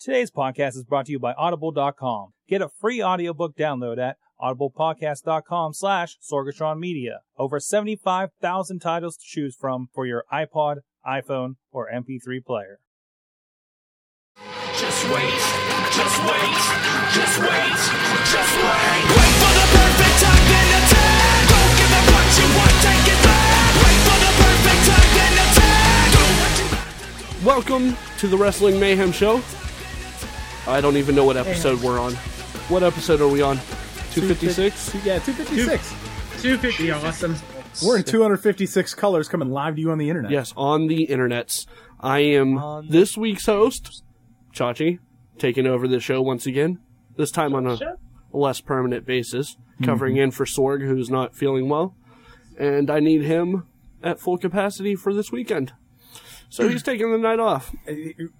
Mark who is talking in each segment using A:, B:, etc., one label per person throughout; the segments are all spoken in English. A: Today's podcast is brought to you by Audible.com. Get a free audiobook download at audiblepodcast.com slash Sorgatron Media. Over 75,000 titles to choose from for your iPod, iPhone, or MP3 player.
B: Just wait, just wait, just wait, just wait. Wait for the perfect time, then attack. Don't give up what you want, take it back. Wait for the perfect time, then attack. Do what you got to do.
C: Welcome to the Wrestling Mayhem Show. I don't even know what episode we're on. What episode are we on? 256?
D: Yeah, 256.
E: 250 awesome.
D: We're in 256 colors coming live to you on the internet.
C: Yes, on the internets. I am this week's host, Chachi, taking over the show once again. This time on a less permanent basis, covering in for Sorg, who's not feeling well. And I need him at full capacity for this weekend. So he's taking the night off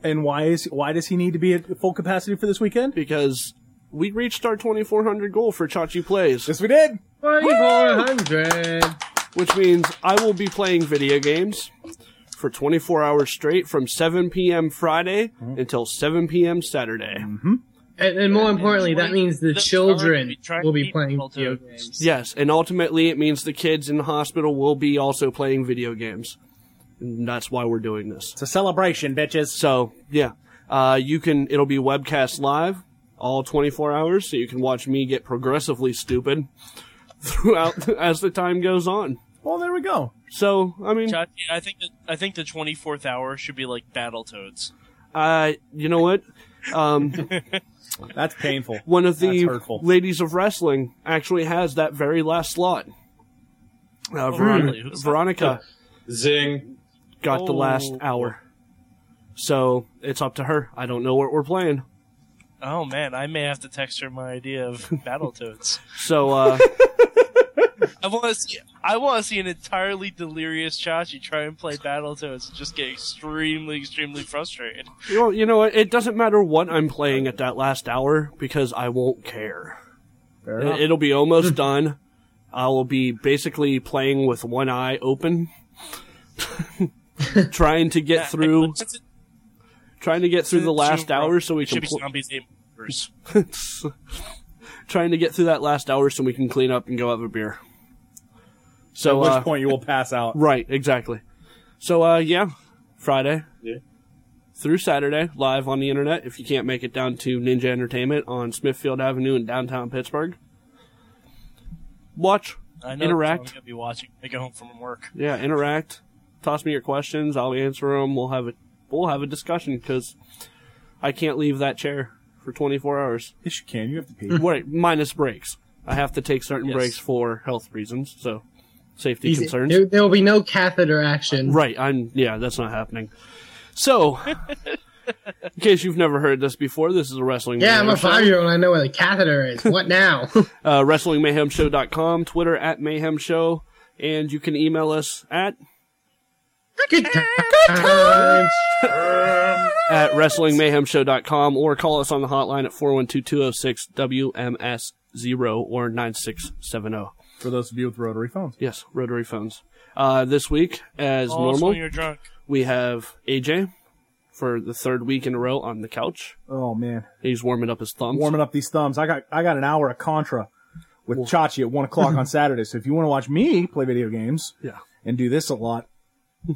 D: And why is why does he need to be at full capacity for this weekend?
C: because we reached our 2400 goal for Chachi Plays.
D: Yes, we did.
E: 2400.
C: which means I will be playing video games for 24 hours straight from 7 p.m. Friday until 7 p.m. Saturday.
E: And, and more importantly, that
F: wait,
E: means the
F: that's
E: children
F: already trying
E: will
F: to
E: be
F: keep
E: playing
F: people
E: video
F: to-
E: games.
C: Yes, and ultimately it means the kids in the hospital will be also playing video games. And that's why we're doing this.
D: It's a celebration, bitches.
C: So, yeah. Uh, you can, it'll be webcast live all 24 hours, so you can watch me get progressively stupid throughout as the time goes on.
D: Well, there we go.
C: So, I mean,
F: Chachi, I think the, I think the 24th hour should be like Battletoads.
C: uh, you know what?
D: That's painful.
C: one of
D: That's
C: the
D: hurtful.
C: ladies of wrestling actually has that very last slot. Uh, Veron-
F: Oh, really? Who's that? Oh.
C: Veronica
G: Zing.
C: got the last hour. So it's up to her. I don't know what we're playing.
F: Oh man, I may have to text her my idea of Battletoads.
C: So uh,
F: I want to see I want to see an entirely delirious Chachi try and play Battletoads and just get extremely extremely frustrated.
C: you, know, you know what? It doesn't matter what I'm playing at that last hour because I won't care.
D: Fair enough.
C: It- It'll be almost done. I will be basically playing with one eye open, trying to get through,
F: Since it-
C: trying to get through the last hour so we
F: it should
C: can
F: be
C: pl-
F: zombies and murderers.
C: trying to get through that last hour so we can clean up and go have a beer.
D: At
C: So,
D: which
C: uh,
D: point you will pass out.
C: right, exactly. So, uh, yeah, Friday
G: Yeah.
C: through Saturday, live on the internet. If you can't make it down to Ninja Entertainment on Smithfield Avenue in downtown Pittsburgh, watch,
F: I know
C: Interact.
F: I'm gonna be watching. when I go home from work.
C: yeah, interact, toss me your questions, I'll answer them. We'll have a we'll have a discussion because I can't leave that chair for 24 hours.
D: Yes, you can. You have to pee.
C: Right, minus breaks. I have to take certain breaks for health reasons, so safety
E: Easy.
C: concerns.
E: There, there will be no catheter action.
C: Right, I'm yeah, that's not happening. So, in case you've never heard this before, this is a wrestling
E: Yeah, I'm
C: mayhem
E: a
C: show.
E: five year old. I know where the catheter is. What now?
C: Uh, WrestlingMayhemShow.com, Twitter at Mayhem Show, and you can email us at
E: Good times.
C: at WrestlingMayhemShow.com or call us on the hotline at 412 206 WMS0 or 9670.
D: For those of you with rotary phones,
C: oh. Yes, rotary phones. Uh, this week, as
F: Also,
C: normal.
F: when you're drunk.
C: We have AJ for the third week in a row on the couch.
D: oh man,
C: He's warming up his thumbs.
D: warming up these thumbs. I got I got an hour of Contra with Chachi at one o'clock on Saturday. So if you want to watch me play video games
C: Yeah.
D: and do this a lot,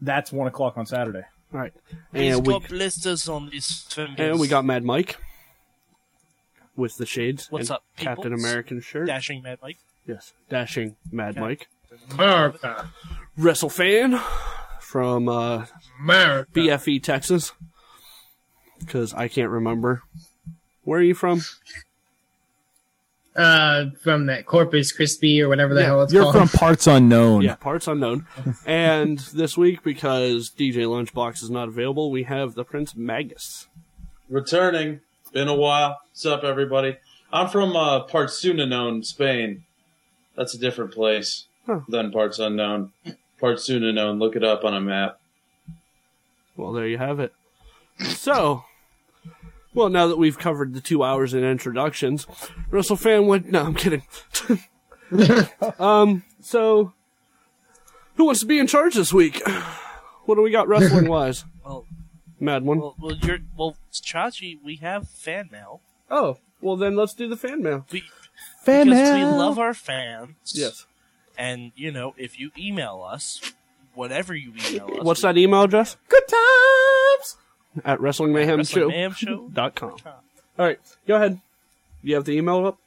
D: that's one o'clock on Saturday.
C: All right.
F: He's
C: And we,
F: got blisters on his fingers.
C: and we got Mad Mike with the shades.
F: What's
C: and
F: up, people?
C: Captain American shirt.
F: dashing mad Mike.
C: yes. Dashing Mad Mike.
E: America.
C: Wrestle fan from uh,
E: America.
C: BFE Texas. Because I can't remember. Where are you from?
E: Uh, from that Corpus Christi or whatever the hell it's
D: You're from
E: called.
D: parts unknown.
C: Yeah, parts unknown. and this week, because DJ Lunchbox is not available, we have the Prince Magus.
G: Returning. Been a while. What's up, everybody? I'm from uh, parts soon unknown, Spain. That's a different place
C: Huh.
G: than parts unknown. Parts soon unknown. Look it up on a map.
C: Well, there you have it. So, well, now that we've covered the two hours in introductions, Russell fan went. No, I'm kidding. um, so who wants to be in charge this week? What do we got wrestling wise?
F: Well,
C: Mad one.
F: Well, well, you're well, Chachi. We have fan mail.
C: Oh, well then let's do the fan mail.
F: We
D: Fan
F: because we
D: mail.
F: love our fans.
C: Yes.
F: And you know, if you email us, whatever you email us,
C: What's that email address?
D: Good times.
C: At WrestlingMayhemShow.com.
F: Wrestling Show?
C: All right, go ahead. You have the email up.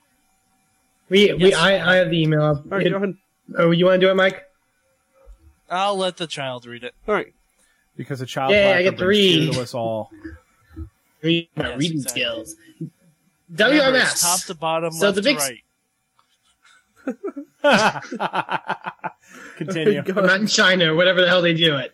E: We, we
F: Yes.
E: I, I have the email up.
C: All right, go ahead.
E: oh, you want to do it, Mike?
F: I'll let the child read it.
C: All right,
D: Because a child
E: Yeah, I
D: factor
E: get to
D: brings
E: read.
D: fear to us all.
E: Read my
F: Yes,
E: reading
F: exactly.
E: skills.
F: Remember,
E: WMS.
F: it's top to bottom,
E: So
F: left
E: the big
F: to
E: s-
F: right.
D: Continue.
C: go
E: I'm
C: ahead.
E: not in China or whatever the hell they do it.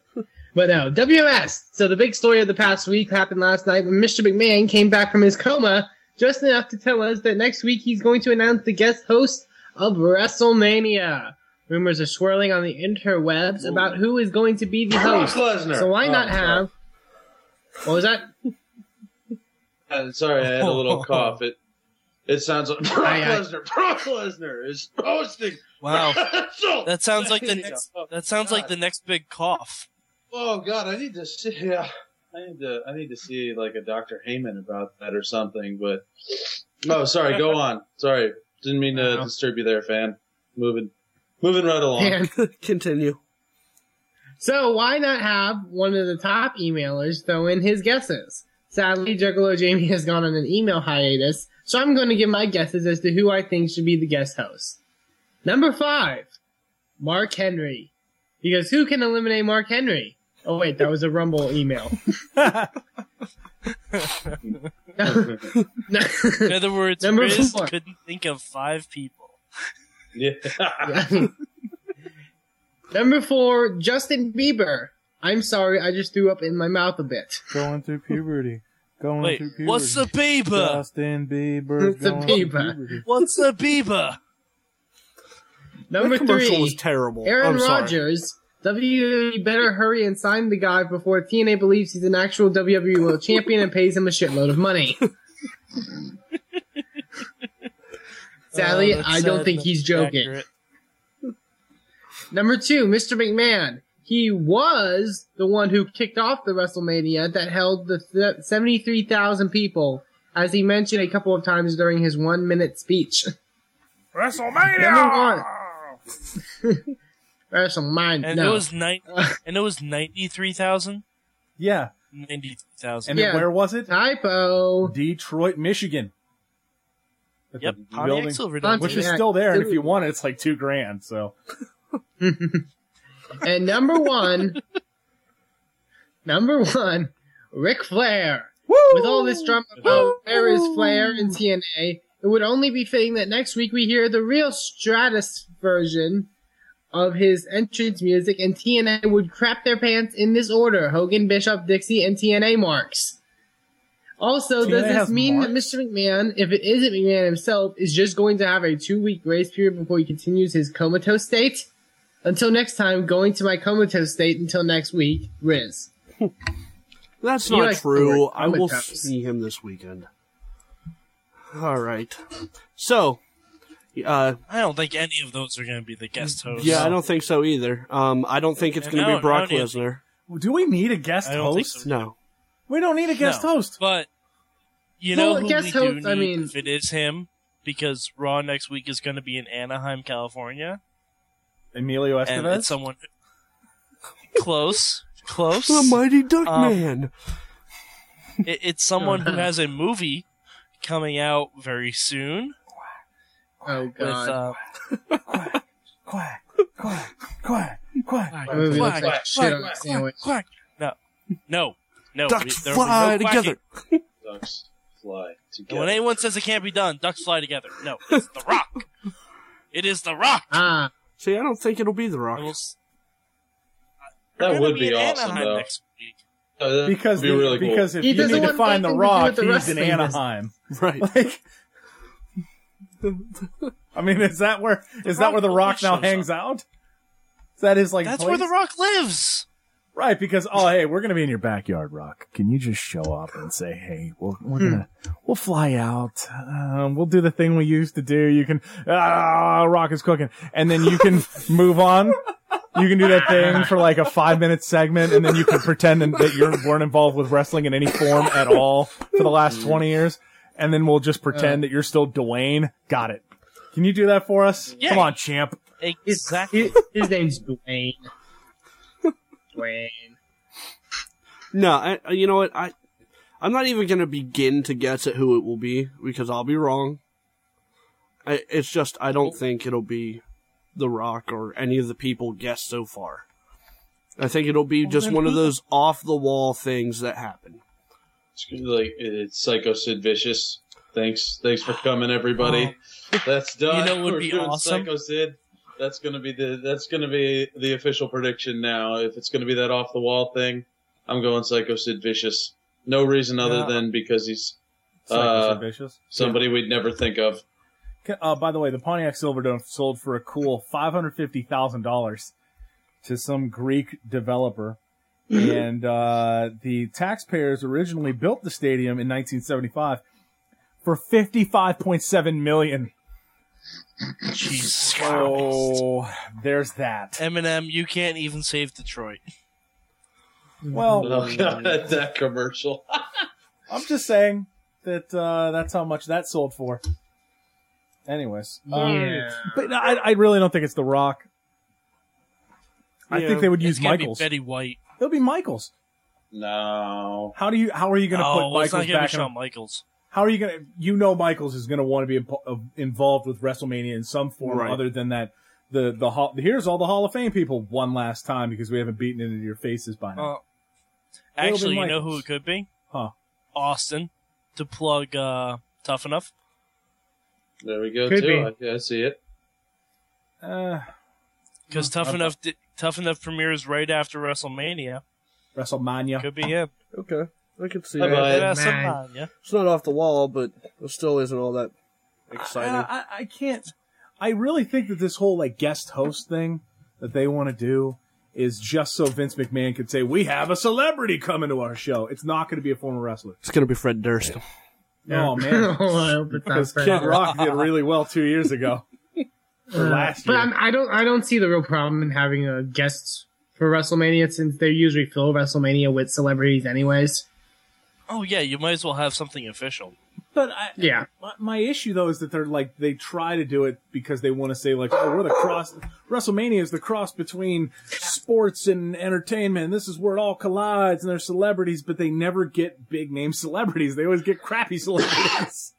E: But no, WMS. So the big story of the past week happened last night when Mr. McMahon came back from his coma just enough to tell us that next week he's going to announce the guest host of WrestleMania. Rumors are swirling on the interwebs about who is going to be the
G: Brock
E: host.
G: Lesnar.
E: So why
G: Oh,
E: not
G: sorry.
E: have? What was that?
G: Uh, sorry, I had a little cough. It it sounds like Brock
E: Aye, aye.
G: Lesnar. Oh. Brock Lesnar is hosting.
F: Wow,
G: Wrestle-
F: that sounds like the next.
E: Oh,
F: That sounds like the next big cough.
G: Oh God, I need to see. Yeah, I need to. I need to see like a Dr. Heyman about that or something. But oh, sorry. Go on. Sorry, didn't mean to
E: Wow.
G: disturb you there, fan. Moving, moving right along.
E: Man.
C: continue.
E: So why not have one of the top emailers throw in his guesses? Sadly, Juggalo Jamie has gone on an email hiatus, so I'm going to give my guesses as to who I think should be the guest host. Number five, Mark Henry. Because who can eliminate Mark Henry? Oh wait, that was a Rumble email. No. No.
F: In other words,
E: Number
F: Riz
E: four.
F: couldn't think of five people.
G: Yeah.
E: Number four, Justin Bieber. I'm sorry, I just threw up in my mouth a bit.
D: Going through puberty. Going
F: Wait,
D: through puberty.
F: what's the uh, Bieber?
D: Justin Bieber.
E: It's a
D: going through
E: Bieber.
D: puberty.
F: What's the Bieber?
E: Number
C: that commercial
E: three,
C: was terrible.
E: Aaron
C: I'm sorry.
E: Rodgers, WWE better hurry and sign the guy before TNA believes he's an actual WWE World Champion and pays him a shitload of money. Sadly,
F: Oh,
D: Uh,
F: that's
E: I don't
F: sad,
E: think
F: but
E: he's joking.
F: accurate.
E: Number two, Mr. McMahon. He was the one who kicked off the WrestleMania that held the th- 73,000 people, as he mentioned a couple of times during his one minute speech. WrestleMania! WrestleMania.
F: And it was nine. and it was ninety three thousand.
D: Yeah.
F: Ninety thousand.
D: And then
E: Yeah.
D: where was it?
E: typo.
D: Detroit, Michigan. At
F: Yep,
D: the
F: Pontiac
D: building,
F: Silverdome.
D: Which is
E: Yeah.
D: still there, and if you want it, it's like two grand. So
E: And number one, number one, Ric Flair. With all this drama about where is Flair in TNA, it would only be fitting that next week we hear the real Stratus version of his entrance music, and TNA would crap their pants in this order: Hogan, Bishop, Dixie, and TNA marks. Also,
D: TNA
E: does this
D: has
E: mean that
D: marks?
E: Mr. McMahon, if it isn't McMahon himself, is just going to have a two-week grace period before he continues his comatose state? Until next time, going to my comatose state until next week, Riz.
C: That's
E: You
C: not
E: like
C: true.
E: Stewart.
C: I
E: I'm
C: will
E: with Travis.
C: see him this weekend. All right. So, uh,
F: I don't think any of those are going to be the guest hosts.
C: yeah, I don't think so either. Um, I don't think it's
F: And
C: going
F: I
C: to
F: don't-
C: be Brock
F: I don't even-
C: Lesnar.
D: do we need a guest
F: I don't think
D: host?
F: so.
C: No.
D: We don't need a guest
F: No.
D: host.
F: But you
E: Well,
F: know who
E: guest
F: we
E: host,
F: do need
E: I mean-
F: if it is him, because Raw next week is going to be in Anaheim, California,
D: Emilio
F: and
D: Estevez.
F: it's someone close, close.
C: The Mighty Duck
F: Um,
C: Man.
F: It- it's someone who has a movie coming out very soon
E: Oh
F: with
E: god.
F: uh,
D: quack, quack, quack, quack.
E: That movie looks
F: Quack,
E: like shit on a sandwich.
F: Quack. No, no, no.
C: Ducks
F: there was
C: fly
F: no quacking.
C: together.
G: Ducks
F: And
G: fly
F: When
G: together.
F: anyone says it can't be done, ducks fly together. No, it's the Rock. It is the Rock.
E: Ah,
C: See, I don't think it'll be The
F: I will
C: Rock.
F: s-
G: That
F: We're
G: would
F: gonna
G: be
F: in
G: awesome,
F: Anaheim
G: though.
F: next week.
G: Uh, that'd
D: Because
G: be
D: the-
G: really cool.
D: because if
E: He
D: you
E: doesn't
D: need to
E: want
D: find the
E: anything to do
D: Rock,
E: with the
D: he's in
E: wrestling business.
D: Anaheim.
C: Right.
D: Like, I mean, is that where is that
F: Rock
D: where the Rock now
F: always shows
D: hangs out? Is that his like?
F: That's
D: place?
F: where the Rock lives.
D: Right, because oh hey, we're gonna be in your backyard, Rock. Can you just show up and say, hey, we'll, we're gonna we'll fly out, um, we'll do the thing we used to do. You can ah, Rock is cooking, and then you can move on, You can do that thing for like a five minute segment, and then you can pretend that you weren't involved with wrestling in any form at all for the last twenty years, and then we'll just pretend that you're still Dwayne. Got it? Can you do that for us?
F: Yeah.
D: Come on, champ.
F: Exactly.
E: His, his name's Dwayne. Dwayne.
C: No, I, I- you know what? I I'm not even gonna begin to guess at who it will be because I'll be wrong. I, it's just I don't think it'll be The Rock or any of the people guessed so far. I think it'll be just one of those off the wall things that happen.
G: It's good, like it's Psycho Sid Vicious. Thanks, thanks for coming, everybody. That's done.
F: You know what would
G: We're
F: be
G: doing
F: awesome?
G: Psycho Sid. That's gonna be the that's gonna be the official prediction now. If it's gonna be that off the wall thing, I'm going Psycho Sid Vicious. No reason other
D: Yeah.
G: than because he's
D: Psycho
G: Uh,
D: Sid Vicious.
G: somebody we'd never think of.
D: Ca- Uh, by the way, the Pontiac Silverdome sold for a cool five hundred fifty thousand dollars to some Greek developer, and uh, the taxpayers originally built the stadium in nineteen seventy five for fifty five point seven million.
F: Jesus Christ.
D: So Oh, there's that.
F: Eminem, you can't even save Detroit.
D: Well,
G: Oh
F: Mm.
G: god, that commercial.
D: I'm just saying that uh, that's how much that sold for. Anyways, uh,
E: Yeah.
D: but I, I really don't think it's The Rock. I
C: Yeah.
D: think they would use
F: It's gonna
D: Michaels.
F: Be Betty White.
D: It'll be Michaels.
G: No.
D: How do you? How are you going to
F: Oh,
D: put
F: it's not
D: Michaels
F: gonna be
D: back? in-
F: Shawn Michaels.
D: how are you going to? You know, Michaels is going to want to be impo- uh, involved with WrestleMania in some form
C: Right.
D: other than that. The the hall, here's all the Hall of Fame people one last time because we haven't beaten it into your faces by now.
F: Uh, actually, you know
D: Michaels.
F: who it could be?
D: Huh.
F: Austin to plug uh, Tough Enough.
G: There we go
E: Could
G: too. I, I see it.
D: Uh,
F: Because Tough Enough di- Tough Enough premieres right after WrestleMania.
D: WrestleMania.
F: Could be him.
C: Okay, I can see
G: Bye bye.
F: WrestleMania.
C: It's not off the wall, but it still isn't all that
D: I,
C: exciting.
D: I, I can't. I really think that this whole like guest host thing that they want to do is just so Vince McMahon could say we have a celebrity coming to our show. It's not going to be a former wrestler.
C: it's gonna be Fred Durst.
D: Oh man,
E: oh, I hope it's not
D: because
E: Fred
D: Kid
E: Durst.
D: Rock did really well two years ago. Or last
E: Uh, But
D: year.
E: I'm, I don't. I don't see the real problem in having a guest for WrestleMania since they usually fill WrestleMania with celebrities, anyways.
F: Oh yeah, you might as well have something official.
D: But I,
E: Yeah.
D: my, my issue though is that they're like they try to do it because they want to say like, oh, we're the cross. WrestleMania is the cross between sports and entertainment. This is where it all collides, and there's celebrities, but they never get big name celebrities. They always get crappy celebrities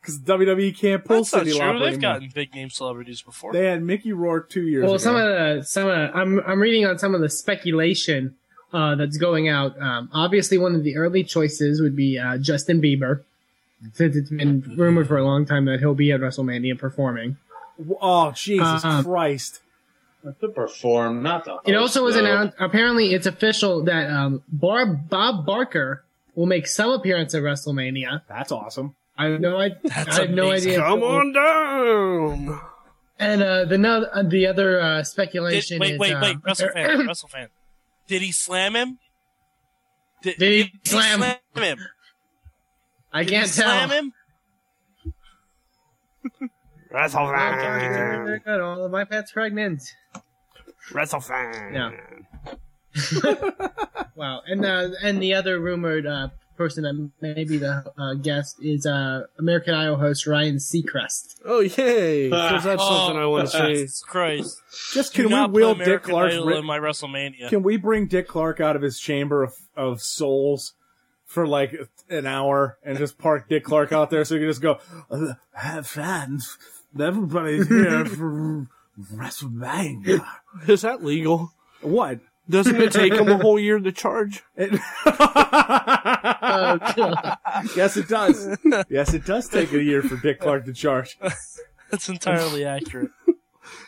D: because WWE E can't pull
F: That's not
D: Cindy
F: true.
D: Lauper
F: They've
D: anymore.
F: gotten big name celebrities before.
D: They had Mickey Rourke two years
E: Well,
D: ago.
E: some of the some of the, I'm I'm reading on some of the speculation uh, that's going out. Um, obviously, one of the early choices would be uh, Justin Bieber, since it's been rumored for a long time that he'll be at WrestleMania performing.
D: oh Jesus
E: Uh-uh.
D: Christ!
G: To perform, not the.
E: It
F: Oh,
G: host,
E: also was
G: though.
E: announced. Apparently, it's official that um, Bar- Bob Barker will make some appearance at WrestleMania.
D: That's awesome.
E: I have no, I, I have no
F: amazing.
E: idea.
C: Come on down.
E: And uh, the no, uh, the other uh,
F: Did-
E: speculation
F: wait,
E: is
F: wait,
E: uh,
F: wait, Wrestle fan, Wrestle fan. Did he slam him? Did,
E: Did he slam-
F: him?
E: I
F: Did
E: can't
F: he
E: tell.
F: slam him?
C: WrestleFan.
E: Very good. All of my pets pregnant.
C: WrestleFan.
E: Yeah. Wow. And uh, and the other rumored uh, person that may be the uh, guest is uh, American Idol host Ryan Seacrest.
C: Oh yay! 'Cause that's
F: Oh.
C: something I want to see.
F: Jesus Christ!
D: Just
F: Do
D: can we
F: not
D: wheel
F: put
D: Dick
F: American
D: Clark's
F: Idol
D: ri-
F: in my WrestleMania?
D: Can we bring Dick Clark out of his chamber of, of souls for like an hour and just park Dick Clark out there so he can just go, "Uh, have fans, everybody's here for WrestleMania.
C: Is that legal?
D: What?
C: Doesn't it take them a whole year to charge?
D: It-
E: Oh, God.
D: yes, it does. Yes, it does take a year for Dick Clark to charge.
F: That's entirely accurate.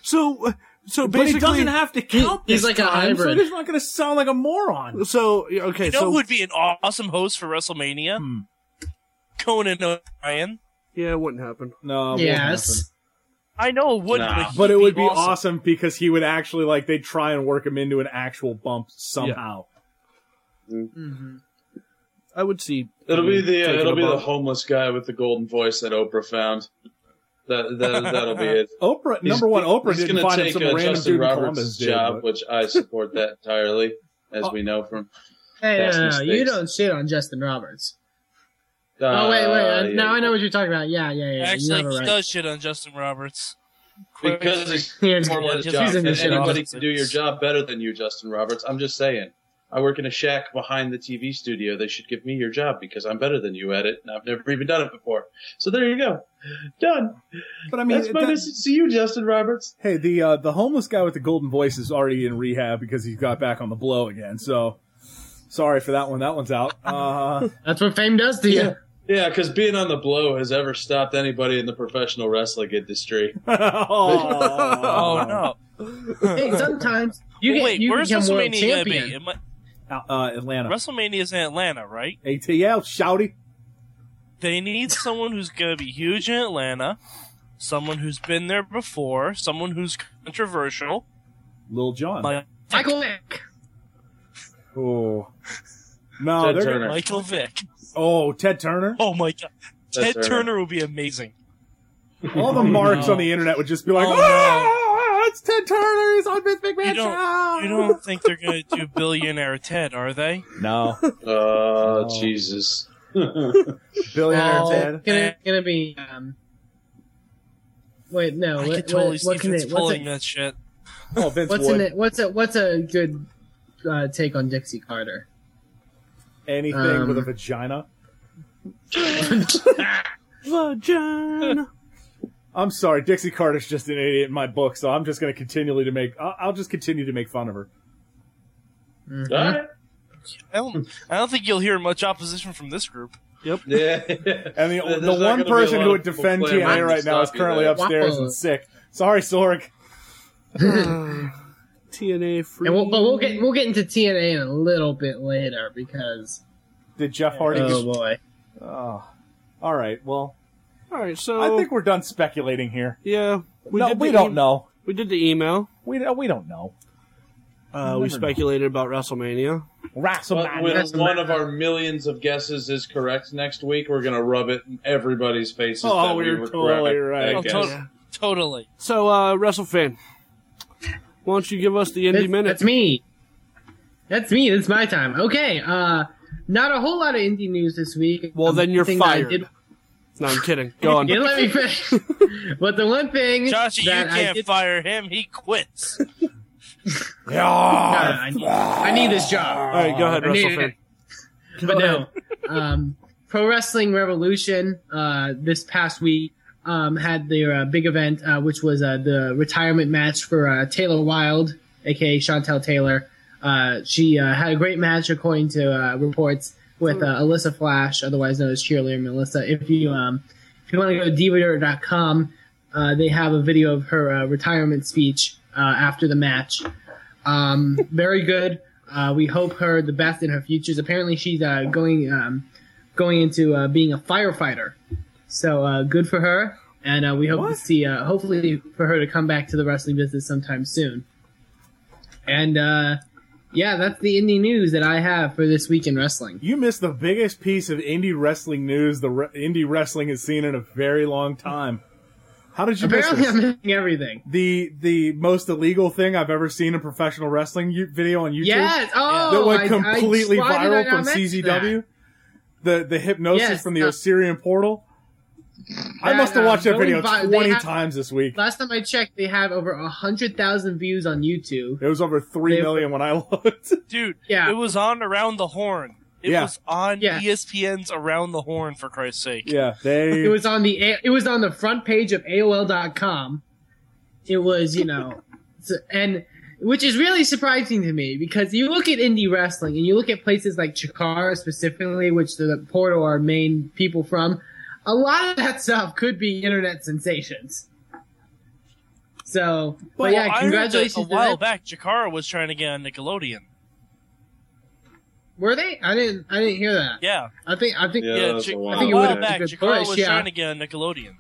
C: So, so
D: But
C: basically,
D: he doesn't have to count
E: he's
D: this
E: like a
D: time, so
E: hybrid.
D: he's not going to sound like a moron.
C: So yeah, okay,
F: You know
C: so
F: who would be an awesome host for WrestleMania?
D: Hmm.
F: Conan O'Brien.
C: yeah, it wouldn't happen.
D: No, it won't happen.
E: yes.
F: I know it wouldn't,
G: Nah.
F: but, he'd
D: But it would be
F: awesome.
D: awesome because he would actually like they'd try and work him into an actual bump somehow.
C: I would see.
G: It'll
E: Mm-hmm.
G: be
C: Taking
G: the it'll
C: a
G: be the
C: bump.
G: homeless guy with the golden voice that Oprah found. That, that that'll be it.
D: Oprah,
G: He's-
D: number one, Oprah
G: he's
D: didn't
G: gonna
D: find him
G: take,
D: some
G: uh,
D: random
G: Justin
D: dude in
G: Roberts'
D: Columbus did.
G: job,
D: but-
G: which I support that entirely, as
E: Oh.
G: we know from.
E: Hey, no,
G: That's
E: no, no, you
G: mistakes.
E: don't shit on Justin Roberts.
G: Uh,
E: oh wait, wait. I-
G: yeah.
E: Now I know what you're talking about. Yeah, yeah, yeah. you
F: Actually,
E: have a
F: he
E: right.
F: does shit on Justin Roberts. Quick.
G: because it's
E: Yeah, it's-
G: more or less
E: it's-
G: job.
E: he's in
G: And
E: the shit
G: anybody
F: office.
G: can do your job better than you, Justin Roberts. I'm just saying. I work in a shack behind the TV studio. They should give me your job because I'm better than you at it, and I've never even done it before. So there you go, done.
D: But I mean,
G: That's my
D: that-
G: message to you, Justin Roberts.
D: hey, the uh, the homeless guy with the golden voice is already in rehab because he got back on the blow again. So sorry for that one. That one's out. Uh,
E: That's what fame does to you.
G: Yeah, because being on the blow has ever stopped anybody in the professional wrestling industry.
F: Oh no!
E: Hey, sometimes you get,
F: Wait,
E: you
F: where's
E: become world
F: WrestleMania gonna be?
E: champion.
F: It might-
D: Uh, Atlanta,
F: WrestleMania's in Atlanta, right?
D: ATL, shouty.
F: They need someone who's gonna be huge in Atlanta, someone who's been there before, someone who's controversial.
D: Lil John.
F: Like
E: Michael Vick.
D: oh. No,
G: Ted
D: they're
G: Turner.
F: Michael Vick.
D: oh Ted Turner.
F: Oh my god.
G: Ted
F: Ted
G: Turner.
F: Turner would be amazing.
D: All the marks on the internet would just be like,
F: Oh,
D: oh,
F: no.
D: it's Ted Turner. He's on Vince McMahon's
F: don't-
D: show.
F: You don't think they're gonna do billionaire Ted, are they?
D: No,
G: Oh,
D: No.
G: Jesus.
D: billionaire
E: Oh,
D: Ted.
E: Gonna, gonna be. Um, wait, no.
F: I
E: what,
F: could totally
E: what,
F: see
E: what
F: if
E: can
F: it's
E: it? What's
F: pulling
E: it?
F: that shit.
D: Oh, Vince
E: What's
D: Wood.
E: in it? What's a what's a good uh, take on Dixie Carter?
D: Anything
E: Um,
D: with a vagina.
C: Vagina.
D: I'm sorry, Dixie Carter's just an idiot in my book, so I'm just going to continually to make. I'll, I'll just continue to make fun of her.
E: Mhm.
G: All right.
F: I don't I don't think you'll hear much opposition from this group.
G: Yeah.
D: And the, the one person who would defend TNA right now is currently upstairs
E: Wow.
D: and sick. Sorry, Sorg.
C: TNA free.
E: And we'll, but we'll get we'll get into TNA in a little bit later because
D: Did Jeff Hardy?
E: oh
D: Just,
E: boy,
D: oh. All right. Well,
C: All right, so
D: I think we're done speculating here.
C: yeah,
D: no,
C: did
D: we
C: the
D: don't
C: e-
D: know.
C: We did the email.
D: We don't- we don't know.
C: Uh,
D: You
C: we
D: never
C: speculated about WrestleMania.
G: But
D: WrestleMania.
G: when
E: That's
G: one of our millions of guesses is correct next week, we're going to rub it in everybody's faces.
D: Oh,
G: that we
D: you're
G: were
D: totally
G: correct, I
D: right.
F: Oh,
G: guess.
F: tot- totally.
C: So, uh, WrestleFan, why don't you give us the indie
E: that's,
C: minute?
E: that's me. That's me. That's my time. Okay, uh, not a whole lot of indie news this week.
C: Well, then you're
E: Thing that I
C: fired.
E: did-
C: No, I'm kidding. Go on.
E: You let me finish. but the one thing
F: Josh, you
E: that I
F: can't
E: did-
F: fire him. He quits.
E: No, no,
D: Yeah.
E: I, need, I need this job.
C: All right, go ahead,
E: I need
C: WrestleFan.
E: it. But no, um, Pro Wrestling Revolution uh, this past week um, had their uh, big event, uh, which was uh, the retirement match for uh, Taylor Wilde, aka Chantel Taylor. Uh, she uh, had a great match, according to uh, reports, with uh, Alyssa Flash, otherwise known as Cheerleader Melissa. If you um, if you want to go to divader.com, uh, they have a video of her uh, retirement speech uh, after the match. Um, very good. Uh, we hope her the best in her futures. Apparently, she's uh, going um, going into uh, being a firefighter. So uh, good for her, and uh, we hope to see uh, hopefully for her to come back to the wrestling business sometime soon. And uh, yeah, that's the indie news that I have for this week in wrestling.
D: You missed the biggest piece of indie wrestling news the re- indie wrestling has seen in a very long time. How did you
E: Apparently,
D: miss this?
E: I'm missing everything.
D: the the most illegal thing I've ever seen in professional wrestling u- video on YouTube
E: Yes. Oh,
D: that went
E: I- I-
D: completely
E: why did I
D: viral
E: not
D: from
E: mention
D: CZW. The the hypnosis
E: Yes,
D: from the
E: uh,
D: Osirian portal. I
E: that,
D: must have
E: uh,
D: watched that
E: going
D: video
E: vi- they
D: twenty
E: have-
D: times this week.
E: that? Last time I checked, they have over hundred thousand views on YouTube.
D: It was over three
E: they-
D: million when I looked.
F: Dude,
E: Yeah.
F: it was on Around the Horn. It
D: Yeah.
F: was on E
E: Yeah.
F: ESPN's Around the Horn, for Christ's sake.
D: yeah, they
E: It was on the A- it was on the front page of AOL.com. It was you know, s- and which is really surprising to me because you look at indie wrestling and you look at places like Chikara specifically, which the portal are main people from. A lot of that stuff could be internet sensations. So, but,
F: Well,
E: yeah,
F: I heard
E: congratulations.
F: that
E: to
F: a while
E: them.
F: back, Jakara was trying to get on Nickelodeon.
E: Were they? I didn't. I didn't hear that.
F: Yeah,
E: I think. I think.
G: Yeah,
F: yeah.
G: that was
F: Ja-
G: a
F: a
G: while
E: think it
F: while
E: would've-
F: back,
E: it's a good
F: Jakara
E: push,
F: was
E: yeah.
F: trying to get on Nickelodeon.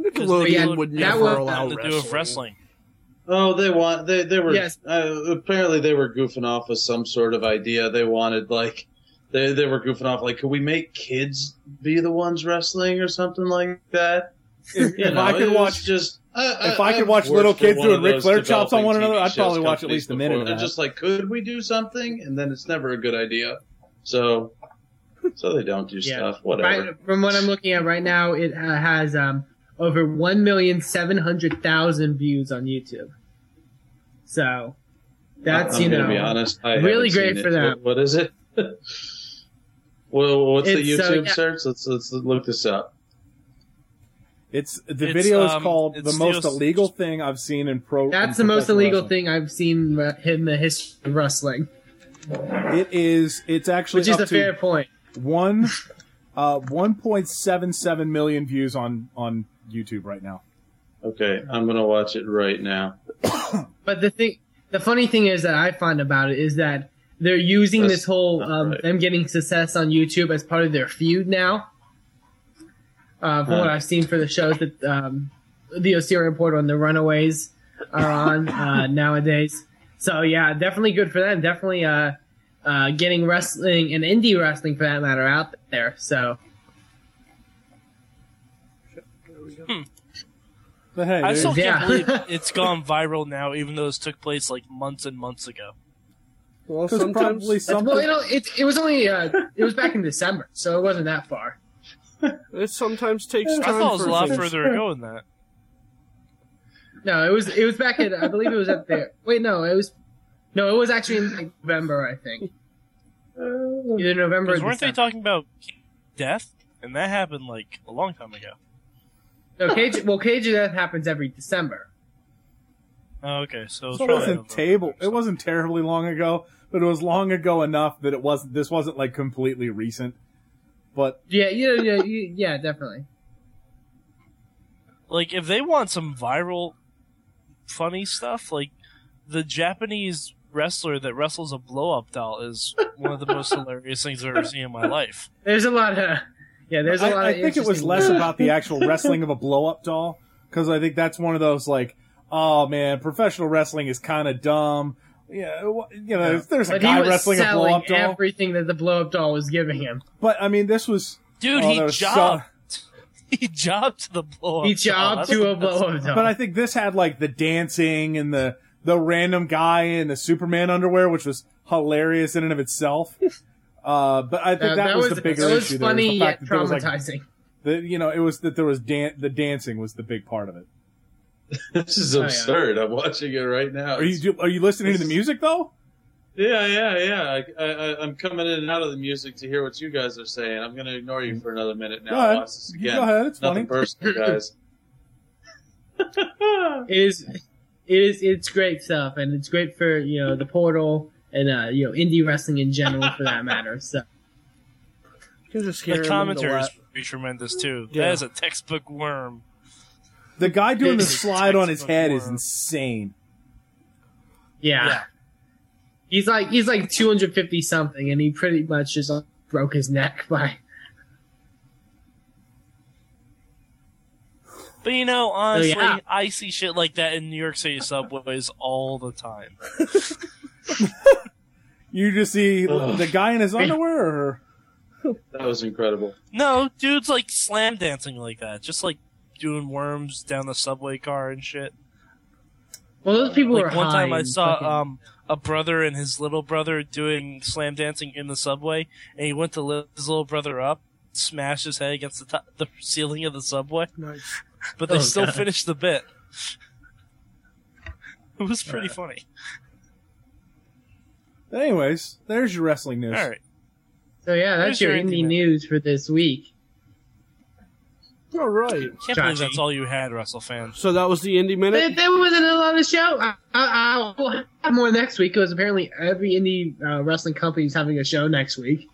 C: Nickelodeon
E: Yeah,
C: would
E: that
C: never
E: was-
C: allow
F: Nothing to do with
C: wrestling.
F: wrestling.
G: Oh, they want they they were
E: Yes.
G: uh, apparently they were goofing off with some sort of idea. They wanted like they they were goofing off like could we make kids be the ones wrestling or something like that?
D: If,
G: You
D: if
G: know,
D: I could
G: it was
D: watch,
G: just I, I,
D: if I could
G: I've
D: watch
G: worked
D: little
G: for
D: kids
G: one
D: doing
G: of
D: Ric
G: those
D: Flair chops on
G: developing
D: one another,
G: TV
D: I'd probably
G: shows
D: watch at least a minute
G: companies before.
D: of
G: They're
D: that.
G: just like, could we do something? And then it's never a good idea. So, so they don't do
E: Yeah.
G: stuff.
E: Right,
G: Whatever.
E: from what I'm looking at right now, it uh, has um, over 1,700,000 views on YouTube. So that's,
G: I'm
E: you know,
G: gonna be honest. I
E: really
G: haven't
E: great
G: seen
E: for
G: it.
E: them.
G: What, what is it? well, what's the
E: It's, uh,
G: YouTube
E: yeah.
G: search? Let's let's look this up.
D: it's the
F: It's,
D: video is
F: um,
D: called
F: it's
D: the most
F: still-
D: illegal thing I've seen in pro.
E: that's the
D: in
E: most
D: professional
E: illegal
D: wrestling.
E: thing I've seen uh, in the history of wrestling,
D: It is. It's actually
E: which is
D: up
E: a
D: to
E: fair point.
D: one, uh, one point seven seven million views on on YouTube right now.
G: Okay, I'm gonna watch it right now.
E: But the thing, the funny thing is that I find about it is that they're using
G: That's
E: this whole
G: not
E: um,
G: right.
E: them getting success on YouTube as part of their feud now. Uh, from what
G: Huh.
E: I've seen for the shows that um, the OCR Report on the Runaways are on uh, nowadays. So yeah, definitely good for them. Definitely uh, uh, getting wrestling and indie wrestling for that matter out there. So
D: But hey,
F: I
D: there-
F: still can't
E: Yeah.
F: believe it's gone viral now, even though this took place like months and months ago.
C: Well,
D: there's
C: sometimes
D: probably
E: well, you
D: something.
E: know, it it was only uh, it was back in December, so it wasn't that far.
C: it sometimes takes time.
F: I thought it was
C: for
F: a lot
C: things.
F: further ago than that.
E: No, it was it was back at I believe it was at there. Wait, no, it was no, it was actually in like, November, I think. Either November. Or
F: Because weren't they
E: December.
F: talking about death? And that happened like a long time ago.
E: no, Cage. Well, Cage of Death happens every December.
F: Oh, okay, so it was
D: It
F: probably
D: wasn't
F: over.
D: table. It wasn't terribly long ago, but it was long ago enough that it wasn't. This wasn't like completely recent. But
E: Yeah, yeah, yeah, yeah, yeah, definitely.
F: like if they want some viral funny stuff like the japanese wrestler that wrestles a blow-up doll is one of the most hilarious things i've ever seen in my life
E: There's a lot of yeah. There's a
D: I,
E: lot.
D: I
E: of
D: think it was
E: interesting-
D: less about the actual wrestling of a blow up doll because I think that's one of those like, oh man, professional wrestling is kind of dumb. Yeah, wh- you know, if there's a
E: But he
D: guy
E: was
D: wrestling a blow
E: selling
D: up doll.
E: everything that the blow up doll was giving him.
D: But I mean, this was.
F: dude
D: Oh, that
F: he
D: was so-
F: jobbed he jobbed to the blow-up
E: He
F: doll.
E: jobbed
F: That's-
E: to a
F: that's-
E: blow up doll.
D: But I think this had like the dancing and the the random guy in the Superman underwear, which was hilarious in and of itself. Uh, but I think
E: Uh,
D: that, was, the bigger
E: that was
D: issue. there, was
E: funny
D: the fact that
E: yet
D: there was, like,
E: traumatizing.
D: the, you know, it was that there was dan- the dancing was the big part of it.
G: This is
E: Oh, yeah.
G: absurd. I'm watching it right now.
D: Are you do- are you listening to the music though?
G: Yeah, yeah, yeah. I, I, I'm coming in and out of the music to hear what you guys are saying. I'm going to ignore you for another minute now.
D: Go ahead.
G: Watch this again.
D: Go ahead, it's
G: Nothing
D: funny.
G: personal, guys.
E: it is it is it's great stuff and it's great for you know the portal and uh you know indie wrestling in general for that matter so
C: You can just hear
F: the
C: him
F: commentary
C: in
F: is
C: the
F: pretty tremendous too
C: Yeah.
F: that is a textbook worm
D: The guy doing the
E: It's
D: slide on his
F: textbook
D: head is
F: horror.
D: insane.
E: yeah,
F: Yeah.
E: he's like he's like 250 something and he pretty much just uh, broke his neck by
F: but you know honestly
E: Oh, yeah.
F: i see shit like that in new york city subways all the time
D: You just see
G: Ugh.
D: the guy in his underwear. Or,
G: That was incredible.
F: no dudes like slam dancing like that just like doing worms down the subway car and shit
E: well those people
F: Like
E: were
F: one
E: high
F: time I
E: and
F: saw
E: fucking-
F: um a brother and his little brother doing slam dancing in the subway, and he went to lift his little brother up, smashed his head against the top, the ceiling of the subway,
C: Nice.
F: but they
E: Oh,
F: still
E: God.
F: finished the bit. It was pretty funny.
D: anyways, there's your wrestling news.
F: All right,
E: so yeah
F: Here's
E: that's your
F: your
E: indie
F: indie
E: news for this week
C: All right.
F: can't
E: Chachi.
F: believe that's all you had, Russell fans.
C: So that was the indie
E: there,
C: minute.
E: there wasn't a lot of show I, I, I will have more next week because apparently every indie uh, wrestling company is having a show next week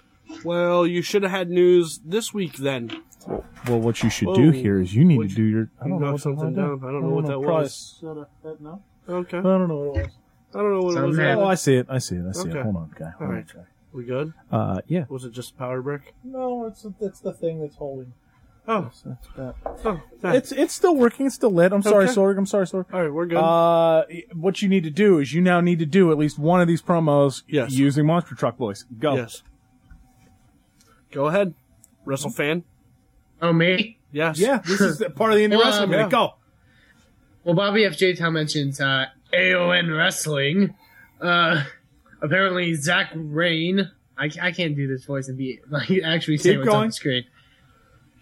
C: Well, you should have had news this week then.
D: Well, what you should
C: do Whoa. here
D: is you need
C: What to you-
D: do your. I
C: you knocked something down. I don't know what that was. Okay. I
D: don't know what it was.
C: don't know what it was.
E: Somehow.
D: Oh, I see it. I see it. I see
C: Okay.
D: on, guy.
C: All right. We good?
D: Uh, yeah.
C: Was it just a power brick?
D: No, it's it's the thing that's holding.
C: Oh, oh, that.
D: It's it's still working. It's still lit. I'm sorry,
C: Okay.
D: Sorg. I'm sorry, Sorg.
C: all right. We're good.
D: Uh, what you need to do is you now need to do at least one of these promos
C: Yes.
D: using Monster Truck Voice. Go.
C: Yes. Go ahead, Russell fan.
E: oh me
C: Yes.
D: Yeah, this is the part of the indie
E: Well,
D: wrestling minute.
E: yeah.
D: Go.
E: Well, Bobby F. J. Town mentions uh, AON Wrestling. Uh, apparently, Zach Rain. I, I can't do this voice and be like actually say
D: Keep
E: what's on
D: going.
E: the screen.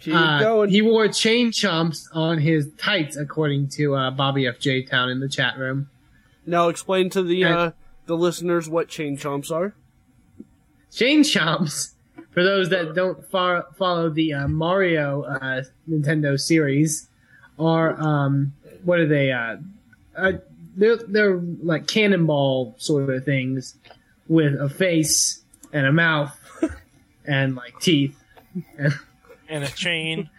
H: Keep
E: Uh,
H: going.
E: He wore chain chomps on his tights, according to uh, Bobby F. J. Town in the chat room.
C: Now explain to the
E: Okay.
C: uh, the listeners what chain chomps are.
E: Chain chomps, for those that don't far, follow the uh, Mario uh, Nintendo series, are um, what are they? Uh, uh, they're they're like cannonball sort of things with a face and a mouth and like teeth
F: and a chain.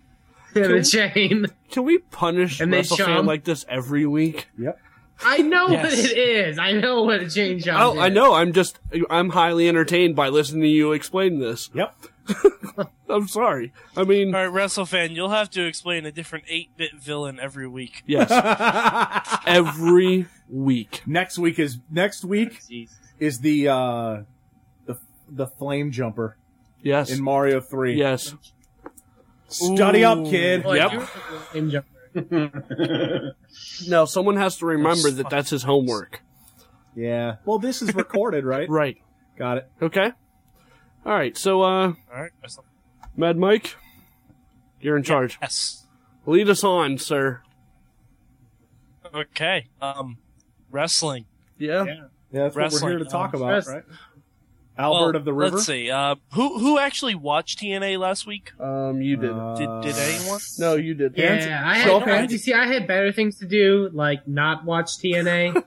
E: and a chain.
C: Can we punish
E: And they
C: WrestleFan
E: chomp.
C: like this every week?
E: I know what
F: Yes.
E: it is. I know what a chain chomp
C: Oh,
E: is.
C: I know. I'm just I'm highly entertained by listening to you explain this.
D: Yep.
C: I'm sorry. I mean,
F: All right, WrestleFan, you'll have to explain a different 8 bit villain every week.
C: yes, every week.
D: Next week is next week is the uh the the flame jumper
C: Yes.
D: in Mario 3.
C: Yes.
D: Study up, kid.
E: Boy,
C: Yep.
E: you were the chain jumper.
C: Now someone has to remember that that's his homework.
D: Yeah. Well, this is recorded, right?
C: Right.
D: Got it.
C: Okay. All right. So, uh,
F: All right, WrestleFan.
C: Mad Mike, you're in charge.
F: Yes.
C: Lead us on, sir.
F: Okay. Um, wrestling.
C: Yeah.
D: Yeah, that's what we're
F: Wrestling,
D: here to talk
F: um,
D: about,
E: wrestling.
D: right? Albert
F: Well,
D: of the River.
F: Let's see. Uh, who who actually watched TNA last week?
C: Um, you did.
D: Uh,
F: Did did anyone?
C: no, you did.
E: Yeah, I
D: Show of
E: had, I,
D: hands.
E: you see, I had better things to do, like not watch TNA.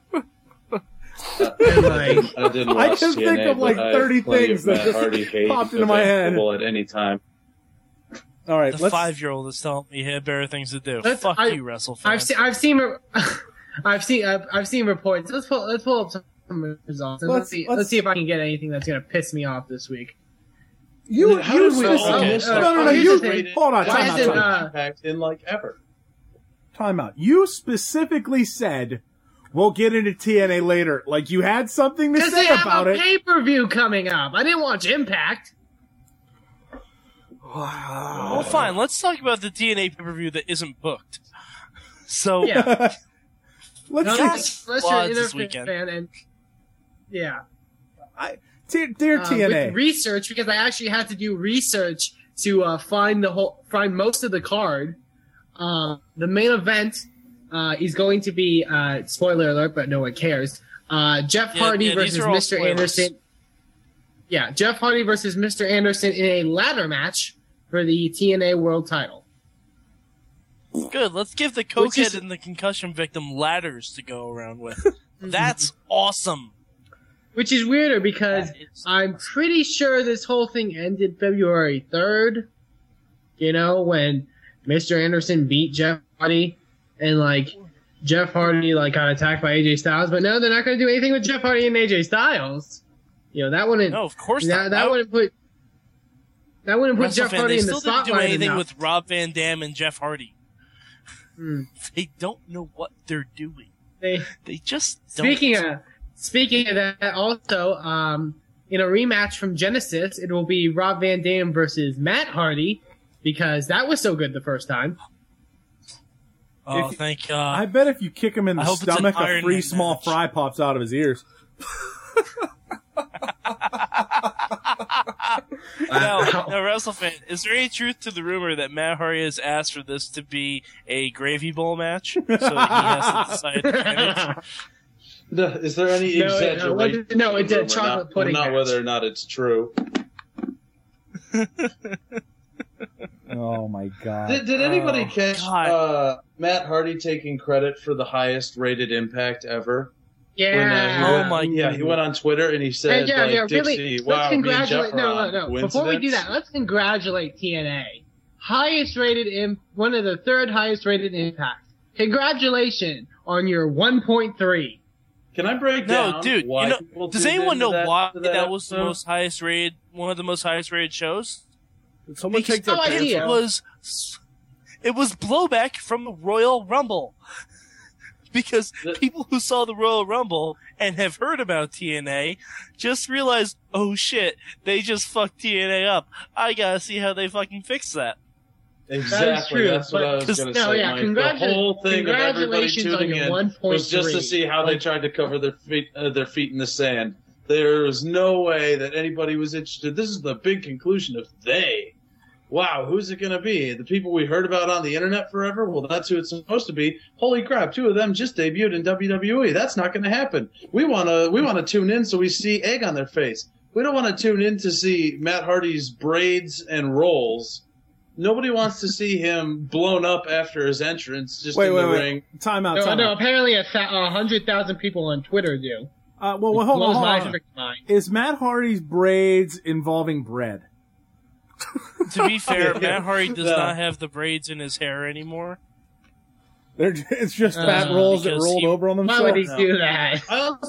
E: and, like,
G: I didn't
D: I
G: watch
D: can
G: TNA,
D: think of,
G: but
D: like,
G: I have
D: 30
G: plenty of
D: things that
G: Matt
D: just
G: Hardy hate
D: popped into my head.
G: available At any time.
D: All right,
F: The
D: let's
F: five year old is telling me he had better things to do.
E: Let's-
F: Fuck
E: I-
F: you, WrestleFan.
E: I've seen, I've seen, re- I've seen, I've, I've seen reports. Let's pull, let's pull up some results. And let's,
D: Let's-
E: see,
D: let's-
E: let's, see if I can get anything that's gonna piss me off this week.
D: You,
G: How
D: you
G: did we
D: just,
G: all
E: okay.
G: miss
E: Uh,
D: no,
G: that?
D: no, no,
E: uh,
D: you,
E: here's the thing.
D: hold on,
G: Why
D: time
E: Why
D: out,
E: is it uh,
D: time, out,
E: not-
G: hasn't Impact in like ever?
D: time out. You specifically said, we'll get into TNA later. Like, you had something to
E: Because they
D: say
E: have
D: about
E: a
D: it.
E: pay per view coming up. I didn't watch Impact.
F: well,
E: oh.
F: fine. Let's talk about the TNA pay per view that isn't booked. So
E: Yeah,
D: Let's see.
E: unless, unless you're an
F: Squads
E: Interface
F: this weekend.
E: fan and yeah,
D: Dear, dear
E: uh, with
D: TNA,
E: research because I actually had to do research to uh, find the whole find most of the card. Uh, the main event uh, is going to be uh, spoiler alert, but no one cares. Uh, Jeff
F: Yeah,
E: Hardy
F: yeah, these
E: versus
F: are all
E: Mr.
F: spoilers.
E: Anderson. Yeah, Jeff Hardy versus Mr. Anderson in a ladder match for the TNA World Title.
F: good. Let's give the
E: Which
F: cokehead
E: is-
F: and the concussion victim ladders to go around with. That's awesome.
E: Which is weirder because
F: That is-
E: I'm pretty sure this whole thing ended February 3rd. You know, when Mr. Anderson beat Jeff Hardy and like Jeff Hardy like got attacked by AJ Styles, but no, they're not going to do anything with Jeff Hardy and AJ Styles. You know, that wouldn't
F: No, of course
E: that,
F: not.
E: that
F: I-
E: wouldn't put that wouldn't put
F: WrestleFan,
E: Jeff Hardy
F: they
E: in the
F: still didn't do
E: spotlight
F: anything
E: enough.
F: with Rob Van Dam and Jeff Hardy.
E: Hmm.
F: They don't know what they're doing.
E: They-
F: They just don't.
E: Speaking of speaking of that, also um, in a rematch from Genesis, it will be Rob Van Dam versus Matt Hardy because that was so good the first time.
F: oh,
D: if-
F: thank God.
D: I bet if you kick him in
F: I
D: the
F: hope it's an
D: stomach, a
F: Iron
D: free
F: Man
D: small
F: match.
D: fry pops out of his ears.
F: Now, now, WrestleFan, is there any truth to the rumor that Matt Hardy has asked for this to be a gravy bowl match? So he has to decide the finish?
G: No, Is there any
E: No, no, what
G: exaggeration?
E: is- no, it's a
G: over
E: chocolate
G: not,
E: pudding
G: Not
E: match.
G: whether or not it's true.
D: Oh my god.
G: Did, did anybody catch
F: God.
G: uh, Matt Hardy taking credit for the highest rated Impact ever? When,
E: Yeah.
G: uh, he
F: Oh
G: went-
F: my
G: Yeah, he went on Twitter and he
E: Hey,
G: said,
E: yeah,
G: like,
E: yeah,
G: Dixie,
E: really.
G: wow,
E: let's
G: me and Jeff
E: congratulate.
G: are
E: No,
G: on.
E: no, no. Before we do
G: Coincidence?
E: that, let's congratulate TNA. Highest rated imp, one of the third highest rated impact. Congratulations on your 1.3.
G: Can I break
F: No,
G: down
F: dude.
G: why
F: You know,
G: people
F: does
G: tuned
F: anyone
G: into
F: know
G: that,
F: why
G: to
F: that, was the
G: episode?
F: most highest rated, one of the most highest rated shows?
C: Did someone take
E: No
C: that? pants
E: idea.
F: It
C: off?
F: was it was blowback from the Royal Rumble. Because
G: The-
F: people who saw the Royal Rumble and have heard about TNA just realized, oh shit, they just fucked TNA up. I gotta see how they fucking fix that.
G: Exactly.
E: true,
G: That's what I
E: but-
G: was going to
E: no,
G: say.
E: yeah,
G: Mike.
E: congratu-
G: the whole thing of everybody
E: congratulations on
G: tuning
E: your
G: in
E: 1.3.
G: was just to see how they tried to cover their feet uh, their feet in the sand. There was no way that anybody was interested. This is the big conclusion of they. Wow, who's it going to be? The people we heard about on the internet forever? Well, that's who it's supposed to be. Holy crap, two of them just debuted in WWE. That's not going to happen. We want to we want to tune in so we see egg on their face. We don't want to tune in to see Matt Hardy's braids and rolls. Nobody wants to see him blown up after his entrance just
D: Wait,
G: in
D: wait,
G: the
D: wait.
G: ring.
D: Time out.
E: No,
D: Time
E: no,
D: out.
E: apparently a, th- a hundred thousand people on Twitter do.
D: Uh, well, well, hold on.
E: Blows
D: Hold
E: my
D: on.
E: freaking mind.
D: Is Matt Hardy's braids involving bread?
F: To be fair, Matt Hardy does
G: Yeah.
F: not have the braids in his hair anymore.
D: They're, it's just
E: Uh,
D: fat rolls that
F: because
D: rolled
F: he-
D: over on
E: Why
D: themselves.
E: would he
D: No.
E: do that?
G: I also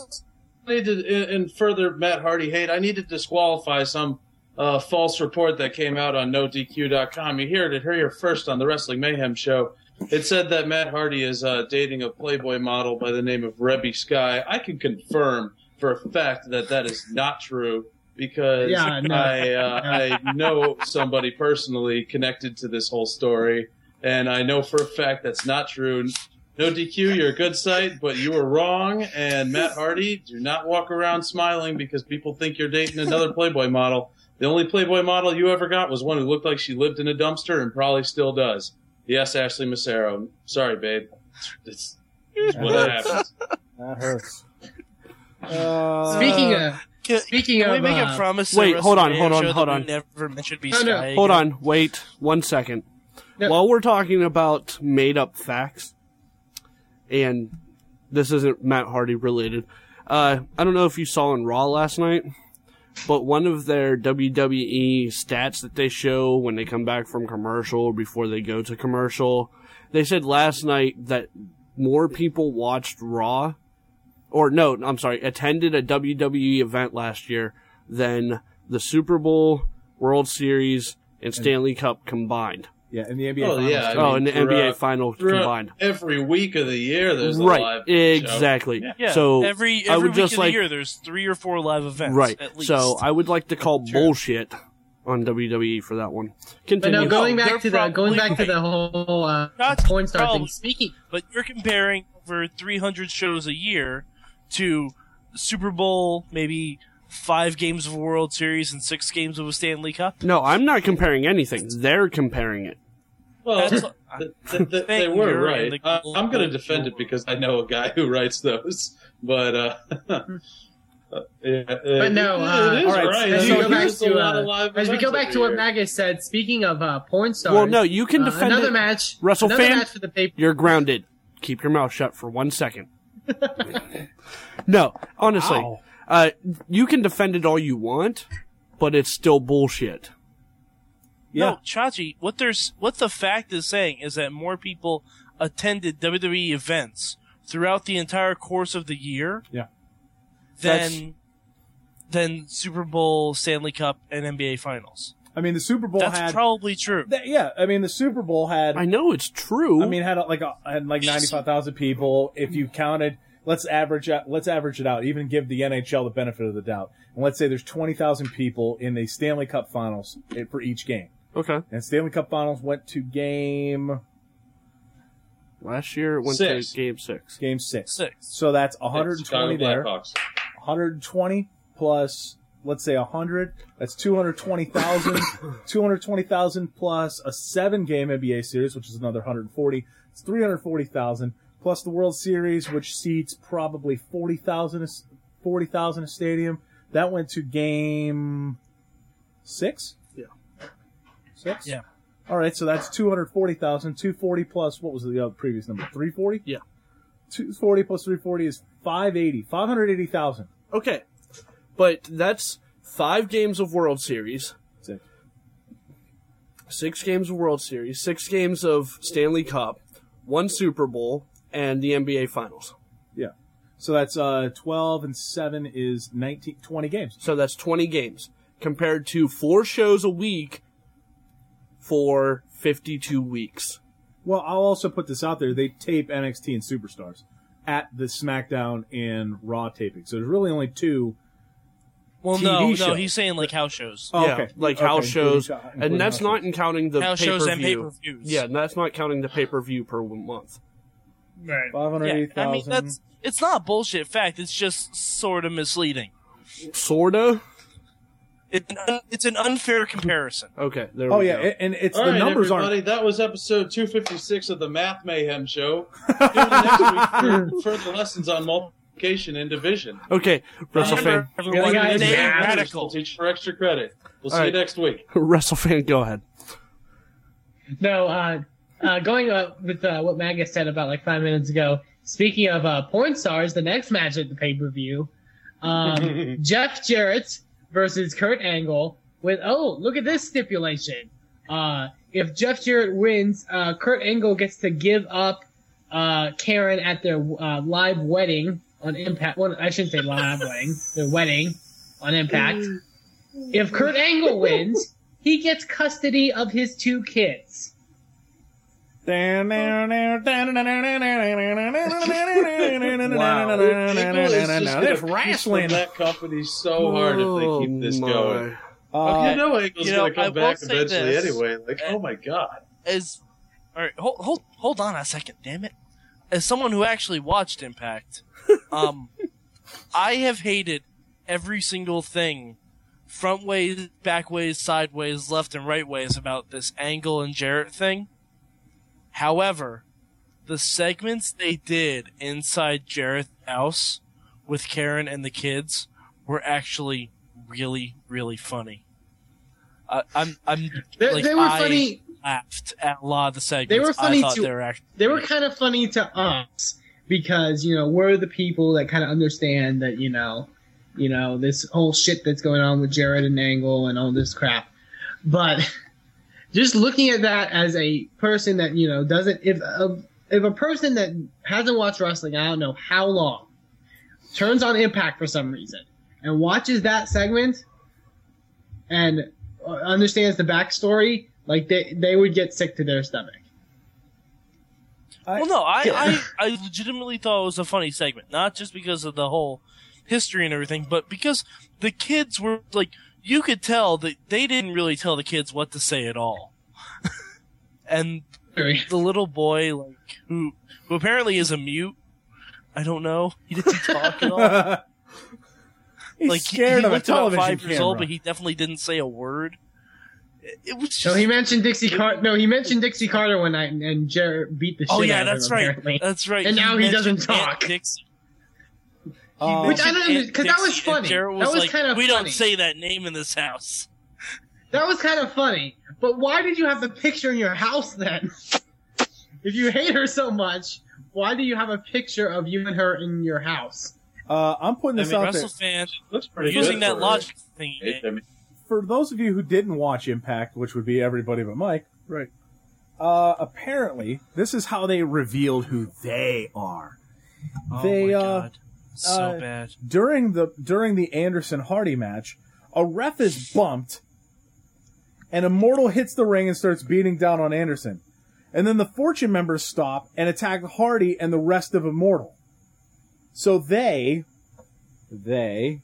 G: need to, in, in further Matt Hardy hate, I need to disqualify some uh, false report that came out on NoDQ.com. You hear it here first on the Wrestling Mayhem show. It said that Matt Hardy is uh, dating a Playboy model by the name of Rebby Sky. I can confirm for a fact that that is not true because
E: Yeah, no.
G: I uh, I know somebody personally connected to this whole story, and I know for a fact that's not true. No DQ, you're a good site, but you were wrong. And Matt Hardy, do not walk around smiling because people think you're dating another Playboy model. The only Playboy model you ever got was one who looked like she lived in a dumpster and probably still does. Yes, Ashley Massaro. Sorry, babe. It's, it's what happens.
D: That hurts. Uh,
E: Speaking of,
F: Can,
E: Speaking
F: can we
E: of,
F: make
E: uh,
F: a promise? to
C: Wait, hold on,
F: WrestleMania
C: hold on,
F: show
C: hold
F: that we
C: on.
F: Never mentioned be
E: No, no.
F: Sky
C: Hold
F: again?
C: on, wait one second.
E: Yeah.
C: While we're talking about made up facts, and this isn't Matt Hardy related, uh, I don't know if you saw on Raw last night, but one of their WWE stats that they show when they come back from commercial or before they go to commercial, they said last night that more people watched Raw, or no, I'm sorry, attended a WWE event last year than the Super Bowl, World Series, and Stanley Cup combined.
D: yeah, in the NBA.
G: Oh,
D: finals.
G: yeah. I mean,
C: oh, and the NBA
G: throughout-
C: Final
G: Throughout
C: combined.
G: Every week of the year, there's a
C: Right,
G: live
C: exactly.
F: Yeah,
C: So
F: every every
C: I would
F: week
C: just
F: of
C: like-
F: the year, there's three or four live events.
C: right.
F: At least.
C: So I would like to call bullshit on WWE for that one.
E: but
C: Continue.
E: no, going
F: they're
E: back to the going
F: probably
E: back to
F: right.
E: the whole uh,
F: That's
E: porn star
F: probably-
E: thing. Speaking,
F: but you're comparing over 300 shows a year to Super Bowl, maybe five games of a World Series and six games of a Stanley Cup.
C: no, I'm not comparing anything. They're comparing it.
G: Well,
F: That's-
G: th- th- th- they
F: Thank
G: were
F: you,
G: right.
F: and the-
G: I- I'm going to defend it because I know a guy who writes those. But uh, yeah,
E: but no, uh,
G: it is
D: all right,
G: right.
E: as
D: So
E: we go back
G: There's a
E: to
G: lot of
E: uh,
G: live
E: as we go
G: events
E: back
G: every
E: to what
G: year.
E: Magus said. Speaking of uh, porn stars,
C: Well, no, you can
E: uh,
C: defend
E: another
C: it.
E: match.
C: Wrestle
E: another
C: fan-
E: match for the paper.
C: You're grounded. Keep your mouth shut for one second. no, honestly, uh, you can defend it all you want, but it's still bullshit.
D: Yeah.
F: No, Chachi, what there's what the fact is saying is that more people attended WWE events throughout the entire course of the year.
D: Yeah.
F: Than than Super Bowl, Stanley Cup, and NBA Finals.
D: I mean, the Super Bowl
F: That's
D: had.
F: probably true.
D: that- yeah, I mean, the Super Bowl had.
C: I know it's true.
D: I mean, had like a, had like ninety five thousand people. If you counted, let's average out, let's average it out. Even give the NHL the benefit of the doubt, and let's say there's twenty thousand people in the Stanley Cup Finals eh, for each game.
C: okay.
D: And Stanley Cup Finals went to game
C: Last year it went
G: Six.
C: to game six.
D: game six.
F: Six.
D: So that's
G: Chicago
D: 120 there.
G: Blackhawks.
D: 120 plus let's say 100 that's 220000 220000 plus a seven game nba series which is another 140 it's 340000 plus the world series which seats probably 40000 a s- 40000 a stadium that went to game six
C: Yeah.
D: six
F: Yeah.
D: all right so that's 240000 240 plus what was the other previous number 340
C: Yeah.
D: 240 plus 340 is 580 580000
C: Okay, but that's five games of World Series,
D: That's it.
C: six games of World Series, six games of Stanley Cup, one Super Bowl, and the NBA Finals.
D: So that's uh, 12 and 7 is 19, 20 games.
C: So that's 20 games compared to four shows a week for 52 weeks.
D: Well, I'll also put this out there. They tape NXT and Superstars at the SmackDown and Raw taping. So there's really only two
F: Well,
D: TV
F: no, no,
D: shows.
F: he's saying like house shows.
D: Oh,
C: yeah,
D: okay.
C: like
D: Okay,
C: house
D: including
C: shows,
D: co-
C: and
D: including
C: that's
D: house
C: not counting the
F: house
C: pay-per-view.
F: shows and pay per views.
C: Yeah, and that's not counting the pay per view per month.
E: Right.
D: Five hundred
F: yeah.
D: eighty
F: I mean,
D: thousand.
F: that's it's not a bullshit fact. It's just sort of misleading.
C: Sorta.
F: It, it's an unfair comparison.
C: Okay. There
D: oh
C: we
D: yeah,
C: go.
D: a- and it's
G: All
D: the
G: right,
D: numbers
G: everybody,
D: aren't.
G: that was episode 256 of the Math Mayhem Show. Tune in next week for further lessons on multiplication and division.
C: okay. WrestleFan.
F: Remember, everyone,
E: Yeah, guys,
F: stay
E: yeah.
G: We'll
F: radical.
G: teach for extra credit. We'll see
C: All
G: you
C: right.
G: next week.
C: WrestleFan. Go ahead.
E: No, uh, uh, going uh, with uh, what Magus said about like five minutes ago. Speaking of uh, porn stars, the next match at the pay per view, um, Jeff Jarrett versus Kurt Angle. With oh, look at this stipulation. Uh, if Jeff Jarrett wins, uh, Kurt Angle gets to give up uh, Karen at their uh, live wedding on Impact. Well, I shouldn't say live wedding, their wedding on Impact. If Kurt Angle wins, he gets custody of his two kids.
G: Angle is just
D: That's
G: gonna
D: wrestling.
G: keep That company so hard if they keep this
C: Oh,
G: going.
C: my.
D: Uh,
G: you know, Angle's
F: you know,
G: gonna
F: I
G: come
F: will
G: back
F: say
G: eventually
F: this.
G: anyway. Like, oh my god.
F: As all right, hold hold hold on a second, damn it. As someone who actually watched Impact, um, I have hated every single thing, front ways, back ways, sideways, left and right ways about this Angle and Jarrett thing. However, the segments they did inside Jarrett's house with Karen and the kids were actually really, really funny. I, I'm, I'm
E: They,
F: like,
E: they were
F: I-
E: funny.
F: laughed at a lot of the segments.
E: They were funny
F: I thought
E: to-
F: they were actually.
E: They were kind of funny to us because you know we're the people that kind of understand that you know, you know this whole shit that's going on with Jared and Angle and all this crap. But just looking at that as a person that you know doesn't if a, if a person that hasn't watched wrestling, I don't know how long, turns on Impact for some reason and watches that segment and uh, understands the backstory, like they they would get sick to their stomach.
F: Well, no, I, I, I legitimately thought it was a funny segment, not just because of the whole history and everything, but because the kids were like, you could tell that they didn't really tell the kids what to say at all. and the little boy, like who, who apparently is a mute. I don't know. He didn't talk at all.
D: he's
F: like he-
D: scared
F: he
D: of a
F: looked about
D: television
F: five
D: camera.
F: years old, but he definitely didn't say a word. It, it was just
E: No, he mentioned Dixie Carter. No, he mentioned Dixie Carter one night, and, and Jared beat the shit
F: Oh
E: out
F: yeah,
E: of
F: that's
E: him,
F: right.
E: apparently.
F: That's right.
E: And now he
F: mentioned
E: doesn't
F: Aunt
E: talk.
F: Dixie.
D: Um,
E: Which I don't
F: Aunt
E: under- 'cause that was
F: Dixie, and
E: funny.
F: Jared
E: That was
F: like,
E: kinda
F: We
E: funny."
F: don't say that name in this house.
E: That was kind of funny. But why did you have the picture in your house then? if you hate her so much, why do you have a picture of you and her in your house?
D: uh, I'm putting this
F: I mean,
D: out there.
F: Russell fan
G: Looks pretty
F: using
G: good
F: that
G: for-
F: logic thing.
G: I mean,
D: for those of you who didn't watch Impact, which would be everybody but Mike,
C: Right.
D: Uh, apparently, this is how they revealed who they are. they
F: oh my
D: uh,
F: God. so
D: uh,
F: bad.
D: during the during the Anderson Hardy match, a ref is bumped, and Immortal hits the ring and starts beating down on Anderson, and then the Fortune members stop and attack Hardy and the rest of Immortal. So they, they,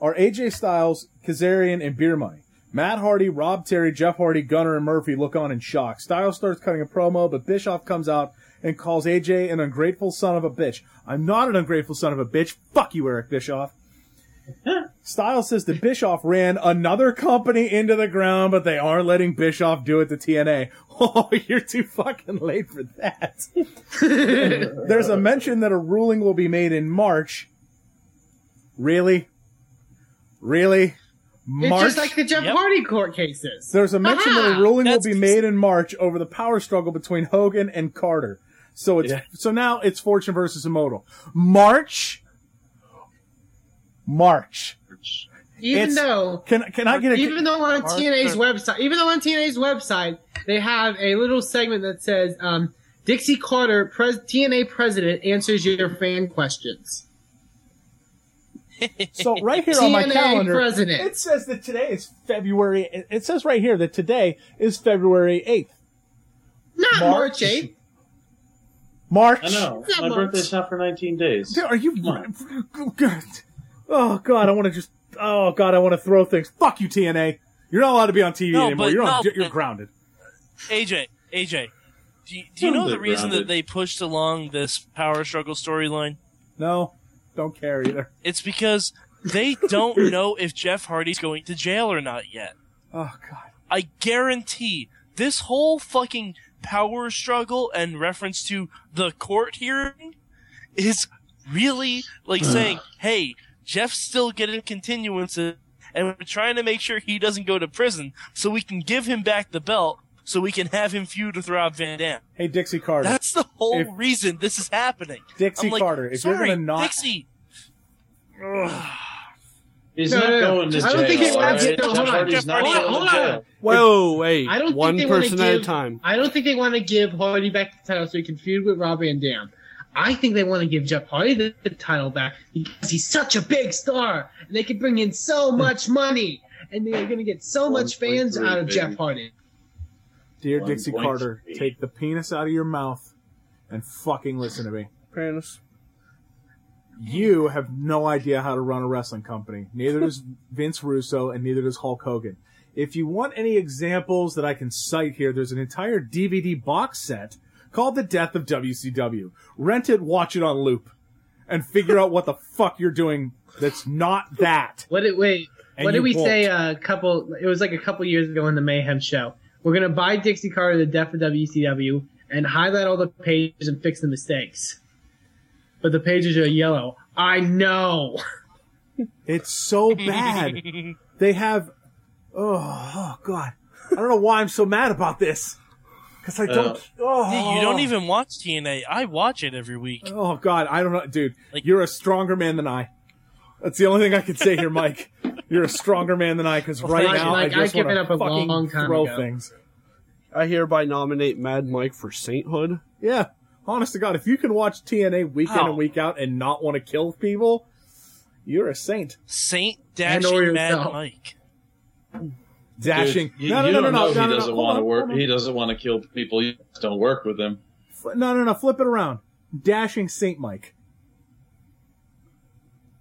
D: are AJ Styles, Kazarian, and Beer Money. Matt Hardy, Rob Terry, Jeff Hardy, Gunner, and Murphy look on in shock. Styles starts cutting a promo, but Bischoff comes out and calls AJ an ungrateful son of a bitch. I'm not an ungrateful son of a bitch. Fuck you, Eric Bischoff. Styles says that Bischoff ran another company into the ground, but they aren't letting Bischoff do it to TNA. Oh, you're too fucking late for that. There's a mention that a ruling will be made in March. Really? Really? March?
E: It's just like the Jeff
F: Yep.
E: Hardy court cases.
D: There's a mention that a
E: Aha!
D: ruling will
F: That's-
D: be made in March over the power struggle between Hogan and Carter. So it's
G: Yeah.
D: so now it's Fortune versus Immortal. March, March.
E: Even
D: it's-
E: though
D: Can can I get a
E: even though on
F: Arthur.
E: TNA's website, even though on TNA's website, they have a little segment that says, um, "Dixie Carter, pres- TNA president, answers your fan questions."
D: so right here on my
E: TNA
D: calendar?
E: president.
D: It says that today is February. it- It says right here that today is February eighth.
E: Not eh?
D: March.
E: March eighth.
D: March.
G: I know.
E: It's not
G: My
E: much.
G: birthday's not for 19 days.
D: Dude, are you? God. Oh God, I want to just oh god, I want to throw things. Fuck you, TNA. You're not allowed to be on TV
F: No,
D: anymore.
F: but
D: You're on,
F: no,
D: you're
F: but-
D: grounded.
F: AJ, AJ, do you, do you
G: Sounds
F: know the
G: like
F: reason
G: grounded.
F: that they pushed along this power struggle storyline?
D: No, don't care either.
F: It's because they don't know if Jeff Hardy's going to jail or not yet.
D: Oh god.
F: I guarantee this whole fucking power struggle and reference to the court hearing is really like saying, hey, Jeff's still getting continuances, and we're trying to make sure he doesn't go to prison so we can give him back the belt so we can have him feud with Rob Van Dam.
D: Hey, Dixie Carter.
F: That's the whole
D: If-
F: reason this is happening.
D: Dixie
F: I'm like,
D: Carter, if you're
F: Sorry,
D: gonna not-
F: Dixie,
G: He's
E: No,
G: not
E: no, no.
G: going to
E: I
G: jail.
E: don't think it's-
G: all right?
E: no, hold
G: Jeff
E: on.
G: Hardy's not
F: Hold on,
G: going
E: hold
G: to
E: on.
G: jail.
C: Whoa, wait.
E: I don't think
C: One
E: they wanna
C: person at a
E: give-
C: time.
E: I don't think they want to give Hardy back the title so he can feud with Rob Van Dam. I think they want to give Jeff Hardy the, the title back because he's such a big star and they can bring in so much money and they're going to get so much fans
G: 1.3
E: out of Jeff
G: billion.
E: Hardy.
D: Dear
G: One
D: Dixie
G: point
D: Carter,
G: three.
D: take the penis out of your mouth and fucking listen to me.
C: Panis.
D: You have no idea how to run a wrestling company. Neither does Vince Russo and neither does Hulk Hogan. If you want any examples that I can cite here, there's an entire DVD box set called The Death of WCW. Rent it, watch it on loop, and figure out what the fuck you're doing that's not that.
E: What did wait?
D: And
E: what did
D: you
E: we
D: won't.
E: say a couple? It was like a couple years ago in the Mayhem show. We're gonna buy Dixie Carter the death of WCW and highlight all the pages and fix the mistakes. But the pages are yellow. I know.
D: It's so bad. they have. Oh, oh, God. I don't know why I'm so mad about this. Because I don't.
G: Uh,
D: oh.
F: you don't even watch TNA. I watch it every week.
D: Oh, God. I don't know. Dude,
F: Like-
D: you're a stronger man than I. That's the only thing I can say here, Mike. You're a stronger man than I because right
E: Mike,
D: now
E: Mike,
D: I just
E: I've
D: want
E: given
D: to
E: up a
D: fucking
E: long time
D: throw
E: ago.
D: things.
C: I hereby nominate Mad Mike for sainthood.
D: Yeah. Honest to God, if you can watch TNA week in
F: Wow.
D: and week out and not want to kill people, you're a saint.
F: Saint
E: or
F: Dashing Mad
E: yourself.
F: Mike.
D: Dashing.
G: Dude, you,
D: no, no,
G: you
D: no, no,
G: don't
D: no,
G: know
D: no,
G: if
D: no,
G: he
D: no,
G: doesn't
D: hold
G: want to
D: on,
G: work.
D: hold on.
G: He doesn't want to kill people. You just don't work with him.
D: Fl- No, no, no. Flip it around. Dashing Saint Mike.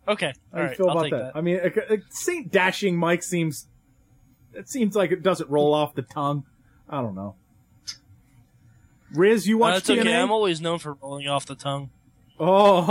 F: Okay,
D: How
F: all
D: do you
F: right,
D: feel
F: I'll
D: about
F: take
D: that? I mean, a- a- Saint Dashing Mike seems. It seems like it doesn't roll off the tongue. I don't know. Riz, you
F: No,
D: watch
F: That's
D: TNA?
F: okay. I'm always known for rolling off the tongue.
D: oh,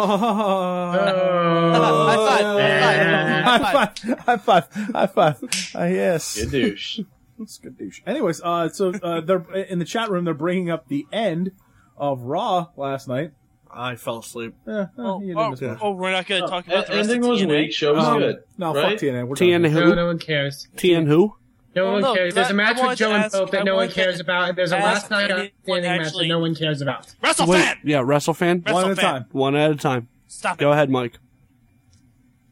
D: high five! High five! High five! Ah, yes.
G: You douche.
D: It's good douche. Anyways, uh, so uh, they're in the chat room. They're bringing up the end of Raw last night.
C: I fell asleep.
D: Eh, eh,
F: Oh,
D: you didn't
F: oh,
D: miss much.
F: oh, we're not going to talk about the rest of
G: E-, Ending was weak.
F: TNA.
G: Show was
D: Um,
G: good.
D: No,
G: right?
D: fuck TNA. We're
C: TN
D: done.
E: No,
C: who?
E: no one cares.
C: TN who?
E: No
F: Well,
E: one
F: no,
E: cares.
F: but
E: There's a match
F: I
E: with
F: wanted
E: Joe
F: to
E: and
F: ask-
E: Pope
F: I
E: that no one
F: wanted to
E: cares about, and there's a
F: ask
E: last night
F: anyone
E: outstanding match that
F: actually-
E: no one cares about.
F: Wrestle
C: Wait,
F: fan,
C: yeah, WrestleFan.
F: Wrestle
D: One at a
F: fan.
D: time.
C: One at a time.
F: stop it.
C: Go ahead, Mike.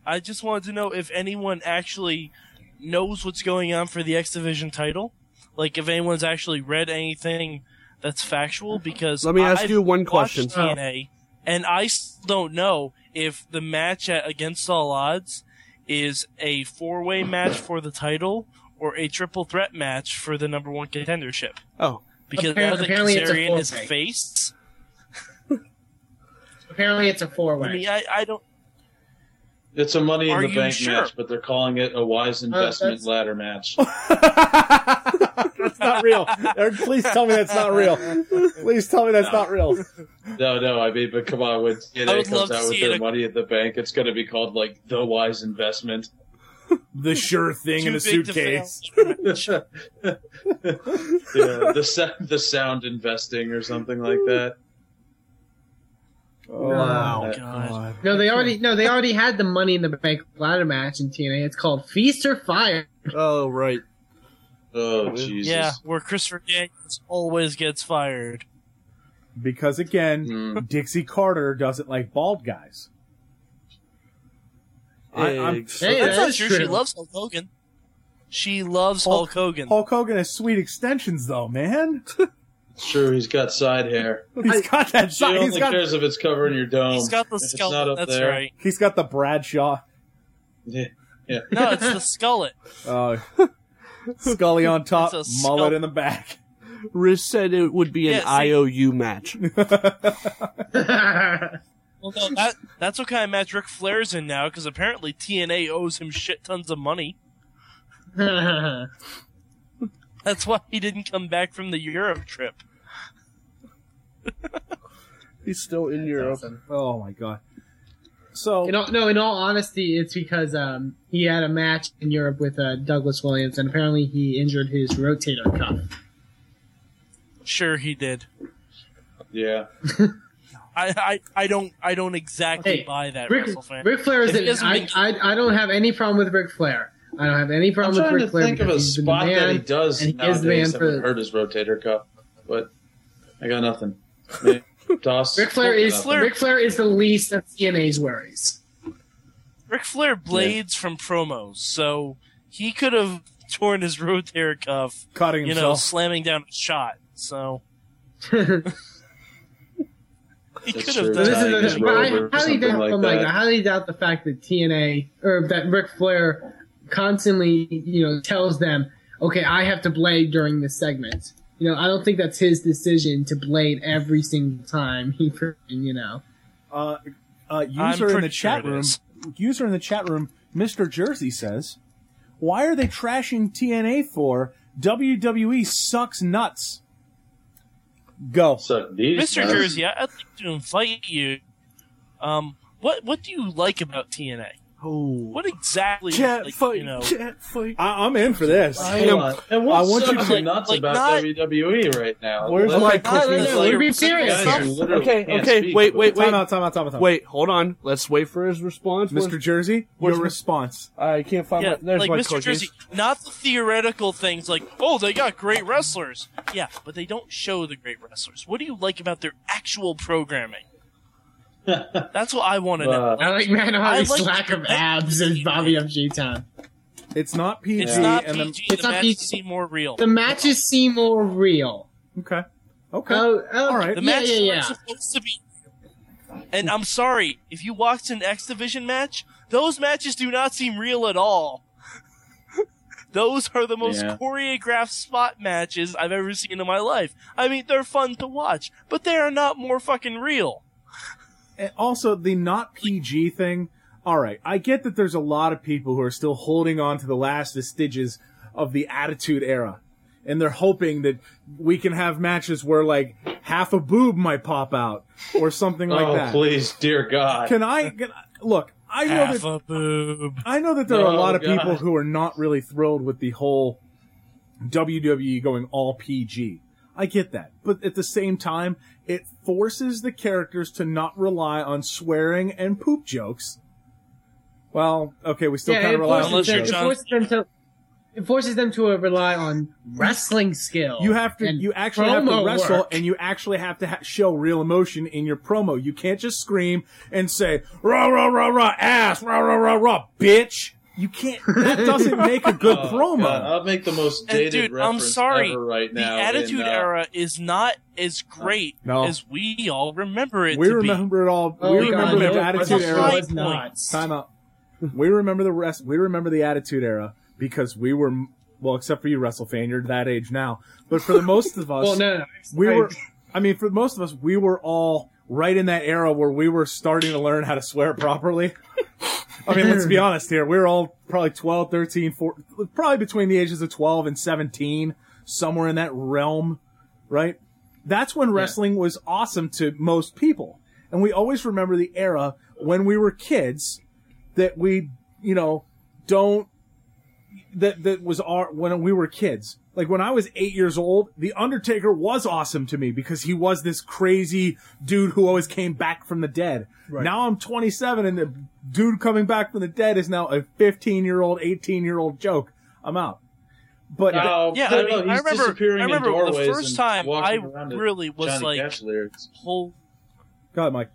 F: I just wanted to know if anyone actually knows what's going on for the X Division title. Like, if anyone's actually read anything that's factual, because
C: Let me ask
F: I've
C: you one
F: watched
C: question.
F: TNA, and I s- don't know if the match at Against All Odds is a four-way match for the title or a triple threat match for the number one contendership.
C: Oh,
F: Because
E: Apparently-
F: now that
E: apparently it's a
F: Kazarian is
E: four-way.
F: faced,
E: Apparently, it's a four-way.
F: I mean, I, I don't.
G: It's a money
F: Are
G: in the
F: you
G: bank
F: sure?
G: match, but they're calling it a wise investment
E: that's-
G: ladder match.
D: that's not real. Eric, please tell me that's not real. Please tell me that's not real.
G: No, no, I mean, but come on, when
F: I
G: TNA
F: would love
G: comes
F: to
G: out with
F: see
G: their
F: it.
G: money at the bank, it's going to be called like the wise investment.
D: The sure thing
F: Too
D: in a
F: big to fail.
D: suitcase.
G: yeah, the sa- the sound investing or something like that.
D: wow.
F: God.
E: No, they already no, they already had the Money in the Bank ladder match in TNA. It's called Feast or Fire.
C: oh right.
G: Oh Jesus!
F: Yeah, where Christopher Daniels always gets fired.
D: Because again,
G: Mm.
D: Dixie Carter doesn't like bald guys. I- I'm-
C: Eggs.
E: Hey,
F: That's
E: that
F: not
E: is
F: true. She
E: true.
F: loves Hulk Hogan. She loves
D: Hulk-
F: Hulk, Hogan.
D: Hulk Hogan has sweet extensions, though, man.
G: It's true. He's got side hair.
D: He's got that.
G: She
D: Shot.
G: only
D: He's got.
G: cares if it's covering your dome.
F: He's got the
G: If it's not
F: skullet.
G: up
F: That's
G: there-
F: right.
D: He's got the Bradshaw.
G: Yeah, yeah.
F: No, it's the skullet.
D: Uh, Scully on top,
F: It's a
D: mullet
F: skull.
D: in the back.
C: Riz said it would be an
F: Yeah, see-
C: IOU match.
E: That's
F: Well, no, that, that's what kind of match Ric Flair's in now, because apparently TNA owes him shit tons of money. That's why he didn't come back from the Europe trip.
C: He's still in Europe.
E: Awesome.
D: Oh my god. So
E: In all, no, in all honesty, it's because um, he had a match in Europe with uh, Douglas Williams, and apparently he injured his rotator cuff.
F: Sure, he did.
G: Yeah.
F: I, I, I don't I don't exactly
E: Hey,
F: buy that
E: Rick,
F: WrestleFan.
E: Ric Flair is
F: If he
E: an,
F: doesn't
E: I,
F: think-
E: I, I don't have any problem with Ric Flair. I don't have any
G: I'm
E: problem
G: trying
E: with
G: to
E: Ric Flair.
G: think of a
E: because he's been the
G: spot that he
E: man,
G: does
E: and he is the man
G: nowadays that
E: for-
G: would hurt his rotator cuff, but I got nothing. Man, Toss.
E: Ric Flair is
G: Nothing.
F: Flair-
E: Ric Flair is the least of TNA's worries.
F: Ric Flair blades from promos, so he could have torn his rotator cuff,
D: cutting
F: you know,
D: himself.
F: slamming down a shot. So he
G: That's
F: could
G: true.
F: have
E: So
F: done
E: this
G: Tying
E: is
G: his
E: a,
G: robe
E: I
G: or
E: highly
G: something
E: doubt.
G: like
E: oh my
G: that.
E: god! I highly doubt the fact that TNA or that Ric Flair constantly, you know, tells them, "Okay, I have to blade during this segment." You know, I don't think that's his decision to blade every single time he, freaking, you know.
D: uh, uh,
F: I'm
D: user in
F: pretty
D: the chat
F: sure it
D: room.
F: is.
D: User in the chat room. Mr. Jersey says, "Why are they trashing TNA for? WWE sucks nuts." Go.
G: Suck these
F: Mr.
G: nuts.
F: Jersey, I- I'd like to invite you. Um, what what do you like about TNA?
D: Oh.
F: What exactly?
C: Jet
F: like,
C: fight,
F: you know,
C: jet fight.
D: I, I'm in for this.
G: Hang on. And what
D: um, I want you
G: sucks
D: to-
G: the nuts
F: like,
G: about
F: not-
G: WWE right now?
D: Where's
G: Let-
D: my
C: no, no,
D: Christmas?
C: no,
E: We're being
G: guys
E: serious.
G: who
F: Yes.
G: literally
C: Okay,
G: can't
C: okay.
G: speak,
C: Wait,
G: but-
C: wait,
D: Time
C: wait.
D: out, time out, time out, time out.
C: Wait, hold on. Let's wait for his response.
D: Mr. Jersey,
C: Where's
D: your
C: my-
D: response.
C: I can't find
F: yeah,
C: my. There's
F: like
C: my
F: Mr.
C: cookies.
F: Jersey, not the theoretical things like, oh, they got great wrestlers. Yeah, but they don't show the great wrestlers. What do you like about their actual programming? That's what I want to know.
E: I like Matt Hardy's
F: I like-
E: lack of abs as Bobby FG Town.
D: It's not PG,
F: It's not
D: and
F: PG.
E: It's
F: the
E: not
F: matches
E: PG.
F: seem more real.
E: The matches seem more real.
D: the okay, okay,
E: Oh, oh,
D: All right.
F: The
E: yeah,
F: match
E: yeah, yeah.
F: is supposed to be. And I'm sorry, if you watched an X Division match, those matches do not seem real at all. those are the most
G: Yeah.
F: choreographed spot matches I've ever seen in my life. I mean, they're fun to watch, but they are not more fucking real.
D: And also the not PG thing. All right, I get that there's a lot of people who are still holding on to the last vestiges of the Attitude Era, and they're hoping that we can have matches where like half a boob might pop out or something like
G: oh,
D: that.
G: please, dear God.
D: Can I can I- look? I know
F: Half
D: that
F: a boob.
D: I know that there are a
G: Oh,
D: lot of
G: God.
D: people who are not really thrilled with the whole WWE going all PG. I get that. But at the same time, it forces the characters to not rely on swearing and poop jokes. Well, okay, we still
E: Yeah,
D: kind
E: it
D: of rely on
E: forces
D: poop
F: Unless you're
E: them- it
D: jokes.
F: John-
E: forces them to. It forces them to uh, rely on wrestling skill.
D: You have to,
E: and
D: you actually have to
E: promo
D: wrestle
E: work.
D: and you actually have to ha- show real emotion in your promo. You can't just scream and say, rah, rah, rah, rah, ass, rah, rah, rah, rah, bitch. You can't, that doesn't make a good
G: Oh,
D: promo.
G: God, I'll make the most
F: And
G: dated
F: dude, I'm
G: reference
F: sorry.
G: ever right
F: the
G: now. in,
F: Attitude
G: uh,
F: Era is not as great
D: No.
F: as we all remember it
D: we
F: to
D: remember it all.
E: Oh,
D: we
E: God,
D: remember
E: no,
D: the
E: it
D: Attitude
E: was
D: Era.
F: Right.
E: not.
D: Time out. We remember the rest. We remember the Attitude Era because we were well, except for you, Russell fan. You're that age now, but for the most of us,
E: Well, no, no,
D: we
E: I-
D: were. I mean, for most of us, we were all right in that era where we were starting to learn how to swear properly. I mean, let's be honest here. We were all probably 12, 13, 14, probably between the ages of 12 and 17, somewhere in that realm, right? That's when wrestling was awesome to most people. And we always remember the era when we were kids that we, you know, don't that that was our when we were kids. Like when I was eight years old, The Undertaker was awesome to me because he was this crazy dude who always came back from the dead. Now I'm 27 and the dude coming back from the dead is now a 15 year old, 18 year old joke. I'm out. But
G: Oh,
F: Yeah,
G: no,
F: I mean,
G: no,
F: I
G: he's
F: remember-
G: disappearing
F: I
G: in
F: remember the
G: doorways
F: first
G: and
F: time
G: walking
F: I
G: around to
F: really was
G: Johnny
F: like-
G: Cash lyrics.
F: be. Whole
D: God, Mike,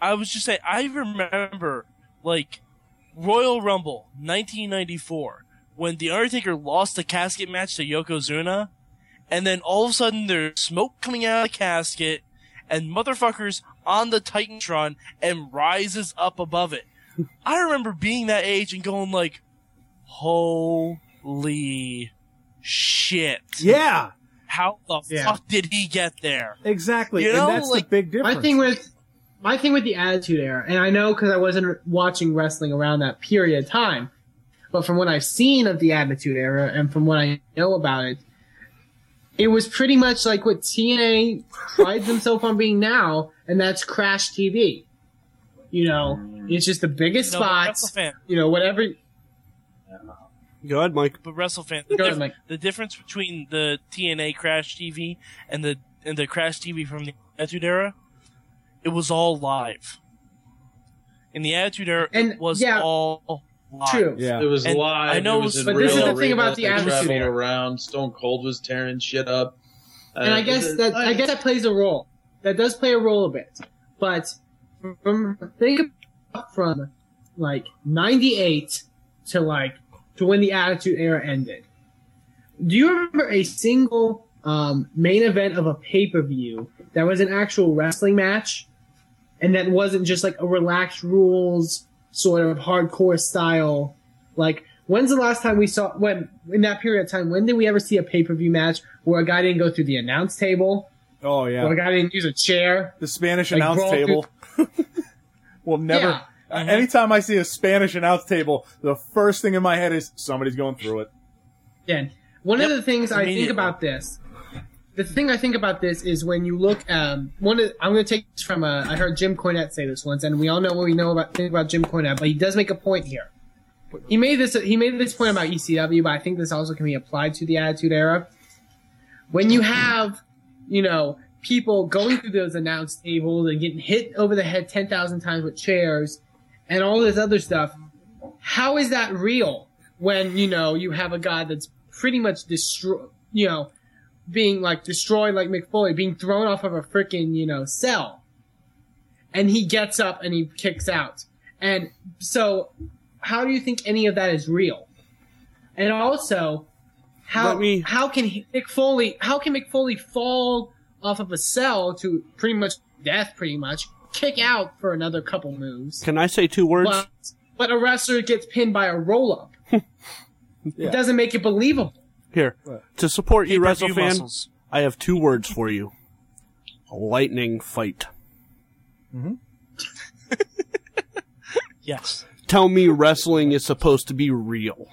F: I was just saying, I remember like Royal Rumble 1994 when The Undertaker lost the casket match to Yokozuna, and then all of a sudden there's smoke coming out of the casket, and motherfuckers on the Titantron and rises up above it. I remember being that age and going like, "Holy shit!
D: yeah,
F: How the
E: Yeah.
F: fuck did he get there?"
D: exactly.
F: You know,
D: and that's
F: like,
D: the big difference.
E: My thing with my thing with the Attitude Era, and I know because I wasn't watching wrestling around that period of time, but from what I've seen of the Attitude Era and from what I know about it, it was pretty much like what TNA prides themselves on being now, and that's Crash TV. You know, it's just the biggest
F: No, but
E: spots.
F: WrestleFan-
E: You know, whatever.
C: Go ahead, Mike.
F: but WrestleFan, the,
E: Go ahead,
F: dif-
E: Mike.
F: the difference between the TNA Crash TV and the and the Crash TV from the Attitude Era, it was all live. In the Attitude Era,
E: And,
F: it was
E: yeah,
F: all live.
E: True.
G: It
D: Yeah.
G: was
F: And
G: live.
F: I know
G: it was in
F: some-
E: But this is
G: real
E: the thing
G: arena.
E: about the
G: They
E: Attitude
G: traveled
E: Era.
G: around. Stone Cold was tearing shit up. Uh,
E: and I guess that I guess that plays a role. That does play a role a bit, but from think about from like '98 to like to when the Attitude Era ended. Do you remember a single um, main event of a pay per view that was an actual wrestling match, and that wasn't just like a relaxed rules sort of hardcore style? Like, when's the last time we saw when in that period of time? When did we ever see a pay per view match where a guy didn't go through the announce table,
D: Oh
E: or
D: yeah.
E: a guy didn't use a chair?
D: The Spanish
E: Like,
D: announce
E: brawl
D: table. will never.
E: Yeah.
D: Uh, Anytime I see a Spanish announce table, the first thing in my head is somebody's going through it.
E: Yeah. One of
F: Yep,
E: the things I think
F: immediately.
E: about this, the thing I think about this is when you look. Um, one, of, I'm going to take this from. uh, I heard Jim Cornette say this once, and we all know what we know about think about Jim Cornette, but he does make a point here. He made this. He made this point about ECW, but I think this also can be applied to the Attitude Era. When you have, you know, people going through those announce tables and getting hit over the head ten thousand times with chairs, and all this other stuff, how is that real? when you know you have a guy that's pretty much destroyed, you know, being like destroyed like McFoley, being thrown off of a freaking you know cell, and he gets up and he kicks out, and so how do you think any of that is real? And also, how
C: Let me-
E: how can he- McFoley how can McFoley fall off of a cell to pretty much death, pretty much kick out for another couple moves?
C: Can I say two words?
E: but, but a wrestler gets pinned by a roll up. It doesn't make it believable.
C: Here. To support you,
F: Pay-per-view
C: WrestleFan,
F: muscles.
C: I have two words for you. A lightning fight.
F: Yes.
C: Tell me wrestling is supposed to be real.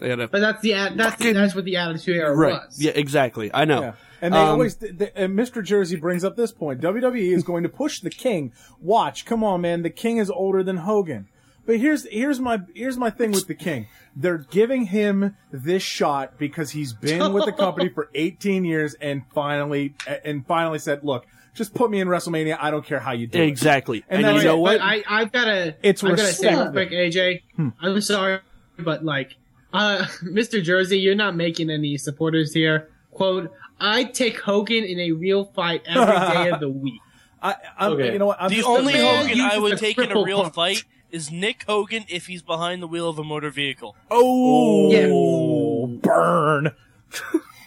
C: They had a-
E: But that's the at- that's
C: Fucking-
E: that's what the attitude era
C: right.
E: was.
C: Yeah, exactly. I know.
D: Yeah. And they
C: Um,
D: always, th th- and Mr. Jersey brings up this point. WWE is going to push the King. Watch, come on, man. The King is older than Hogan. But here's here's my here's my thing with the King. They're giving him this shot because he's been with the company for 18 years and finally and finally said, look, just put me in WrestleMania. I don't care how you do it.
C: Exactly.
D: And
C: And,
D: that's
C: you know
E: But
C: what?
E: I I've gotta
D: It's
E: I've gotta say real
D: respect.
E: quick, AJ.
C: Hmm.
E: I'm sorry, but like, uh, Mr. Jersey, you're not making any supporters here. Quote: I take Hogan in a real fight every day of the week.
D: I, I'm,
G: Okay.
D: You know what? I'm
F: the
D: just-
F: only
E: man
F: Hogan I
E: uses
F: would
E: a
F: take in a
E: cripple
F: real
E: punch.
F: fight is Nick Hogan if he's behind the wheel of a motor vehicle.
D: Oh,
E: Yeah.
D: burn.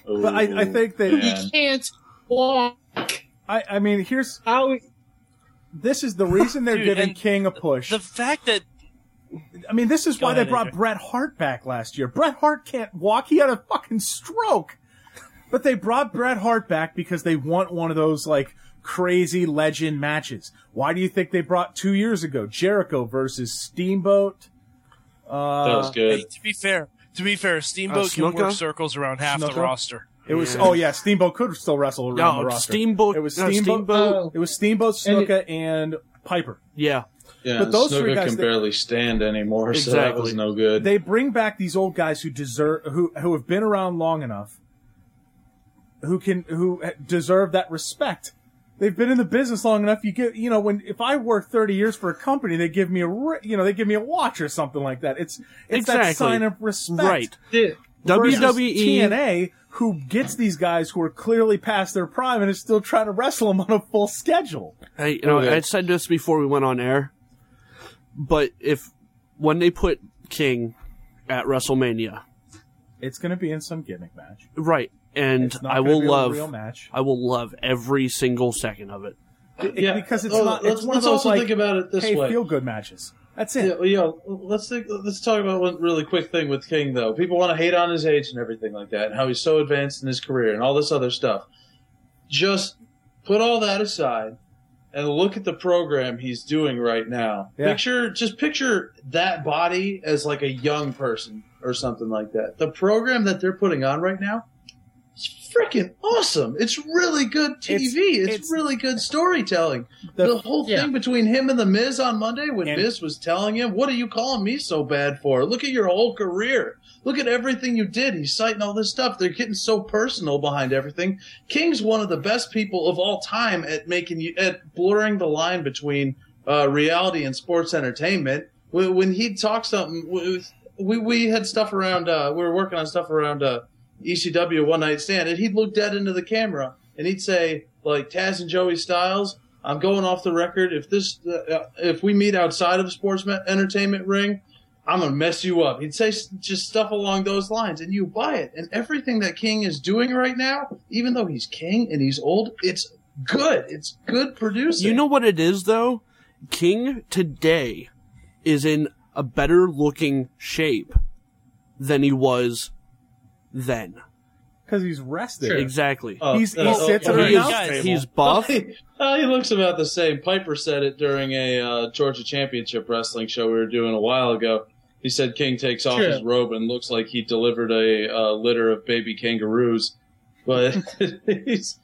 G: Oh.
D: But I, I think that
E: He can't walk.
D: I, I mean, here's
E: How
D: this is the reason they're
F: Dude,
D: giving
F: and
D: King a push.
F: The fact that
D: I mean, this is
F: Go
D: why they
F: ahead,
D: brought
F: Andrew.
D: Bret Hart back last year. Bret Hart can't walk; he had a fucking stroke. But they brought Bret Hart back because they want one of those like crazy legend matches. Why do you think they brought two years ago Jericho versus Steamboat? Uh,
G: that was good.
F: Hey, to be fair, to be fair, Steamboat can
C: Snuka?
F: work circles around half
D: Snuka?
F: the roster.
D: It was oh yeah, Steamboat could still wrestle around
C: No,
D: the roster.
C: Steamboat-
D: It was
C: no,
D: Steamboat. uh,
C: Steamboat-
D: It was Steamboat,
E: And it-
D: Snuka, and Piper.
C: yeah.
G: Yeah,
D: But
G: and
D: those three
G: Snuka
D: guys
G: can
D: that-
G: barely stand anymore, so that
C: Exactly.
G: was no good.
D: they bring back these old guys who deserve who who have been around long enough who can who deserve that respect they've been in the business long enough you get you know when if i work 30 years for a company they give me a ri- you know they give me a watch or something like that it's it's
C: Exactly.
D: that sign of respect
C: Right. E-
E: did
D: versus
C: WWE.
D: TNA who gets these guys who are clearly past their prime and is still trying to wrestle them on a full schedule
C: Hey, you know,
G: Okay.
C: I said this before we went on air, but if when they put King at WrestleMania,
D: it's going to be in some gimmick match
C: right? And
D: it's not
C: I
D: gonna
C: will
D: be a
C: love,
D: real match
C: I will love every single second of it.
G: yeah,
D: because it's
G: Oh,
D: not
G: Let's,
D: it's one
G: let's
D: of those
G: also
D: like
G: think about it this
D: hey
G: way.
D: feel good matches that's it
G: Yeah, well, yeah, let's think, let's talk about one really quick thing with King though. People want to hate on his age and everything like that, and how he's so advanced in his career and all this other stuff. Just put all that aside and look at the program he's doing right now.
D: Yeah.
G: Picture just picture that body as like a young person or something like that. The program that they're putting on right now is freaking awesome. It's really good TV. It's,
D: it's-
G: really good storytelling.
D: The-
G: The, whole
E: yeah.
G: thing between him and the Miz on Monday when
D: And-
G: Miz was telling him, "What are you calling me so bad for? Look at your whole career." Look at everything you did. He's citing all this stuff. They're getting so personal behind everything. King's one of the best people of all time at making you at blurring the line between uh, reality and sports entertainment. When, when he'd talk something, we- we we had stuff around. Uh, we were working on stuff around uh, ECW one night stand, and he'd look dead into the camera and he'd say like Taz and Joey Styles. I'm going off the record. If this, uh, uh, if we meet outside of the sports ma- entertainment ring, I'm gonna mess you up. He'd say s- just stuff along those lines, and you buy it. And everything that King is doing right now, even though he's King and he's old, it's good. It's good producing.
C: You know what it is though? King today is in a better looking shape than he was then.
D: because he's rested.
E: Sure.
C: Exactly.
G: Oh,
D: He's- he
G: oh,
D: sits
G: oh,
D: at our
C: he
F: Guys,
D: announce
C: is,
D: table.
C: he's buff.
G: Uh, he looks about the same. Piper said it during a uh, Georgia Championship wrestling show we were doing a while ago. He said King takes off
E: True.
G: his robe and looks like he delivered a uh, litter of baby kangaroos, but he's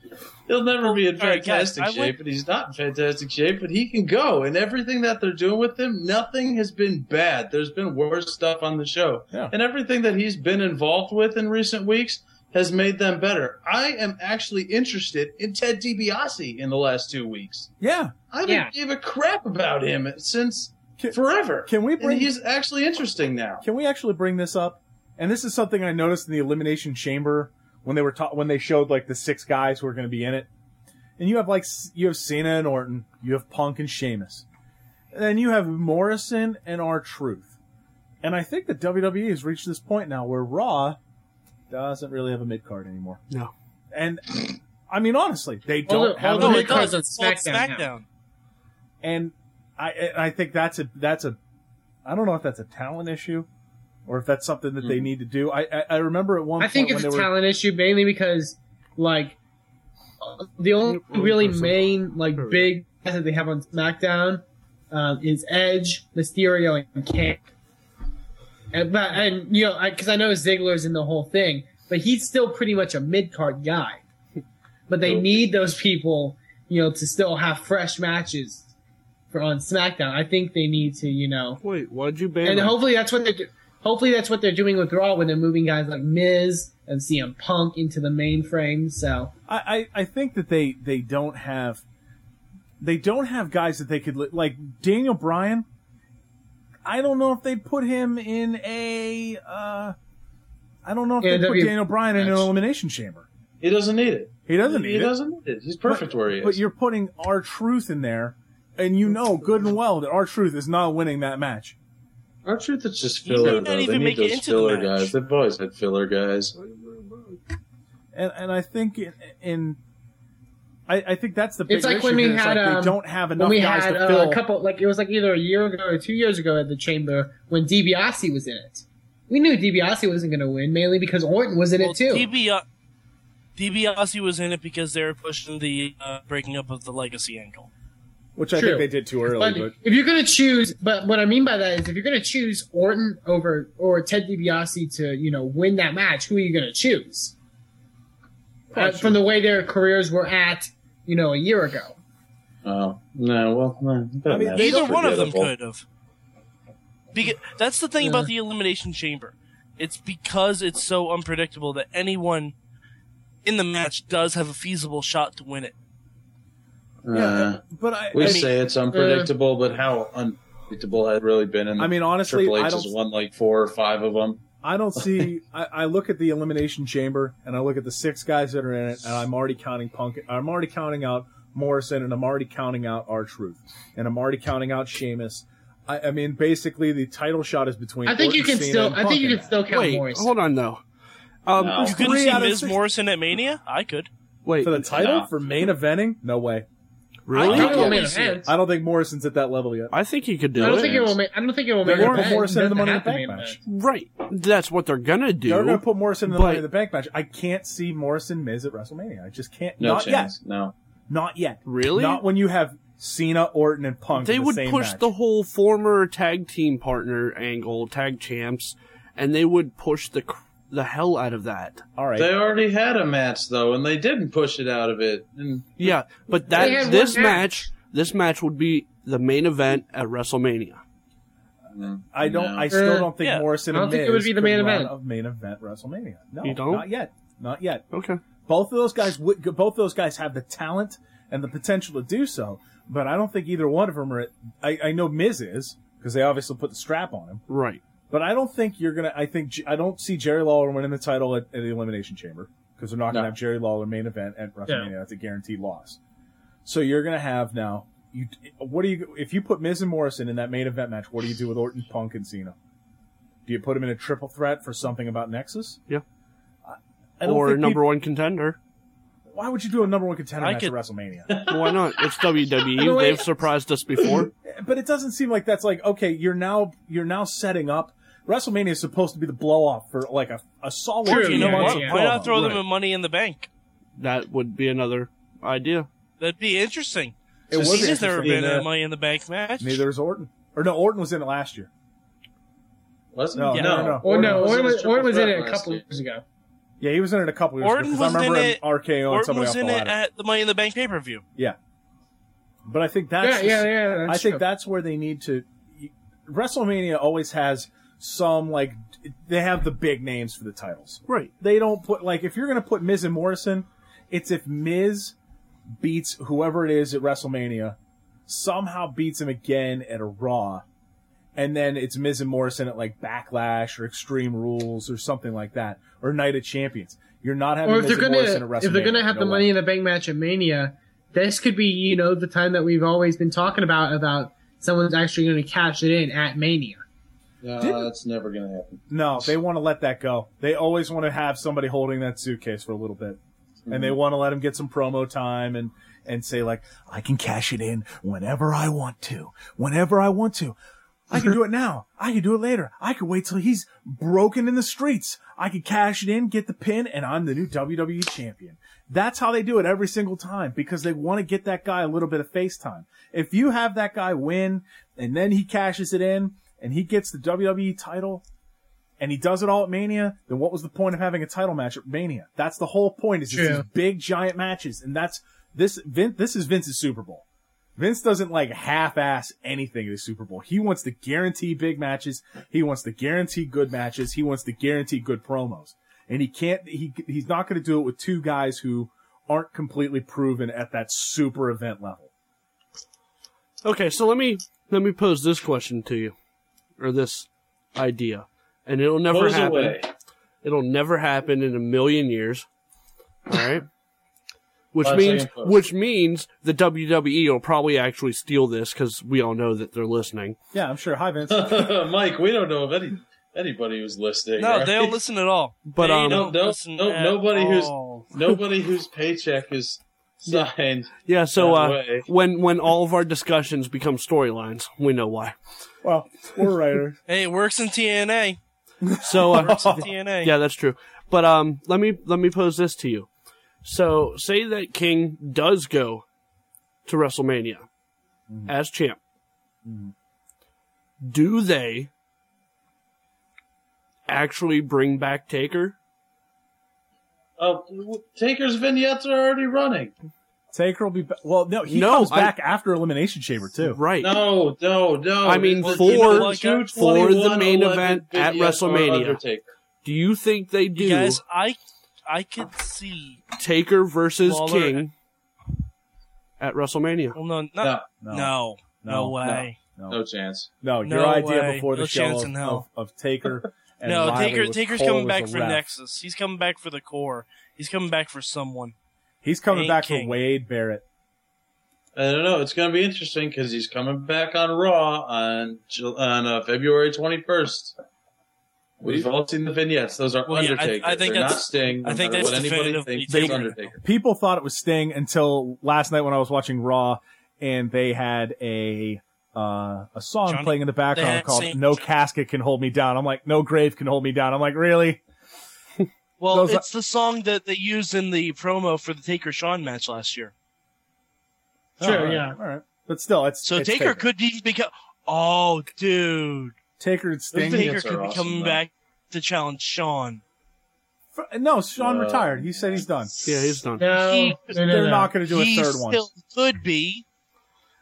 G: he'll never be in
F: All right, guys,
G: fantastic
F: I
G: shape, and he's not in fantastic shape. But he can go, and everything that they're doing with him, nothing has been bad. There's been worse stuff on the show,
D: Yeah.
G: and everything that he's been involved with in recent weeks has made them better. I am actually interested in Ted DiBiase in the last two weeks.
D: Yeah.
G: I haven't
E: Yeah.
G: gave a crap about him since
D: Can-
G: forever.
D: can we bring-
G: And he's actually interesting now.
D: Can we actually bring this up? And this is something I noticed in the Elimination Chamber when they were ta- when they showed like the six guys who are going to be in it. And you have like s- you have Cena and Orton, you have Punk and Sheamus, and then you have Morrison and our Truth. And I think that WWE has reached this point now where Raw doesn't really have a mid card anymore.
C: No.
D: And I mean, honestly, they don't
E: Although-
D: have
E: although
D: a
E: it
D: mid card.
E: does on
F: Well, it's
E: SmackDown now.
D: And I and I think that's a that's a I don't know if that's a talent issue or if that's something that
G: Mm-hmm.
D: they need to do. I I, I remember at one
E: I
D: point
E: think
D: when
E: it's
D: they
E: a
D: were
E: talent issue mainly because, like, uh, the only really main like big guys that they have on SmackDown um, is Edge, Mysterio, and Kane. And but and you know because I, know Ziggler's in the whole thing, but he's still pretty much a mid card guy. But they need those people, you know, to still have fresh matches for on SmackDown. I think they need to, you know,
C: Wait, why'd you ban
E: and
C: him?
E: hopefully that's what they're do- hopefully that's what they're doing with Raw when they're moving guys like Miz and CM Punk into the mainframe. So
D: I, I I think that they they don't have they don't have guys that they could li- like Daniel Bryan. I don't know if they put him in a. Uh, I don't know if they put
E: AEW
D: Daniel Bryan in an
E: match.
D: elimination chamber.
G: He doesn't need it.
D: He doesn't need
G: He
D: it.
G: doesn't need it. He's perfect where he is.
D: But you're putting our truth in there, and you know good and well that our truth is not winning that match.
G: Our truth is just
F: You
G: filler.
F: might not
G: Though. They
F: even
G: need
F: make it
G: those
F: into the
G: filler
F: match.
G: guys. They've always had filler guys.
D: and and I think in, in I, I think that's the big
E: It's like
D: issue
E: when we
D: here, is
E: had,
D: like
E: um,
D: they don't have
E: when
D: enough
E: we
D: guys
E: had
D: to
E: uh,
D: fill.
E: a couple, like it was like either a year ago or two years ago at the Chamber when DiBiase was in it, we knew DiBiase wasn't going to win mainly because Orton was in
F: Well,
E: it too.
F: DB, DiBiase was in it because they were pushing the uh, breaking up of the legacy angle.
D: which I
E: True.
D: think they did too early.
E: but
D: But
E: if you're going to choose, but what I mean by that is if you're going to choose Orton over or Ted DiBiase to you know win that match, who are you going to choose? Uh, from the way their careers were at, you know, a year ago.
G: Oh no, well, no, it doesn't
D: I mean,
G: matter.
F: Either
G: It's
F: one of them
G: forgettable.
F: could have. Because that's the thing about
D: Uh.
F: the elimination chamber. It's because it's so unpredictable that anyone in the match does have a feasible shot to win it.
G: Uh,
D: but I,
G: we
D: I mean, uh,
G: say it's unpredictable, but how unpredictable had really been? In
D: I mean, honestly,
G: Triple H
D: I
G: has
D: don't-
G: won like four or five of them.
D: I don't see. I, I look at the elimination chamber and I look at the six guys that are in it, and I'm already counting Punk. I'm already counting out Morrison, and I'm already counting out our truth, and I'm already counting out Sheamus. I, I mean, basically, the title shot is between.
E: I think
D: Orton,
E: you can
D: Cena,
E: still.
D: and
E: I
D: Punk
E: think you
D: in
E: can
D: that.
E: still count
C: Wait,
E: Morrison.
C: hold on though. Um,
G: No.
F: You couldn't
D: Three
F: see
D: out of
F: Miz
D: six-
F: Morrison at Mania? I could.
C: Wait,
D: for the title
G: Nah.
D: for main eventing. No way.
C: really?
E: I think it will
G: Yeah.
E: main event.
D: I don't think Morrison's at that level yet.
C: I think you could do
E: I don't
C: it.
E: think it will. ma- I don't think it will
D: They're
E: main
D: gonna put
E: event.
D: Morrison in the
E: Doesn't
D: Money in the Bank
E: have to main
D: match.
E: event.
C: right. That's what they're gonna do.
D: They're going to put Morrison in the
C: but-
D: Money in the Bank match. I can't see Morrison Miz at WrestleMania. I just can't.
G: No
D: not
G: chance. No.
D: yet. Not yet.
C: Really?
D: Not when you have Cena, Orton, and Punk.
C: they
D: in the
C: would
D: same
C: push
D: match.
C: the whole former tag team partner angle, tag champs, and they would push the cr- the hell out of that.
D: All right.
G: They already had a match though, and they didn't push it out of it. And
C: Yeah, but
E: They had
C: that
E: one
C: this
E: match.
C: match, this match would be the main event at WrestleMania.
D: I don't. I
G: No.
D: still don't think
F: yeah.
D: Morrison.
E: I don't
D: and
E: think it
D: Miz
E: would be the
D: could
E: main
D: run
E: event.
D: of main event WrestleMania. No,
C: You don't?
D: not yet. Not yet.
C: Okay.
D: Both of those guys. Would, both those guys have the talent and the potential to do so, but I don't think either one of them are. At, I, I know Miz is because they obviously put the strap on him,
C: Right.
D: but I don't think you're gonna. I think J- I don't see Jerry Lawler winning the title at, at the Elimination Chamber because they're not gonna
G: No.
D: have Jerry Lawler main event at WrestleMania. That's a guaranteed loss. So you're gonna have now. You what do you if you put Miz and Morrison in that main event match? What do you do with Orton, Punk, and Cena? Do you put them in a triple threat for something about Nexus?
C: Yeah.
D: I, I don't
C: Or
D: think
C: number
D: peop-
C: one contender.
D: Why would you do a number one contender
F: I
D: match at
F: could-
D: WrestleMania?
C: Why not? It's WWE. They've surprised us before.
D: but it doesn't seem like that's like okay. You're now you're now setting up. WrestleMania is supposed to be the blow off for like a, a solid.
E: True,
D: few
F: You know
D: months
F: what?
E: Yeah.
D: of
F: Why
D: promo.
F: not throw
D: Right.
F: them in Money in the Bank?
C: That would be another idea.
F: That'd be interesting.
D: It was
F: Cena's never
D: interesting.
F: been in a Money in the Bank match.
D: Neither is Orton. Or no, Orton was in it last year.
G: wasn't
D: No,
G: no,
D: no, no.
E: Or no, Orton was,
G: triple
E: Orton was in
G: threat
E: it a
G: last
E: couple
G: year.
E: years ago.
D: Yeah, he was in it a couple years ago.
F: Orton
D: 'cause I
F: was in
D: remember him
F: it-
D: RKO and
F: Orton
D: somebody
F: was
D: off the
F: in it
D: ladder.
F: at the Money in the Bank pay per view.
D: yeah, but I think that's
E: Yeah, yeah, yeah. That's
D: I think
E: true.
D: that's where they need to. WrestleMania always has some like they have the big names for the titles.
C: Right.
D: They don't put like if you're gonna put Miz and Morrison, it's if Miz beats whoever it is at WrestleMania, somehow beats him again at a Raw, and then it's Miz and Morrison at like Backlash or Extreme Rules or something like that or Night of Champions. You're not having
E: Or if
D: Miz
E: they're
D: and Morrison
E: gonna
D: at WrestleMania.
E: if they're gonna have
D: No
E: the
D: way.
E: Money in the Bank match at Mania, this could be you know the time that we've always been talking about about someone's actually going to cash it in at Mania.
G: No, that's never gonna happen.
D: No, they want to let that go. They always want to have somebody holding that suitcase for a little bit. And they want to let him get some promo time and, and say like, I can cash it in whenever I want to. Whenever I want to. I can do it now. I can do it later. I can wait till he's broken in the streets. I can cash it in, get the pin, and I'm the new WWE champion. That's how they do it every single time because they want to get that guy a little bit of face time. If you have that guy win and then he cashes it in and he gets the WWE title, and he does it all at Mania, then what was the point of having a title match at Mania? That's the whole point is it's
E: True.
D: these big giant matches, and that's this Vin, this is Vince's Super Bowl. Vince doesn't like half-ass anything in the Super Bowl. He wants to guarantee big matches. He wants to guarantee good matches. He wants to guarantee good promos. And he can't, he, he's not going to do it with two guys who aren't completely proven at that super event level.
C: Okay, so let me let me pose this question to you, or this idea, and it'll never
G: Pose
C: happen.
G: away.
C: It'll never happen in a million years. All right. Which
G: Five
C: means,
G: second pause.
C: which means the WWE will probably actually steal this because we all know that they're listening.
D: Yeah, I'm sure. Hi, Vince.
G: Mike, we don't know of any anybody who's listening.
F: No,
G: right?
F: they don't listen at all.
C: But,
F: They
C: um,
F: don't
G: No, no,
F: listen
G: no,
F: at
G: nobody who's-
F: all.
G: Nobody whose paycheck is signed.
C: Yeah. So
G: That
C: uh,
G: way.
C: when when all of our discussions become storylines, we know why.
D: well, we're writers.
F: Hey, it works in TNA.
C: So uh,
F: Works in TNA.
C: yeah, that's true. But um, let me let me pose this to you. So say that King does go to WrestleMania as champ. Do they actually bring back Taker?
G: Uh, Taker's vignettes are already running.
D: Taker will be ba- well. No, he
C: No,
D: comes
C: I-
D: back after Elimination Chamber too.
C: Right.
G: No, no, no.
C: I mean,
G: It's
C: for-
G: you know, like a
C: for the main
G: 21-11
C: event at
G: vignettes or
C: WrestleMania.
G: Undertaker.
C: Do you think they do
F: You guys, I I could see.
C: Taker versus
F: Lawler-
C: King at WrestleMania?
F: Well, no, not,
G: No,
F: no, no, no,
D: no,
F: way.
G: no chance.
D: No,
F: No
D: your idea
F: way.
D: before the
F: No
D: show
F: chance
D: of,
F: in hell.
D: of, of Taker. And
F: No,
D: Riley
F: Taker
D: with
F: Taker's
D: Cole
F: coming
D: as
F: back
D: the
F: for
D: ref.
F: Nexus. He's coming back for the core. He's coming back for someone.
D: He's coming
F: Ain't
D: back
F: King.
D: for Wade Barrett.
G: I don't know. It's going to be interesting because he's coming back on Raw on Ju- on uh, February 21st. We've all seen the vignettes. Those are
F: Well, yeah, I-
G: Undertaker.
F: I think
G: They're not
F: that's-
G: Sting. No
F: I think
G: matter
F: that's
G: what anybody
F: definitively
G: thinks. It's
F: Taker.
G: Undertaker.
D: People thought it was Sting until last night when I was watching Raw, and they had a uh, a song
F: Johnny-
D: playing in the
F: they
D: background
F: had
D: called
F: Sting-
D: "No Casket Can Hold Me Down." I'm like, "No grave can hold me down." I'm like, "Really?"
F: Well,
D: Those are-
F: it's the song that they used in the promo for the Taker Shawn match last year.
E: True,
D: All right,
E: yeah.
D: All right. But still, it's
F: So
D: it's
F: Taker, could be become. Oh, dude,
D: Taker and Sting.
G: Those
F: Taker
G: vignettes
F: could
G: are
F: be
G: awesome,
F: coming
G: though.
F: back to challenge Sean.
D: F- No, Sean
G: Uh,
D: retired. He said he's done.
C: Yeah, he's done.
E: No,
F: He-
E: no, no,
D: They're
E: no.
D: not going to do
F: he
D: a third one.
F: still could be.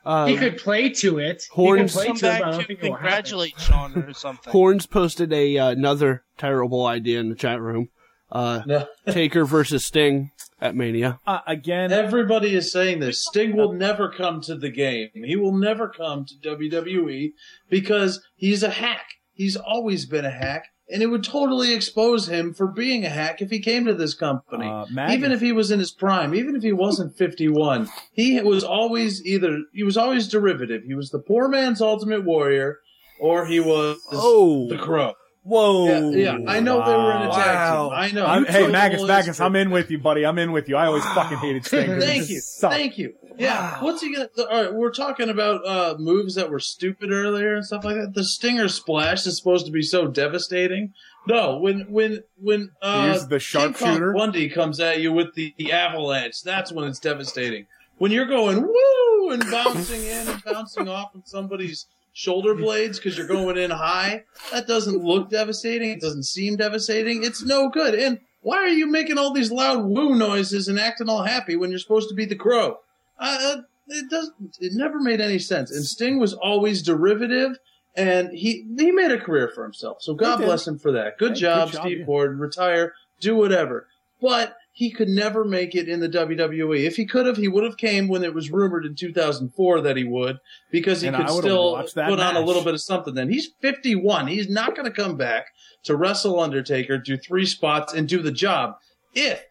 E: He
C: Um,
E: could play to it.
C: Horns-
E: he could play
F: Come
E: to it, but I
F: back
E: don't
F: to
E: think it will happen.
F: congratulate Sean or something.
C: Horns posted a uh, another terrible idea in the chat room. Uh,
G: No.
C: Taker versus Sting at Mania.
D: Uh, again,
G: Everybody is saying this. Sting will never come to the game. He will never come to WWE because he's a hack. He's always been a hack, and it would totally expose him for being a hack if he came to this company.
D: Uh, Magnus.
G: even if he was in his prime, even if he wasn't 51, he was always either he was always derivative. He was the poor man's ultimate warrior or he was
C: Oh.
G: the crow.
C: Whoa!
G: Yeah, yeah, I know they were in a tag
C: Wow.
G: team. I know.
D: I'm,
G: You
D: hey,
G: took
D: Magus,
G: all
D: Magus,
G: this-
D: I'm in with you, buddy. I'm in with you. I always fucking hated Sting.
G: Thank you. Thank you. Yeah. What's he gonna? All right, we're talking about uh, moves that were stupid earlier and stuff like that. The stinger splash is supposed to be so devastating. No, when when when
D: He
G: uh,
D: used the
G: King Kong
D: sharpshooter?
G: Bundy comes at you with the, the avalanche, that's when it's devastating. When you're going woo and bouncing in and bouncing off of somebody's shoulder blades because you're going in high, that doesn't look devastating. It doesn't seem devastating. It's no good. And why are you making all these loud woo noises and acting all happy when you're supposed to be the crow? Uh, uh, it doesn't. It never made any sense. And Sting was always derivative, and he he made a career for himself. So God
D: did.
G: bless him for that. Good
D: Hey,
G: job,
D: good job,
G: Steve
D: yeah.
G: Gordon. Retire, do whatever. But he could never make it in the WWE. If he could have, he would have came when it was rumored in 2004 that he would, because he
D: And I
G: could
D: would've
G: still
D: watched
G: put
D: that
G: on a
D: match.
G: little bit of something. Then he's 51. He's not going to come back to wrestle Undertaker, do three spots, and do the job. If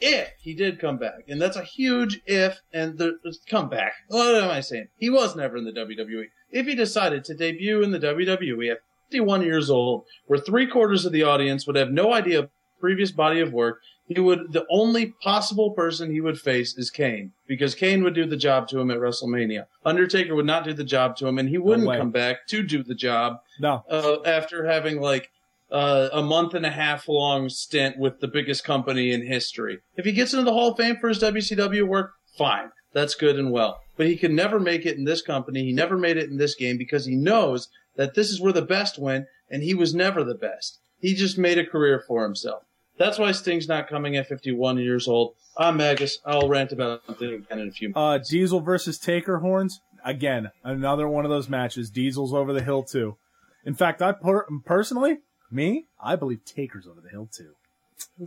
G: if he did come back, and that's a huge if, and the come back. What am I saying? He was never in the WWE. If he decided to debut in the WWE at 51 years old, where three quarters of the audience would have no idea of previous body of work, he would the only possible person he would face is Kane because Kane would do the job to him at WrestleMania. Undertaker would not do the job to him, and he wouldn't
D: way.
G: come back to do the job
D: No.
G: uh, after having like uh, a month and a half long stint with the biggest company in history. If he gets into the Hall of Fame for his WCW work, fine. That's good and well. But he can never make it in this company. He never made it in this game because he knows that this is where the best win, and he was never the best. He just made a career for himself. That's why Sting's not coming at 51 years old. I'm Magus. I'll rant about something again in a few minutes.
D: Uh, Diesel versus Taker Horns. Again, another one of those matches. Diesel's over the hill, too. In fact, I per- personally, me, I believe Taker's over the hill, too.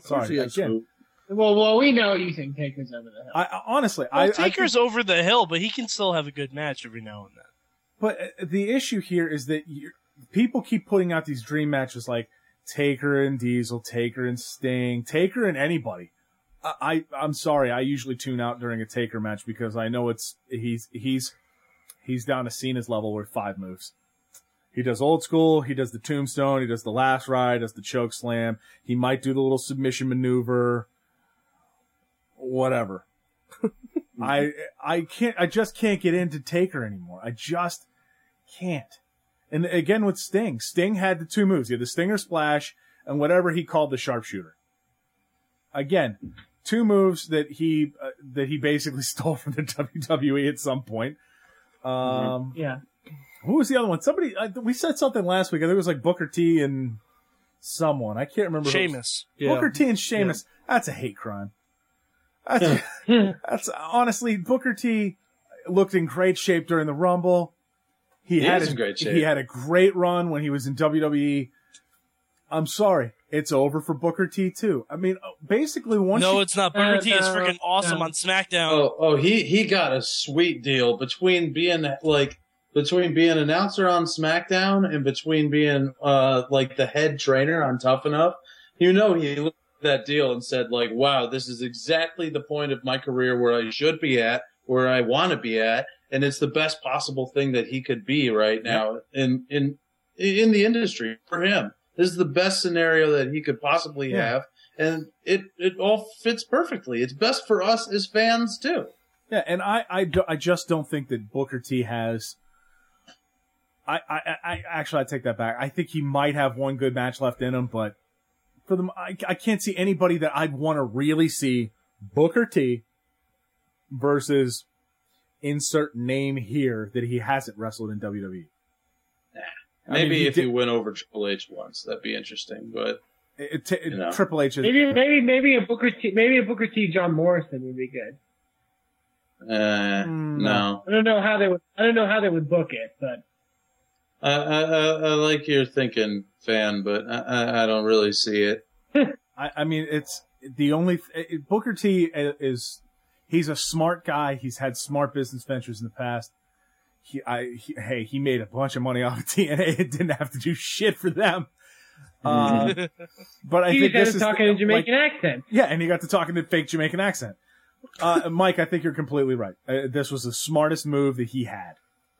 D: Sorry, again.
E: Well, well, we know you think Taker's over the hill.
D: I, I- honestly,
F: Well,
D: I, I think-
F: Taker's over the hill, but he can still have a good match every now and then.
D: But uh, the issue here is that you people keep putting out these dream matches like Taker and Diesel, Taker and Sting, Taker and anybody. I, I I'm sorry, I usually tune out during a Taker match because I know it's he's he's he's down to Cena's level with five moves. He does old school. He does the tombstone. He does the last ride. Does the choke slam. He might do the little submission maneuver. Whatever. I I can't. I just can't get into Taker anymore. I just can't. And again with Sting, Sting had the two moves. He had the Stinger Splash and whatever he called the Sharpshooter. Again, two moves that he uh, that he basically stole from the WWE at some point. Um,
E: yeah.
D: who was the other one? Somebody I, we said something last week. I think it was like Booker T and someone. I can't remember. who it was.
F: Sheamus.
C: Yeah.
D: Booker T and Sheamus. That's a hate crime. That's, that's honestly Booker T looked in great shape during the Rumble. He,
G: He
D: had
G: is
D: a,
G: in great shape.
D: He had a great run when he was in WWE. I'm sorry, it's over for Booker T too. I mean, uh, basically once
F: no,
D: you-
F: it's not. Booker
E: Uh,
F: T is
E: no,
F: freaking awesome
E: no.
F: on SmackDown.
G: Oh, oh, he he got a sweet deal between being like between being announcer on SmackDown and between being uh like the head trainer on Tough Enough. You know, he looked at that deal and said like, "Wow, this is exactly the point of my career where I should be at, where I want to be at, and it's the best possible thing that he could be right now in in in the industry for him. This is the best scenario that he could possibly
D: Yeah.
G: have." And it, it all fits perfectly. It's best for us as fans too.
D: Yeah, and I, I, do- I just don't think that Booker T has. I, I, I- I actually I take that back. I think he might have one good match left in him, but for them, I, I can't see anybody that I'd want to really see Booker T versus insert name here that he hasn't wrestled in WWE. I mean,
G: Maybe
D: he
G: if
D: did-
G: he went over Triple H once, that'd be interesting. But
D: It, it,
G: You know.
D: Triple H is
E: Maybe maybe maybe a Booker T maybe a Booker T John Morrison would be good.
G: uh,
D: Mm.
G: no,
E: I don't know how they would I don't know how they would book it, but
G: I, I, I, I like your thinking, fan, but I, I, I don't really see it.
D: I, I mean, it's the only it, it- Booker T i- is he's a smart guy. He's had smart business ventures in the past. He, I, he, hey, he made a bunch of money off of TNA. It didn't have to do shit for them. Uh, but I
E: he was
D: think this
E: just
D: is
E: talking in
D: like-
E: Jamaican accent.
D: yeah, and he got to talking in a fake Jamaican accent. Uh, Mike, I think you're completely right. Uh, this was the smartest move that he had,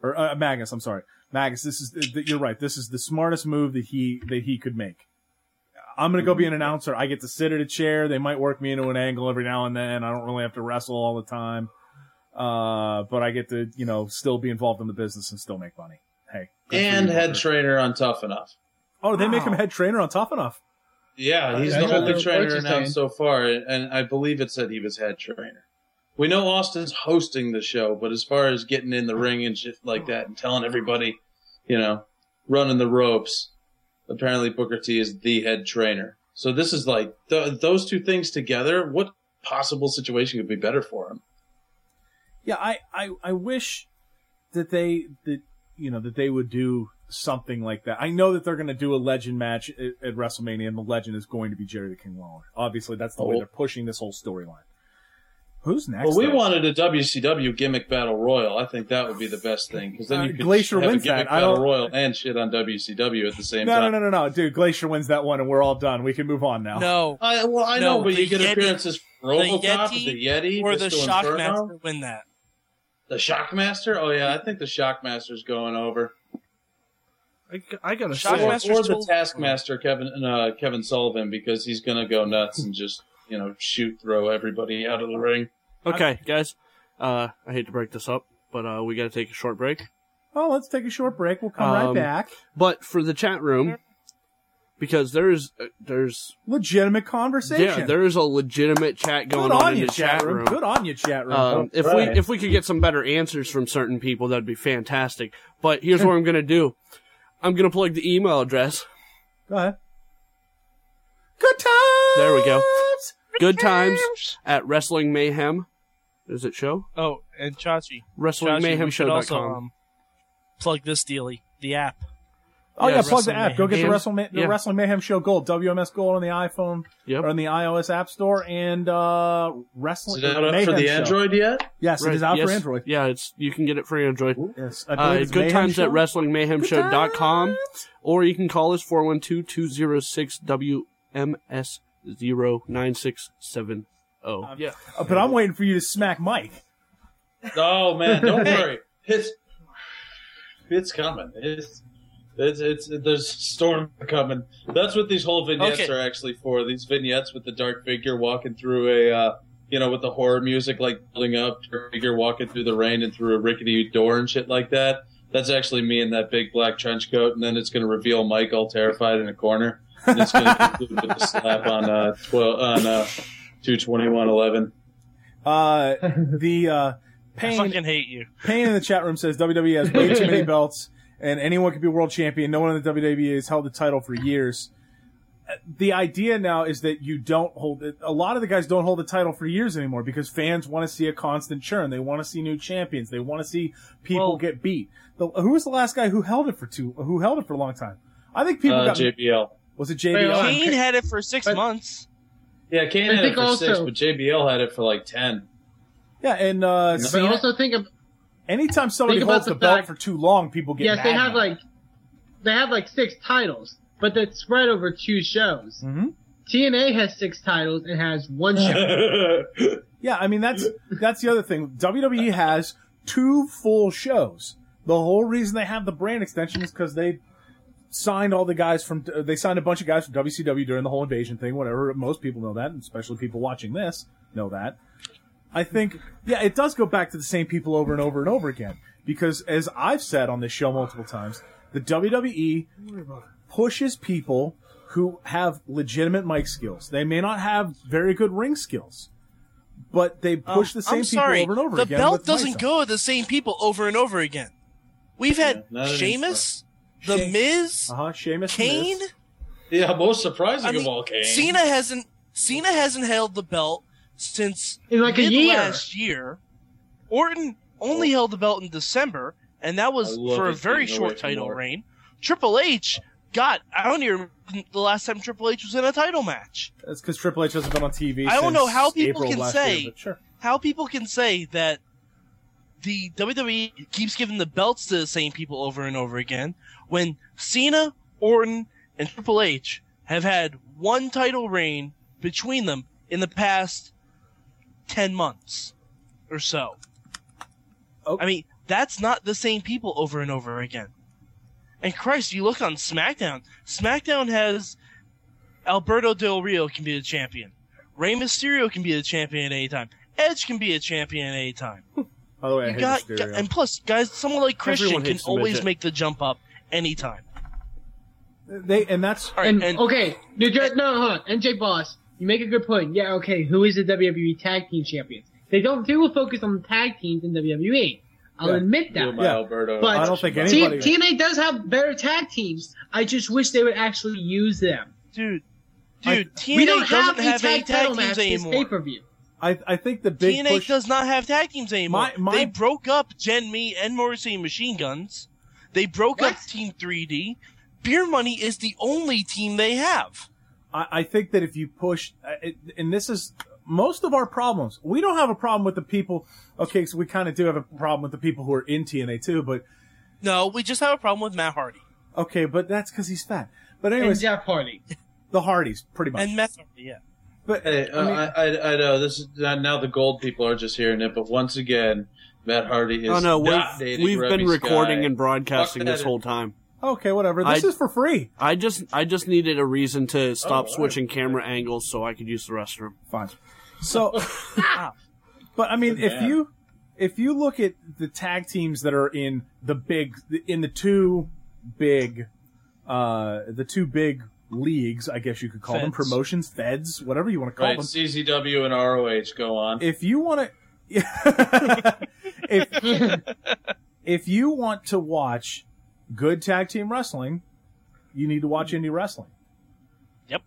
D: or uh, Magnus. I'm sorry, Magnus. This is th- th- you're right. This is the smartest move that he that he could make. I'm gonna go be an announcer. I get to sit at a chair. They might work me into an angle every now and then. I don't really have to wrestle all the time, uh, but I get to you know still be involved in the business and still make money. Hey, good for
G: And
D: you,
G: head
D: Walter.
G: trainer on Tough Enough.
D: Oh, they make him
E: Wow.
D: head trainer on Tough Enough.
G: Yeah, he's
E: Yeah,
G: the
E: I know
G: only
E: what
G: trainer
E: you're saying.
G: announced so far, and I believe it said he was head trainer. We know Austin's hosting the show, but as far as getting in the ring and shit like that and telling everybody, you know, running the ropes, apparently Booker T is the head trainer. So this is like th- those two things together. What possible situation could be better for him?
D: Yeah, I, I, I wish that they that you know that they would do something like that. I know that they're going to do a legend match at, at WrestleMania, and the legend is going to be Jerry the King Lawler. Obviously, that's the way
G: Oh.
D: they're pushing this whole storyline. Who's next?
G: Well, we
D: though?
G: wanted a WCW gimmick battle royal. I think that would be the best thing because then
D: Uh,
G: you could
D: Glacier
G: have
D: wins
G: a gimmick
D: that. I
G: battle
D: don't-
G: royal and shit on WCW at the same
D: No,
G: time.
D: no, no, no, no, dude. Glacier wins that one, and we're all done. We can move on now.
F: No.
G: I, well, I
F: No,
G: know, but
F: the
G: you get
F: Yeti-
G: appearances from
F: the
G: RoboCop,
F: Yeti
G: the Yeti,
F: Or the
G: Mr. Inferno,
F: Shockmaster win that.
G: the Shockmaster. Oh yeah, I think the Shockmaster's going over,
H: I, I got a
G: or,
H: shock.
F: Shockmaster- Shockmaster's
G: or
F: still-
G: the Taskmaster, Kevin uh, Kevin Sullivan, because he's gonna go nuts and just you know shoot throw everybody out of the ring.
C: Okay, guys. Uh, I hate to break this up, but uh, we got to take a short break.
D: Oh, let's take a short break. We'll come right
C: Um,
D: back.
C: But for the chat room, because there's uh, there's
D: Legitimate conversation.
C: yeah there's a legitimate chat
D: Good
C: going
D: on,
C: on in
D: you,
C: the
D: chat room. Good on you, chat room.
C: Um, if we
G: Right.
C: if we could get some better answers from certain people, that'd be fantastic. But here's what I'm gonna do. I'm gonna plug the email address.
D: go ahead. Good times.
C: There we go. Good times at Wrestling Mayhem. Is it show?
F: Oh, and Chachi.
C: Wrestling
F: Chachi,
C: Mayhem
F: we should also
C: Show.com.
F: um, plug this dealy, the app.
D: Oh yeah,
C: Yeah,
D: plug the
F: Wrestling
D: app. Go get the
C: Mayhem.
D: Wrestling, Ma- the
C: Yeah.
D: Wrestling Mayhem Show Gold, WMS Gold on the iPhone
C: Yep.
D: or on the iOS App Store, and uh,
G: Is
D: Wrestling
G: it out up
D: Mayhem
G: for the
D: Show.
G: Android yet?
D: Yes,
C: Right,
D: it is out
C: yes.
D: for Android.
C: Yeah, it's you can get it for Android.
D: Yes, I believe
C: Uh,
D: it's
C: good
D: Mayhem
C: times at
D: Show.
C: WrestlingMayhemShow.com or you can call us 412-206-WMS09670. yeah.
D: Uh, but I'm waiting for you to smack Mike.
G: Oh man, don't worry, it's it's coming. It's it's, it's there's storm coming. That's what these whole vignettes
F: Okay.
G: are actually for. These vignettes with the dark figure walking through a uh, you know with the horror music like building up, dark figure walking through the rain and through a rickety door and shit like that. That's actually me in that big black trench coat, and then it's going to reveal Mike all terrified in a corner, and it's going to conclude with a slap on uh, twelve on uh, two twenty one eleven.
D: Uh, the uh,
F: I
D: pain
F: fucking hate you.
D: Payne in the chat room says WWE has way too many belts, and anyone can be world champion. No one in the WWE has held the title for years. Uh, The idea now is that you don't hold it. A lot of the guys don't hold the title for years anymore because fans want to see a constant churn. They want to see new champions. They want to see people
F: Well-
D: get beat. The, who was the last guy who held it for two? Who held it for a long time? I think people
G: Uh,
D: got.
G: JBL.
D: was it
E: Wait,
D: JBL?
E: hold on.
F: Kane had it for six
E: But-
F: months.
G: Yeah, Kane
E: I
G: had it
E: think
G: for six,
E: also-
G: but JBL had it for like ten.
D: Yeah, and uh,
E: But
D: Cena-
E: also think of
D: anytime somebody
E: think about
D: holds the,
E: the
D: belt
E: fact-
D: for too long, people get.
E: yes,
D: mad
E: they have
D: now.
E: like they have like six titles, but that's spread over two shows.
D: Mhm.
E: TNA has six titles and has one show.
D: Yeah, I mean that's that's the other thing. WWE has two full shows. The whole reason they have the brand extension is because they signed all the guys from uh, they signed a bunch of guys from WCW during the whole invasion thing. Whatever, most people know that, and especially people watching this know that. I think yeah, it does go back to the same people over and over and over again because as I've said on this show multiple times, the WWE pushes people who have legitimate mic skills. They may not have very good ring skills but they push the same
F: Oh, I'm
D: people
F: sorry,
D: over and over
F: the
D: again.
F: belt
D: with
F: doesn't
D: Misa.
F: go to the same people over and over again. We've had
G: Yeah, not anymore.
F: Sheamus, The
D: Shea-
F: Miz,
D: Uh-huh, Sheamus and
F: Kane.
D: Miz.
G: Yeah, most surprising
F: I mean,
G: of all, Kane.
F: Cena hasn't Cena hasn't held the belt since
E: In like a
F: mid
E: year.
F: last year. Orton only held the belt in December, and that was
G: I love
F: for a
G: it
F: very
G: being away
F: short
G: from
F: title
G: Orton.
F: reign. Triple H, God, I don't even remember the last time Triple H was in a title match.
D: That's because Triple H hasn't been on TV.
F: I don't
D: since
F: know how people
D: April of
F: can
D: last
F: say-
D: year, but sure.
F: How people can say that the WWE keeps giving the belts to the same people over and over again when Cena, Orton, and Triple H have had one title reign between them in the past 10 months or so.
D: Oh.
F: I mean, that's not the same people over and over again. And Christ, you look on SmackDown. SmackDown has Alberto Del Rio can be the champion. Rey Mysterio can be the champion at any time. Edge can be a champion at any time.
D: By the way, I
F: You
D: hate
F: got,
D: Mysterio.
F: and plus, guys, someone like Christian
C: Everyone
F: can
C: hates the
F: always
C: midget.
F: make the jump up anytime.
D: they and that's
F: All right,
E: And,
F: and,
E: okay, New Jer- no, hold on. NJ Boss, you make a good point. Yeah, okay, who is the WWE Tag Team Champions? They don't do a focus on the tag teams in WWE. I'll
D: Yeah.
E: admit
G: Lil
E: that.
G: Mike
D: Yeah.
G: Alberto.
E: But-
D: I don't think
E: T-
D: anybody.
E: TNA does have better tag teams. I just wish they would actually use them.
F: dude, dude, TNA
E: we don't have,
F: doesn't
E: the
F: have any
E: tag
F: tag
E: title
F: teams
E: match this
F: anymore.
E: pay per view.
D: I I think the big
F: TNA
D: push.
F: does not have tag teams anymore.
D: My- my-
F: They broke up Gen Me and Morrissey and Machine Guns. They broke up Team 3D. Beer Money is the only team they have.
D: I, I think that if you push, uh, it, and this is most of our problems. We don't have a problem with the people. Okay, so we kind of do have a problem with the people who are in TNA too. But
F: No, we just have a problem with Matt Hardy
D: okay, but that's because he's fat. But
E: And
D: anyways,
E: Jeff Hardy.
D: the Hardys pretty much.
F: and Matt Hardy. Yeah.
D: but
G: Hey, uh, I,
D: mean-
G: I, I know this is now now the gold people are just hearing it, but once again, Matt Hardy is
C: Oh no,
G: not
C: we've,
G: dating
C: we've
G: Remy
C: been recording
G: Sky.
C: and broadcasting
G: Fuck
C: this
G: that.
C: whole time.
D: okay, whatever. This
C: I-
D: is for free.
C: I just I just needed a reason to stop
G: Oh,
C: switching camera angles so I could use the restroom.
D: Fine. So, uh, but I mean, if
G: man.
D: you if you look at the tag teams that are in the big in the two big uh the two big leagues, I guess you could call them
F: Feds.
D: promotions, feds, whatever you want to call
G: right,
D: them.
G: CZW and ROH go on.
D: If you want to, if if you want to watch good tag team wrestling, you need to watch indie wrestling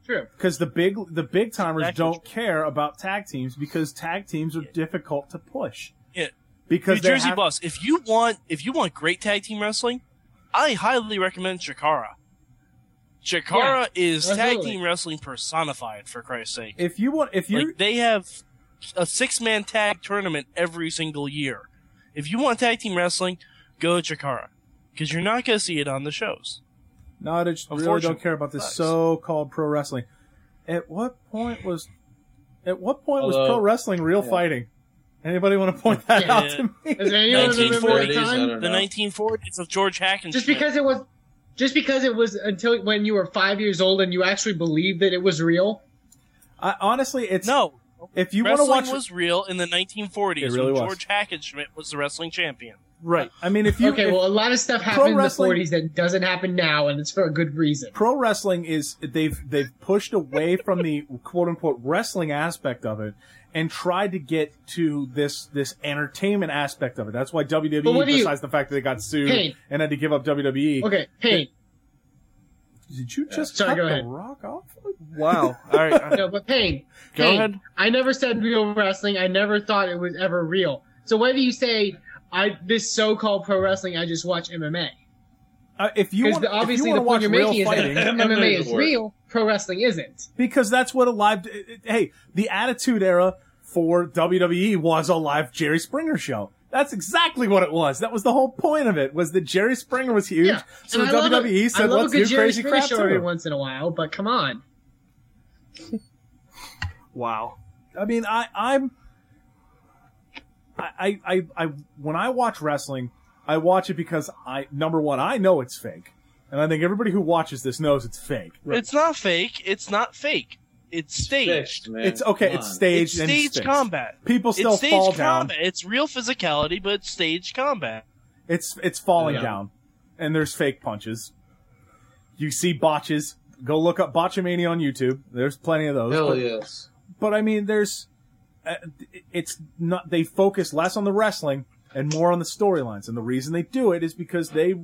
E: True.
D: because the big the big timers
F: Exactly.
D: don't care about tag teams because tag teams are difficult to push.
F: Yeah. New
D: Because they
F: Jersey
D: have-
F: Boss, if you want if you want great tag team wrestling, I highly recommend Chikara. Chikara is tag
E: absolutely.
F: team wrestling personified, for Christ's sake.
D: if you want if you
F: Like they have a six man tag tournament every single year. If you want tag team wrestling, go to Chikara. Because you're not gonna see it on the shows.
D: no, I just really don't
F: Unfortunately,
D: care about this
F: sucks.
D: so-called pro wrestling. At what point was at what point was
G: Although-
D: pro wrestling real fighting? Anybody want to point that
E: Yeah.
D: out to me?
E: Does anyone remember
F: 1940s,
E: the
G: I
E: time?
G: don't
F: The
G: know.
F: nineteen forties of George Hackenschmidt.
E: Just because it was, just because it was until when you were five years old and you actually believed that it was real.
D: I, honestly, it's
F: No.
D: If you want to
F: wrestling
D: watch,
F: was real in the nineteen forties
D: It really
F: when
D: was.
F: George Hackenschmidt was the wrestling champion.
C: Right.
D: I mean, if you
E: okay,
D: if-
E: well, a lot of stuff
D: pro
E: happened in the
D: wrestling-
E: 40s that doesn't happen now, and it's for a good reason.
D: pro wrestling is they've they've pushed away from the quote unquote wrestling aspect of it and tried to get to this this entertainment aspect of it. That's why
E: But
D: WWE,
E: what do you-
D: besides the fact that they got sued
E: Hey.
D: and had to give up WWE,
E: Okay, Payne.
D: did you just
E: Sorry,
D: cut
E: go
D: the
E: ahead.
D: rock off?
C: Wow. All right.
E: No, but Payne.
C: Go
E: Payne,
C: ahead.
E: I never said real wrestling. I never thought it was ever real. So whether you say I this so-called pro wrestling, I just watch MMA.
D: Uh, if you
E: Because
D: want,
E: obviously
D: if you
E: the point
D: want to
E: you're
D: watch real
E: making
D: fighting,
E: is that
G: MMA
E: MMA
G: is
E: is
G: worse.
E: real, pro wrestling isn't.
D: because that's what a live. Hey, the Attitude Era for WWE was a live Jerry Springer show. That's exactly what it was. That was the whole point of it. Was that Jerry Springer was huge,
E: Yeah.
D: so
E: and
D: the
E: I love a-
D: WWE
E: I
D: said,
E: love
D: "Let's
E: a good
D: do
E: Jerry
D: crazy
E: Springer
D: crap
E: show
D: too."
E: every once in a while, but come on.
C: wow.
D: I mean, I, I'm, I, I, I- I, when I watch wrestling, I watch it because I, number one, I know it's fake, and I think everybody who watches this knows it's fake.
F: It's not fake. It's not fake. It's staged.
G: Fixed, man.
D: It's okay.
G: Come
D: It's
G: on.
D: staged.
F: It's
D: and
F: staged
D: fixed.
F: combat.
D: People still
F: it's staged
D: fall down.
F: combat. It's real physicality, but it's staged combat. Um,
D: It's it's falling
G: Yeah.
D: down, and there's fake punches. You see botches. Go look up botchamania on YouTube. There's plenty of those.
G: Hell
D: but,
G: yes.
D: but I mean, there's uh, it's not they focus less on the wrestling and more on the storylines. And the reason they do it is because they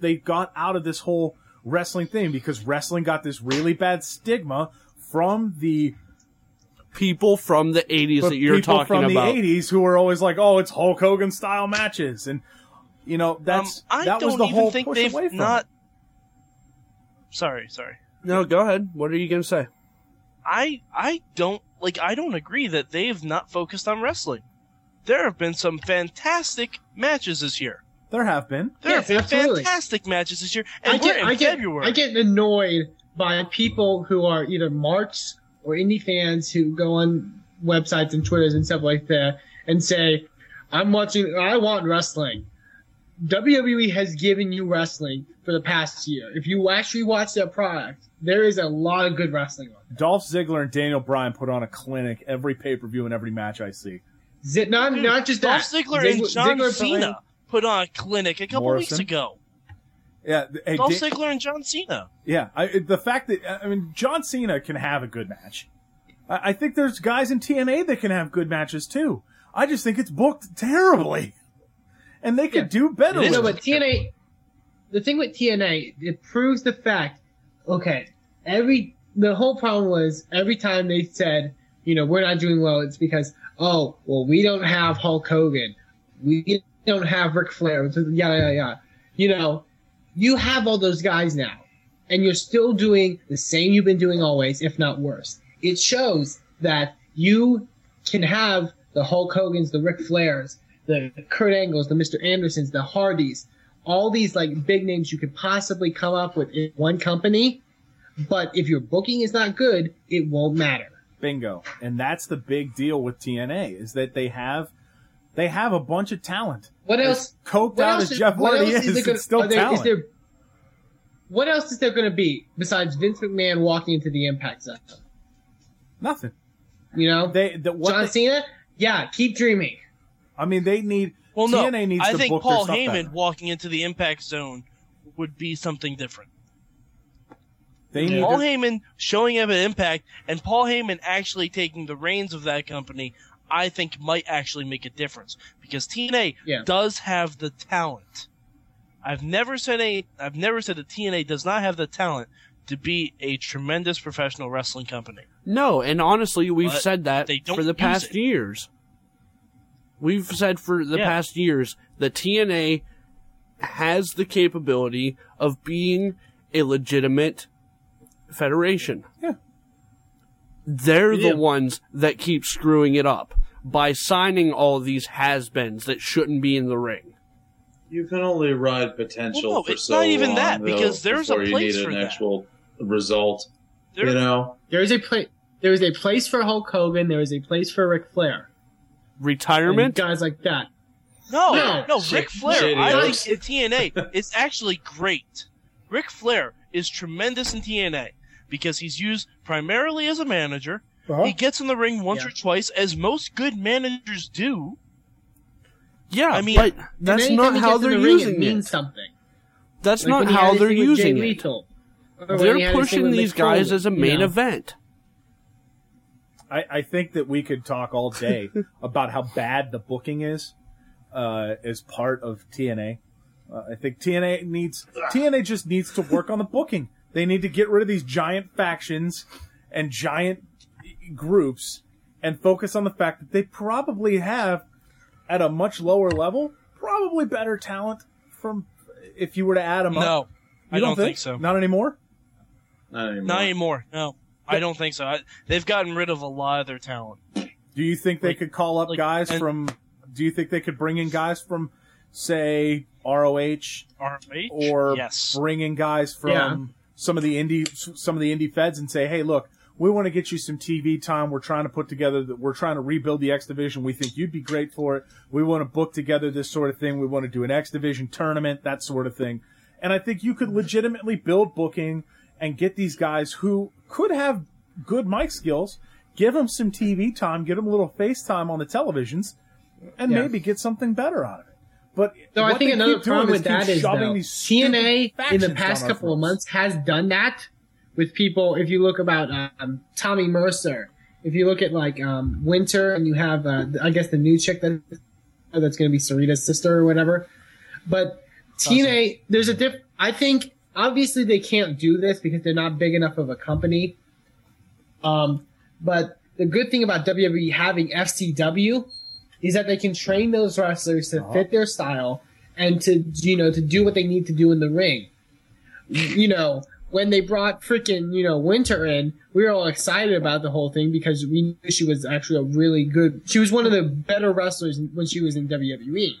D: they got out of this whole wrestling thing because wrestling got this really bad stigma from the
C: People from the 80s that you're
D: people
C: talking
D: from
C: about.
D: the 80s who were always like, "Oh, it's Hulk Hogan style matches." And you know, that's
F: um, I
D: that
F: don't
D: was the
F: even
D: whole
F: think
D: push
F: they've
D: away from
F: not.
D: it.
F: Sorry, sorry.
C: No, go ahead. What are you going to say?
F: I I don't like. I don't agree that they've not focused on wrestling. There have been some fantastic matches this year.
D: There have been.
F: There
E: Yes,
F: have been
E: absolutely.
F: fantastic matches this year, and
E: I
F: we're
E: get,
F: in
E: I get,
F: February.
E: I get annoyed by people who are either marks or indie fans who go on websites and Twitters and stuff like that and say, "I'm watching. I want wrestling." WWE has given you wrestling for the past year. If you actually watch their product, there is a lot of good wrestling on. there.
D: Dolph Ziggler and Daniel Bryan put on a clinic every pay per view and every match I see.
E: Z- not
F: Dude,
E: not just
F: Dolph
E: that.
F: Ziggler
E: Zig-
F: and John
E: Ziggler
F: Cena
E: playing-
F: put on a clinic a couple weeks
D: Morrison?
F: ago.
D: Yeah, th- hey,
F: Dolph
D: Dan-
F: Ziggler and John Cena.
D: yeah. I, it- the fact that I mean, John Cena can have a good match. I, I think there's guys in TNA that can have good matches too. I just think it's booked terribly, and they could do better.
F: It is
D: with
E: No,
D: it.
E: but TNA. The thing with TNA, it proves the fact. Okay, every the whole problem was every time they said, you know, we're not doing well, it's because oh, well, we don't have Hulk Hogan, we don't have Ric Flair, yada yada yada. You know, you have all those guys now, and you're still doing the same you've been doing always, if not worse. It shows that you can have the Hulk Hogan's, the Ric Flairs, the Kurt Angles, the Mr. Andersons, the Hardys, all these like big names you could possibly come up with in one company. But if your booking is not good, it won't matter.
D: Bingo. And that's the big deal with TNA is that they have they have a bunch of talent.
E: What else?
D: Coped
E: What
D: out
E: else
D: as Jeff
E: what
D: Hardy
E: else
D: is,
E: there
D: it's
E: gonna-
D: still
E: are there-
D: talent.
E: is there- what else is there going to be besides Vince McMahon walking into the Impact Zone?
D: Nothing.
E: You know,
D: They the, what
E: John
D: they-
E: Cena. Yeah, keep dreaming.
D: I mean they need
F: Well, no,
D: TNA needs
F: I
D: to
F: think
D: book
F: Paul
D: their stuff
F: Heyman
D: better.
F: walking into the Impact Zone would be something different.
D: They need
F: Paul
D: to-
F: Heyman showing up at Impact and Paul Heyman actually taking the reins of that company, I think might actually make a difference because TNA
E: Yeah.
F: does have the talent. I've never said a I've never said that TNA does not have the talent to be a tremendous professional wrestling company.
C: No, and honestly, we've
F: But
C: said that
F: they don't
C: for the
F: use
C: past
F: it.
C: years. We've said for the
F: Yeah.
C: past years that TNA has the capability of being a legitimate federation.
D: Yeah.
C: They're
D: Yeah.
C: the ones that keep screwing it up by signing all these has-beens that shouldn't be in the ring.
G: You can only ride potential
F: Well, no,
G: for
F: it's
G: so
F: not even
G: long,
F: that, because
G: though,
F: there's a
G: before
F: place
G: you need
F: for
G: an
F: that.
G: actual result.
F: There-
G: you know,
E: There is a place. There is a place for Hulk Hogan. There is a place for Ric Flair. and
C: Retirement?
E: guys like that.
F: No, no,
E: No.
F: Ric Flair.
G: shitty
F: I
G: host.
F: think in TNA is actually great. Ric Flair is tremendous in TNA because he's used primarily as a manager. He gets in the ring once
E: Yeah.
F: or twice, as most good managers do.
C: yeah,
F: I mean-
C: but that's
E: And
C: not
E: anytime he
C: how
E: gets in
C: they're
E: the ring, it
C: using
E: means
C: it.
E: something.
C: That's
E: Like
C: not
E: when he
C: how
E: had
C: they're
E: his thing with Jay
C: using it.
E: Lethal, or when he
C: They're
E: had his thing
C: pushing
E: with
C: these
E: Mick Foley,
C: guys as a
E: you
C: main
E: know.
C: event.
D: I, I think that we could talk all day about how bad the booking is uh, as part of TNA. Uh, I think TNA needs TNA just needs to work on the booking. They need to get rid of these giant factions and giant groups and focus on the fact that they probably have at a much lower level probably better talent from if you were to add them
F: Uh-huh.
D: up. You
F: I don't think so.
D: Not anymore.
G: not anymore.
F: not anymore. No, I don't think so. I, they've gotten rid of a lot of their talent.
D: Do you think they
F: Like-
D: could call up
F: like-
D: guys
F: and-
D: from? Do you think they could bring in guys from, say, ROH,
F: ROH?
D: or
F: yes,
D: bring in guys from
E: Yeah.
D: some of the indie some of the indie feds and say, hey, look, we want to get you some TV time. We're trying to put together that we're trying to rebuild the X division. We think you'd be great for it. We want to book together this sort of thing. We want to do an X division tournament, that sort of thing. And I think you could legitimately build booking and get these guys who could have good mic skills, give them some TV time, get them a little face time on the televisions, and
E: Yeah.
D: maybe get something better out of it. But
E: So
D: what
E: I think
D: they
E: another
D: keep doing
E: problem with
D: keep
E: that is
D: shoving
E: though,
D: these stupid
E: TNA in
D: factions
E: the
D: down
E: past
D: our
E: couple of
D: throats.
E: months has done that with people. If you look about um, Tommy Mercer if you look at like um, Winter and you have, uh, I guess, the new chick that that's going to be Sarita's sister or whatever. But TNA, there's a diff. I think obviously they can't do this because they're not big enough of a company. Um, but the good thing about WWE having FCW is that they can train those wrestlers to fit their style and to you know to do what they need to do in the ring. You know, when they brought freaking you know Winter in, we were all excited about the whole thing because we knew she was actually a really good. She was one of the better wrestlers when she was in E. WWE.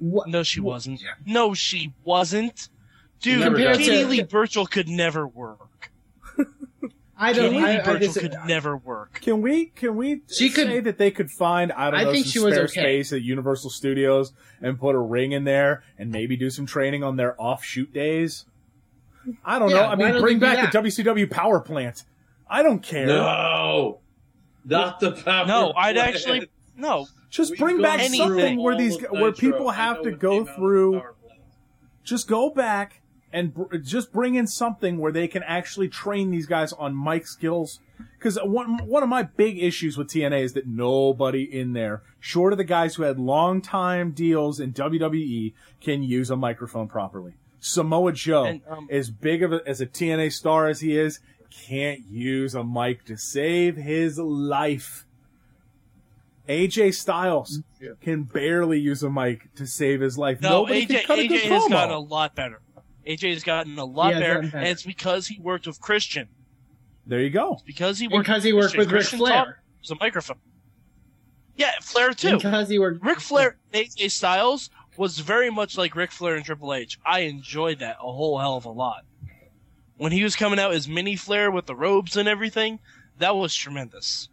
E: What,
F: No, she wasn't. No, she wasn't. Dude,
G: Never
E: got
F: Katie
E: it.
F: Lee Burchill could never work.
E: I don't.
F: Katie Lee
E: I, I
F: Burchill
E: just,
F: could uh, never work.
D: Can we can we
E: She could-
D: say that they could find I don't
E: I
D: know
E: think
D: some
E: she was
D: spare
E: okay.
D: space at Universal Studios and put a ring in there and maybe do some training on their offshoot days? I don't know.
E: Yeah,
D: I
E: why
D: mean,
E: don't
D: bring
E: they do
D: back
E: that?
D: the WCW power plant. I don't care.
G: No, not the power.
F: No, I'd
G: plant.
F: actually no.
D: Just
G: We've
D: bring
G: gone
D: back
G: through
D: something
G: all
D: where these
G: of
D: where
G: Nitro.
D: people
G: I
D: have
G: know
D: to
G: what
D: go
G: came out of
D: through.
G: the power plant.
D: Just go back and br- just bring in something where they can actually train these guys on mic skills. Because one one of my big issues with TNA is that nobody in there, short of the guys who had long time deals in WWE, can use a microphone properly. Samoa Joe,
F: And, um,
D: as big of a, as a TNA star as he is, can't use a mic to save his life. AJ Styles can barely use a mic to save his life.
F: No,
D: Nobody
F: AJ,
D: can cut a good
F: AJ has
D: promo.
F: gotten a lot better. AJ has gotten a
E: He
F: lot
E: has
F: better,
E: gotten better.
F: and it's because he worked with Christian.
D: There you go.
F: Because he worked
E: because he worked with Ric
F: Christian
E: Flair.
F: taught him the microphone. Yeah, Flair too.
E: Because he worked
F: Ric Flair, and AJ Styles was very much like Ric Flair and Triple H. I enjoyed that a whole hell of a lot. When he was coming out as mini Flair with the robes and everything, that was tremendous.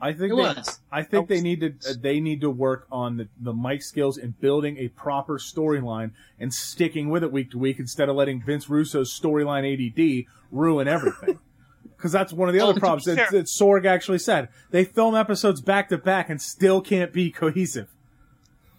D: I think
E: It
D: they,
E: was.
D: I think they need to uh, they need to work on the, the mic skills and building a proper storyline and sticking with it week to week instead of letting Vince Russo's storyline ADD ruin everything. Because that's one of
E: Oh,
D: the other problems that,
F: fair.
D: that Sorg actually said. They film episodes back to back and still can't be cohesive.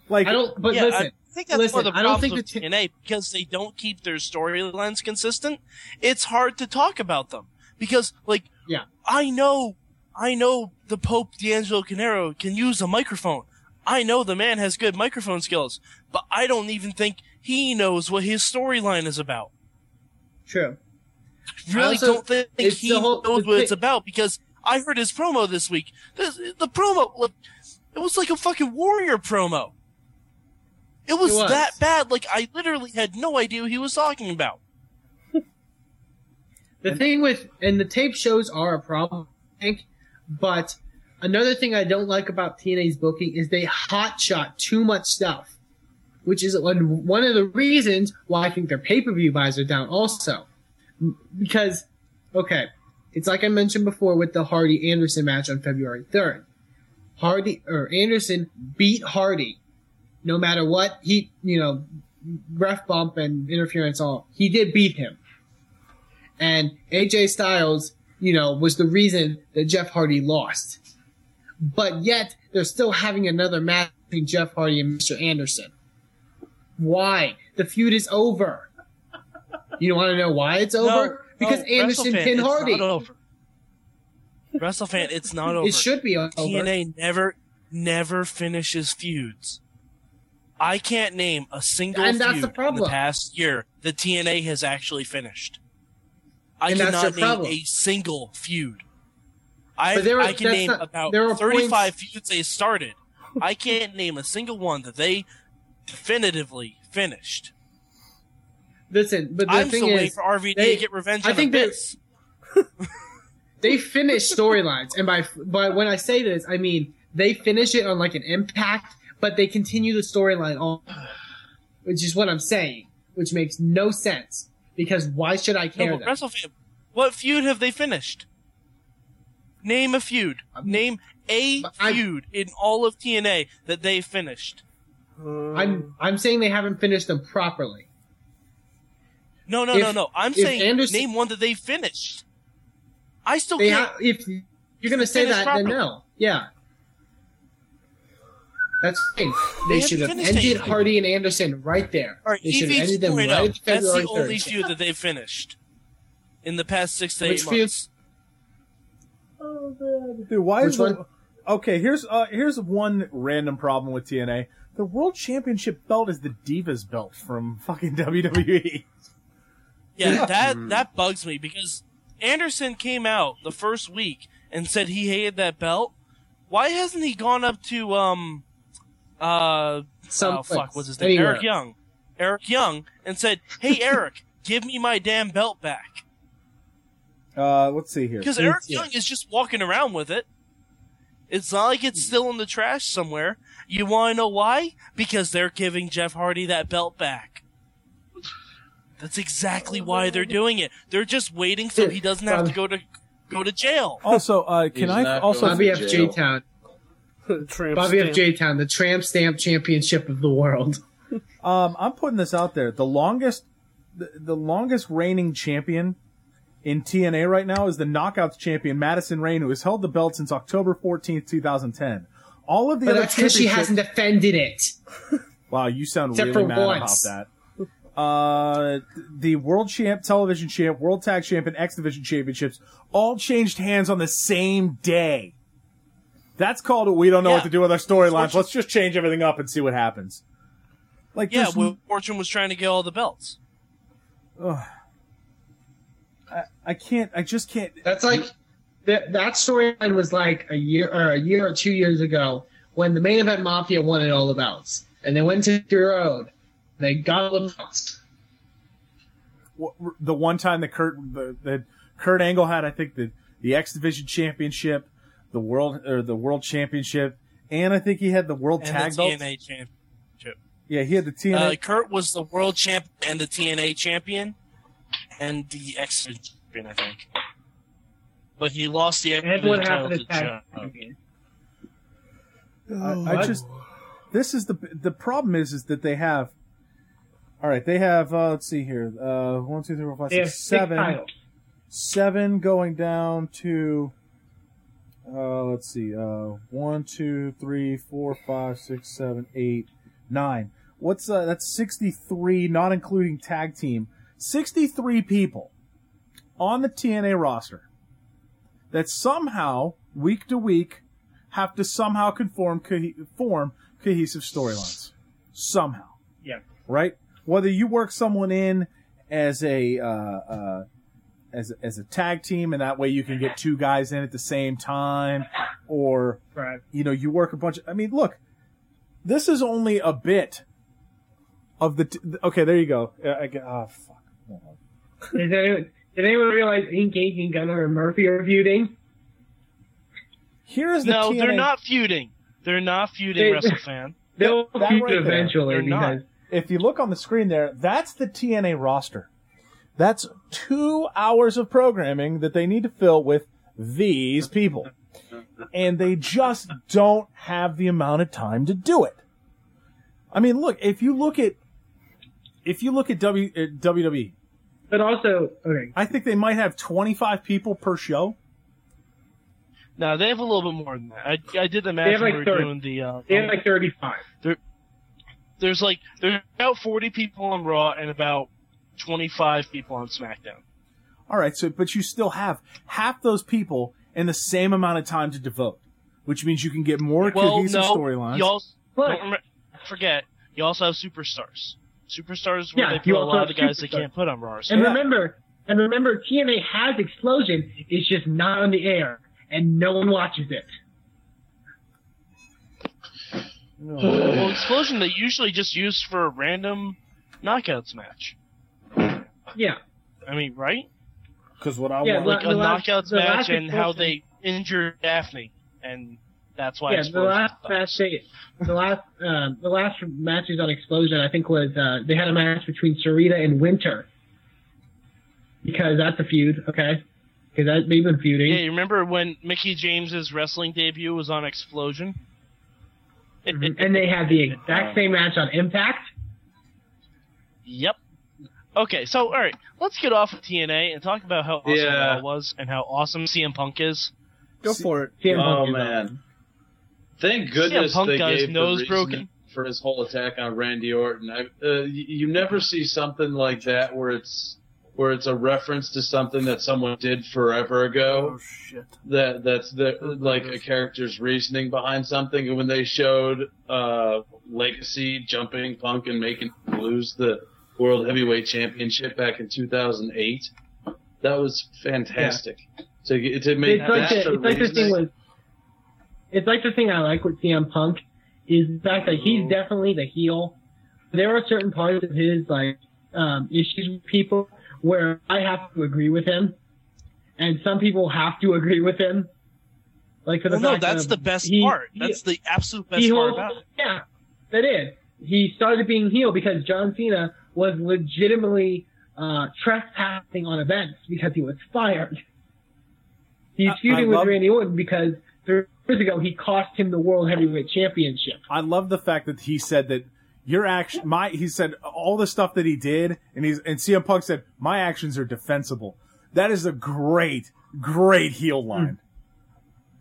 D: Like
E: I don't. But
F: yeah,
E: listen,
F: I think that's
E: listen,
F: one of the
E: I don't
F: problems
E: think
F: with
E: the t-
F: TNA because they don't keep their storylines consistent. It's hard to talk about them because, like,
E: Yeah.
F: I know, I know the Pope D'Angelo Canero can use a microphone. I know the man has good microphone skills, but I don't even think he knows what his storyline is about.
E: true.
F: I really
E: Also,
F: don't think
E: it's
F: he
E: the whole-
F: knows what
E: the-
F: it's about because I heard his promo this week. This, the promo, like, it was like a fucking warrior promo. It was,
E: It was.
F: that bad. Like I literally had no idea what he was talking about.
E: The thing with and the tape shows are a problem, I think. But another thing I don't like about TNA's booking is they hotshot too much stuff, which is one one of the reasons why I think their pay per view buys are down. Also, because okay, it's like I mentioned before with the Hardy Anderson match on February third. Hardy or Anderson beat Hardy, no matter what he you know, ref bump and interference all he did beat him and AJ Styles, you know, was the reason that Jeff Hardy lost. But yet they're still having another match between Jeff Hardy and Mr. Anderson. Why? The feud is over. You want to know why it's over?
F: No,
E: because
F: no,
E: Anderson
F: WrestleFan,
E: pinned
F: oh, it's
E: Hardy.
F: Not over. WrestleFan, it's not over.
E: It should be over.
F: TNA never, never finishes feuds. I can't name a single
E: And that's the
F: feud in the
E: problem.
F: past year that TNA has actually finished. I
E: And that's
F: cannot
E: their
F: name
E: problem.
F: a single feud. I,
E: But there are-
F: I can
E: that's
F: name
E: not-
F: about
E: there are
F: 35 feuds they started. I can't name a single one that they definitively finished.
E: Listen, but the
F: I'm
E: thing
F: still waiting
E: is,
F: for RVD
E: they-
F: to get revenge
E: I
F: on
E: think they-
F: Abyss.
E: they finish storylines, and by by when I say this, I mean they finish it on like an impact, but they continue the storyline on, which is what I'm saying, which makes no sense because why should I care?
F: No,
E: then?
F: but WrestleFan, what feud have they finished? Name a feud. Name a
E: But I-
F: feud in all of TNA that they finished.
E: I'm I'm saying they haven't finished them properly.
F: No, no,
E: If-
F: no, no. I'm
E: if
F: saying
E: Anderson-
F: name one that they finished. I still
E: They
F: can't.
E: ha- if you're gonna say
F: Finish
E: that,
F: properly.
E: then no, yeah. That's the thing. They,
F: They
E: should have
F: haven't finished
E: ended
F: anything.
E: Hardy and Anderson right there.
F: All right, E
E: they should have ended them right
F: 2.0,
E: at
F: That's
E: February
F: the only
E: 3rd.
F: feud that they finished in the past six to
E: Which
F: eight
E: feud?
F: months.
D: oh, Dude, why is
E: Which
D: the okay? Here's uh, here's one random problem with TNA. The World Championship belt is the Divas belt from fucking E. WWE.
F: Yeah, that that bugs me because Anderson came out the first week and said he hated that belt. Why hasn't he gone up to um uh
E: Some
F: oh fuck what's his name
E: anywhere.
F: Eric Young, Eric Young, and said, "Hey Eric, give me my damn belt back."
D: Uh, let's see here.
F: Because Eric Young is just walking around with it. It's not like
E: Hmm.
F: it's still in the trash somewhere. You want to know why? Because they're giving Jeff Hardy that belt back. That's exactly why they're doing it. They're just waiting so he doesn't have to go to go to jail.
D: Also, uh, can
G: He's
D: I
G: not
D: also
G: going.
E: Bobby F.
G: Jail.
E: J Town.
C: Tramp
E: Bobby F.
C: stamp.
E: J Town, the Tramp Stamp Championship of the world.
D: Um, I'm putting this out there. The longest, the, the longest reigning champion in TNA right now is the Knockouts champion Madison Rain, who has held the belt since October 14th, 2010. All of the
E: But
D: other
E: that's because she
D: championships-
E: hasn't defended it.
D: Wow, you sound
E: Except
D: really
E: for
D: mad
E: once.
D: about that. Uh, the world champ, television champ, world tag champ, and X division championships all changed hands on the same day. That's called we don't know
F: Yeah.
D: what to do with our storylines. Let's just change everything up and see what happens. Like
F: Yeah,
D: there's-
F: well, Fortune was trying to get all the belts.
D: I can't. I just can't.
E: That's like that. That storyline was like a year or a year or two years ago when the main event mafia won it all the belts, and they went to the road. They got all the belts.
D: w- the one time that Kurt the, that Kurt Angle had, I think the the X Division Championship, the world or the World Championship, and I think he had the World
F: And E
D: Tag
F: the
D: Belt.
F: TNA champ.
D: Yeah, he had the
F: Uh,
D: TNA.
F: Kurt was the world champ and the TNA champion and the X champion, I think. But he lost the X
E: And what happened to
F: title
E: tag?
F: to
E: Oh.
D: I, I just this is the the problem is is that they have. All right, they have. Uh, let's see here. Uh, one, two, three, four, five,
E: They have
D: six,
E: six
D: seven.
E: titles.
D: seven going down to uh let's see uh one two three four five six seven eight nine what's uh that's 63 not including tag team 63 people on the tna roster that somehow week to week have to somehow conform co- form cohesive storylines somehow
E: Yeah.
D: right whether you work someone in as a uh, uh as as a tag team, and that way you can get two guys in at the same time, or
E: Right.
D: you know you work a bunch. Of, I mean, look, this is only a bit of the. T- okay, there you go. Uh, I, g- oh, fuck.
E: Did anyone, did anyone realize Ink Ink and Gunner and Murphy are feuding?
D: Here is the
F: No,
D: TNA
F: they're not feuding. They're not feuding,
E: They-
F: WrestleFan.
E: They'll
D: that
E: feud
D: right there.
E: eventually
F: They're not.
E: because
D: If you look on the screen there, that's the TNA roster. That's two hours of programming that they need to fill with these people. And they just don't have the amount of time to do it. I mean, look, if you look at if you look at w, uh, WWE,
E: but also okay.
D: I think they might have 25 people per show.
F: No, they have a little bit more than that. I, I did the math
E: have,
F: when
E: like,
F: we were
E: 30.
F: doing the. Uh,
E: They have like thirty five.
F: there's like there's about 40 people on Raw and about 25 people on SmackDown.
D: All right, so but you still have half those people and the same amount of time to devote, which means you can get more
F: Well,
D: cohesive
F: no,
D: storylines.
F: you also
E: But-
F: don't remember, forget you also have superstars. Superstars where
E: Yeah,
F: they
E: you
F: put a
E: also
F: lot
E: have
F: of the guys they
E: superstars.
F: can't put on Raw. So
E: And remember, and remember, TNA has Explosion. It's just not on the air, and no one watches it.
F: well, explosion they usually just use for a random knockouts match.
E: Yeah.
F: I mean, right?
D: Because what I
E: Yeah,
D: want,
E: well-
F: Like
E: the
F: a
E: last-
F: knockouts
E: the
F: match
E: last
F: and how they
E: Explosion-
F: injured Daphne, and that's why.
E: Yeah, the
F: Explosion
E: last
F: stopped.
E: match they, the last um, the last matches on Explosion, I think was uh, they had a match between Sarita and Winter because that's a feud, okay? Because that they've been feuding.
F: Yeah, you remember when Mickey James's wrestling debut was on Explosion?
E: Mhm. and they had the
F: Oh.
E: exact same match on Impact.
F: Yep. Okay, so all right, let's get off of TNA and talk about how awesome
G: Yeah.
F: Raw was and how awesome CM Punk is.
C: Go for it.
E: CM
G: Oh
E: Punk is on.
G: man! Thank goodness
F: Punk
G: they
F: guy's
G: gave
F: nose
G: the reason
F: broken.
G: for his whole attack on Randy Orton. I, uh, y- you never see something like that where it's where it's a reference to something that someone did forever ago.
H: Oh shit.
G: that that's the like a character's reasoning behind something. And when they showed uh, Legacy jumping Punk and making him lose the World Heavyweight Championship back in 2008, that was fantastic. To get to make
E: it's
G: that
E: like the,
G: the
E: it's like the thing
G: reasoning-
E: with it's like the thing I like with CM Punk is the fact that
F: Oh.
E: he's definitely the heel. There are certain parts of his like um, issues with people where I have to agree with him, and some people have to agree with him. Like for the
F: Well, no,
E: fact
F: that's
E: of
F: the best
E: he-
F: part.
E: he-
F: That's the absolute best
E: heel-
F: part about it.
E: Yeah, that is. He started being heel because John Cena was legitimately uh, trespassing on events because he was fired. He's
D: I- I
E: feuding with
D: love-
E: Randy Orton because three years ago he cost him the World Heavyweight Championship.
D: I love the fact that he said that your action, my, he said all the stuff that he did, and he's and CM Punk said my actions are defensible. That is a great, great heel line.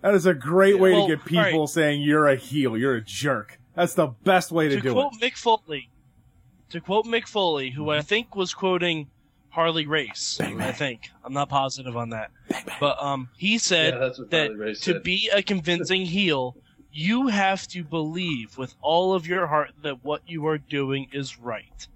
D: That is a great way
F: Hmm. Well,
D: to get people
F: all
D: saying you're a heel, you're a jerk. That's the best way to,
F: to
D: do
F: quote
D: it.
F: Mick Foley, to quote Mick Foley, who I think was quoting Harley Race. I think I'm not positive on that, but um, he said
G: Yeah, that's what
F: that
G: Harley Race
F: to
G: said.
F: be a convincing heel, you have to believe with all of your heart that what you are doing is right.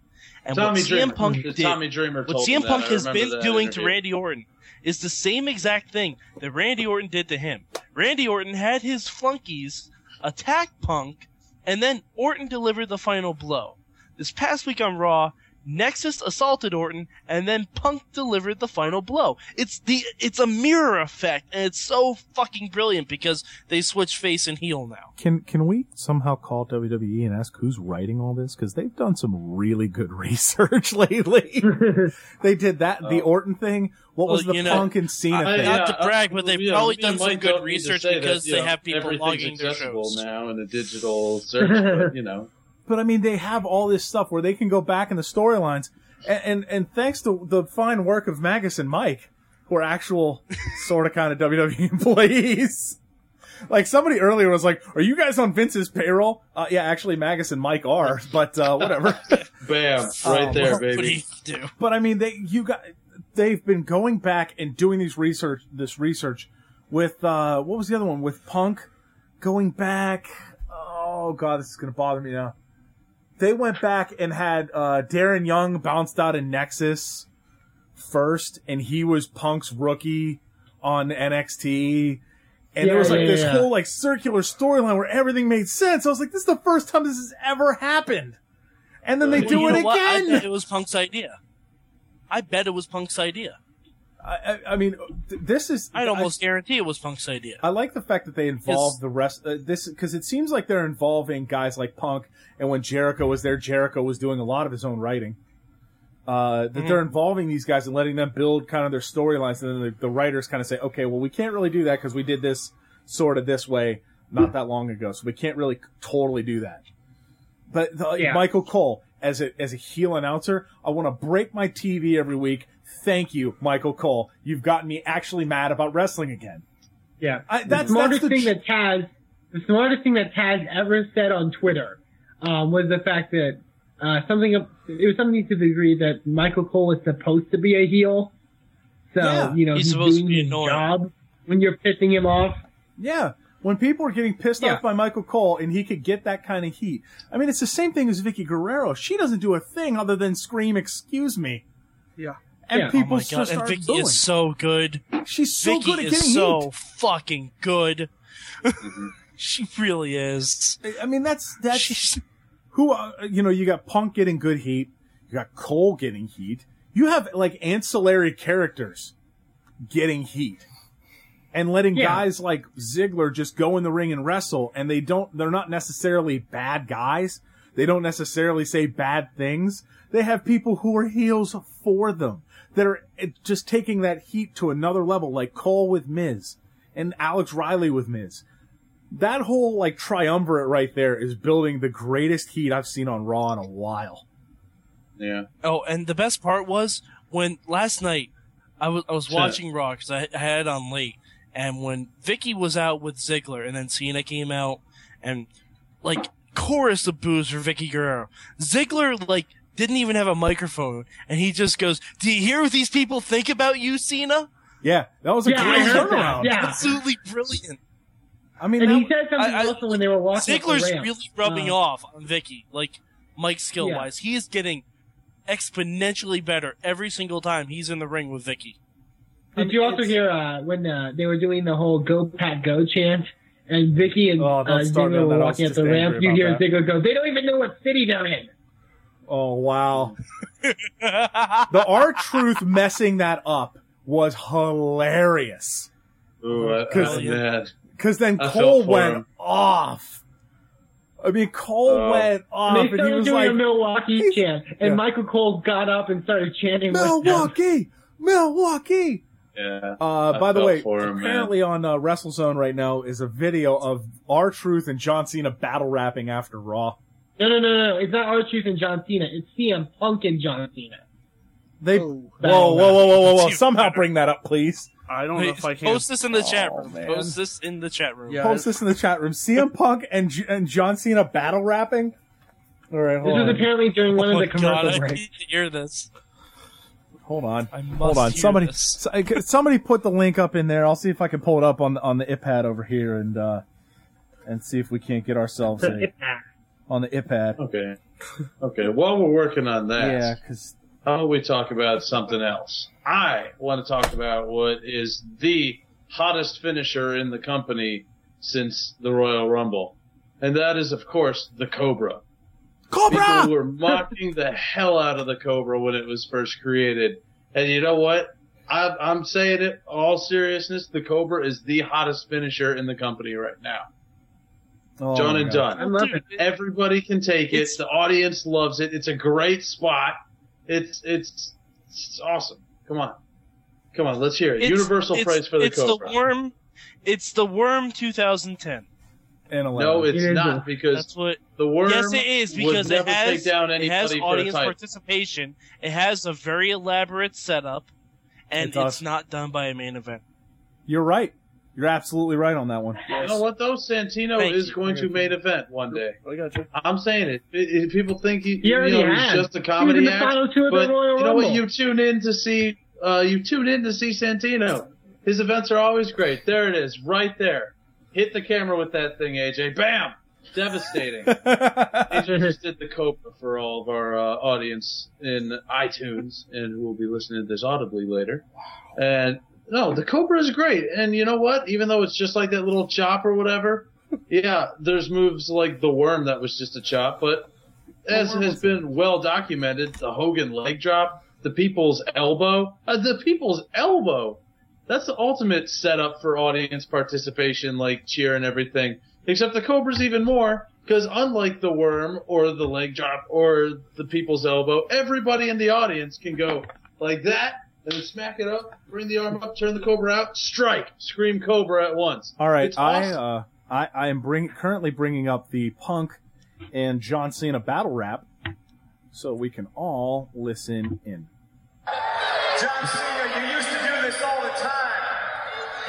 F: And
G: Tommy
F: what
G: Dreamer.
F: CM Punk
G: The
F: did,
G: Tommy Dreamer
F: what
G: told him
F: CM
G: that.
F: Punk
G: I
F: has
G: remember
F: been
G: that
F: doing to
G: interview.
F: Randy Orton is the same exact thing that Randy Orton did to him. Randy Orton had his flunkies attack Punk, and then Orton delivered the final blow. This past week on Raw, Nexus assaulted Orton, and then Punk delivered the final blow. It's the it's a mirror effect, and it's so fucking brilliant because they switch face and heel now.
D: Can can we somehow call WWE and ask who's writing all this? Because they've done some really good research lately. they did that, the Orton thing. What
F: Oh. Well,
D: was the
F: you know,
D: Punk and Cena
G: I-
D: thing?
F: Not
G: Yeah,
F: to
G: uh,
F: brag, but they've
G: yeah,
F: probably
G: me and
F: done some
G: Mike
F: good
G: don't need to
F: research
G: say that,
F: because
G: you
F: they
G: know,
F: have people
G: everything's
F: logging their
G: accessible
F: shows.
G: now in a digital search, but, you know.
D: But I mean, they have all this stuff where they can go back in the storylines, and, and and thanks to the fine work of Magus and Mike, who are actual sort of kind of WWE employees. Like somebody earlier was like, "Are you guys on Vince's payroll?" Uh, yeah, actually, Magus and Mike are, but uh, whatever.
G: Bam, right
D: Oh,
G: there,
D: well,
F: What do
G: baby.
F: you do?
D: but I mean, they you got they've been going back and doing these research, this research with uh, what was the other one with Punk going back. Oh god, this is gonna bother me now. They went back and had uh, Darren Young bounced out in Nexus first, and he was Punk's rookie on NXT. And there was like
E: Yeah,
D: this
E: yeah, yeah.
D: whole like circular storyline where everything made sense. I was like, this is the first time this has ever happened. And then they
G: Well,
D: do
F: you
D: it
F: know
D: again.
F: what? I bet it was Punk's idea. I bet it was Punk's idea.
D: I, I, I mean, th- this is.
F: I'd almost guarantee it was Punk's idea.
D: I, I like the fact that they involve
F: Yes.
D: the rest. Uh, this because it seems like they're involving guys like Punk, and when Jericho was there, Jericho was doing a lot of his own writing. Uh, that they're involving these guys and letting them build kind of their storylines, and then the, the writers kind of say, "Okay, well, we can't really do that because we did this sort of this way not that long ago, so we can't really totally do that." But the,
E: Yeah.
D: Michael Cole as a as a heel announcer, I want to break my TV every week. Thank you, Michael Cole. You've gotten me actually mad about wrestling again.
E: Yeah,
D: I- that's-
E: the smartest
D: that's the
E: thing
D: tr-
E: that Taz, the smartest thing that Taz ever said on Twitter, um, was the fact that uh, something of- it was something to the degree that Michael Cole is supposed to be a heel, so
D: Yeah,
E: you know
F: he's
E: he's,
F: supposed to
E: doing
F: be
E: his
F: annoying.
E: job when you're pissing him off.
D: Yeah. When people are getting pissed
E: Yeah.
D: off by Michael Cole and he could get that kind of heat. I mean, it's the same thing as Vicky Guerrero. She doesn't do a thing other than scream, excuse me.
H: Yeah.
D: And
E: Yeah. Oh
F: Oh
D: people
F: my
D: just
F: god, and
D: start
F: Vicky
D: booing.
F: is so good.
D: She's so
F: Vicky
D: good at getting
F: is so
D: heat.
F: fucking good. she really is.
D: I mean, that's, that's who, uh, you know, you got Punk getting good heat. You got Cole getting heat. You have like ancillary characters getting heat and letting
E: Yeah.
D: guys like Ziggler just go in the ring and wrestle. And they don't, they're not necessarily bad guys. They don't necessarily say bad things. They have people who are heels for them that are eh, just taking that heat to another level, like Cole with Miz and Alex Riley with Miz. That whole like triumvirate right there is building the greatest heat I've seen on Raw in a while.
G: Yeah.
F: Oh, and the best part was when last night I was I was
G: Sure.
F: watching Raw because I, I had it on late, and when Vicky was out with Ziggler, and then Cena came out, and like chorus of boos for Vicky Guerrero. Ziggler like didn't even have a microphone, and he just goes, "Do you hear what these people think about you, Cena?"
D: Yeah, that was a
E: Yeah, I
D: great
E: heard that.
D: turnaround.
E: Yeah.
F: Absolutely brilliant.
D: I mean,
E: And
D: that
E: he
D: was-
E: said something
F: I- I-
E: also when they were walking. up the
F: Ziggler's
E: ramp.
F: really rubbing
E: Uh,
F: off on Vicky, like Mike skill wise. He is getting exponentially better every single time he's in the ring with Vicky.
E: Did you also hear uh, when uh, they were doing the whole "Go Pat Go" chant, and Vicky and
D: Oh,
E: uh,
D: don't start me
E: Ziggler
D: on
E: were
D: that. I was
E: walking up
D: just
E: the
D: angry
E: ramp? You
D: about
E: hear
D: that.
E: Ziggler go, "They don't even know what city they're in."
D: oh wow, the R truth messing that up was hilarious.
G: Ooh, I,
D: Cause-
G: I'm mad.
D: Because then
G: I
D: Cole
G: felt for
D: went
G: him.
D: off. I mean, Cole
G: Oh.
D: went off, and,
E: And they
D: he
E: started
D: was
E: doing
D: like,
E: a Milwaukee
D: He's-
E: chant, and
D: Yeah.
E: Michael Cole got up and started chanting with them.
D: "Milwaukee, Milwaukee."
G: Yeah.
D: Uh,
G: I
D: by the
G: felt
D: way,
G: for him, man.
D: apparently on uh, WrestleZone right now is a video of R Truth and John Cena battle rapping after Raw.
E: No, no, no, no. It's not R Truth and John Cena. It's CM Punk and John Cena.
D: They
E: Oh,
D: whoa, whoa,
E: battle
D: whoa, whoa, whoa, whoa!
F: Dude.
D: Somehow bring that up, please.
H: I don't know if I can.
F: Post this in the chat
D: Oh,
F: room.
D: man.
F: Post this in the chat room.
H: Yeah.
D: Post this in the chat room. CM Punk and J- and John Cena battle rapping. All right,
E: This
D: hold on.
E: was apparently during one
F: Oh
E: of
F: my
E: the commercial
F: God, I
E: breaks.
F: need to hear this.
D: Hold on.
F: I must
D: Hold on.
F: hear
D: Somebody,
F: this.
D: so- somebody put the link up in there. I'll see if I can pull it up on the, on the iPad over here and uh, and see if we can't get ourselves a, on the iPad.
G: Okay. Okay. While we're working on that,
D: Yeah, because
G: how about we talk about something else? I want to talk about what is the hottest finisher in the company since the Royal Rumble. And that is, of course, the Cobra. People were mocking the hell out of the Cobra when it was first created. And you know what? I, I'm saying it all seriousness. The Cobra is the hottest finisher in the company right now.
D: oh
G: Done
D: my
G: and
D: God.
G: done.
E: I love
F: Dude,
E: it.
F: it-
G: Everybody can take it.
F: It's-
G: the audience loves it. It's a great spot. It's it's it's awesome. Come on, come on. Let's hear it.
F: it's-
G: Universal
F: it's-
G: praise for the
F: it's
G: Cobra.
F: the worm. It's the worm 2010.
D: And
G: no,
D: it,
G: it's
E: It is
G: not
E: a-
G: because
F: That's what.
G: the worm.
F: Yes, it is because
G: would never
F: it has
G: take down anybody
F: it has
G: for a
F: audience
G: title.
F: participation. It has a very elaborate setup, and
D: It does.
F: it's not done by a main event.
D: you're right. You're absolutely right on that one.
G: You know what though? Santino
F: Thank
G: is
F: you.
G: going to main event one day.
H: I got you.
G: I'm saying it. I- I- People think he,
E: He
G: you
E: already
G: know, he's
E: has.
G: just
E: He
G: a
E: was in
G: comedy
E: the
G: act.
E: final two of
G: But
E: the Royal
G: you know
E: Rumble.
G: what? You tune in to see. Uh, you tune in to see Santino. His events are always great. There it is, right there. Hit the camera with that thing, AJ. Bam! Devastating. AJ just did the Cobra for all of our uh, audience in iTunes, and who will be listening to this audibly later. And no, the Cobra is great. And you know what? Even though it's just like that little chop or whatever, yeah, there's moves like the worm that was just a chop, but as has been well documented, the Hogan leg drop, the people's elbow, uh, the people's elbow. That's the ultimate setup for audience participation, like cheer and everything. Except the Cobra's even more, because unlike the worm or the leg drop or the people's elbow, everybody in the audience can go like that and smack it up, bring the arm up, turn the Cobra out, strike, scream Cobra at once.
D: All right,
G: It's
D: I,
G: awesome.
D: uh, I I am bring currently bringing up the Punk and John Cena battle rap, so we can all listen in.
I: John Cena, you used to do this all the time.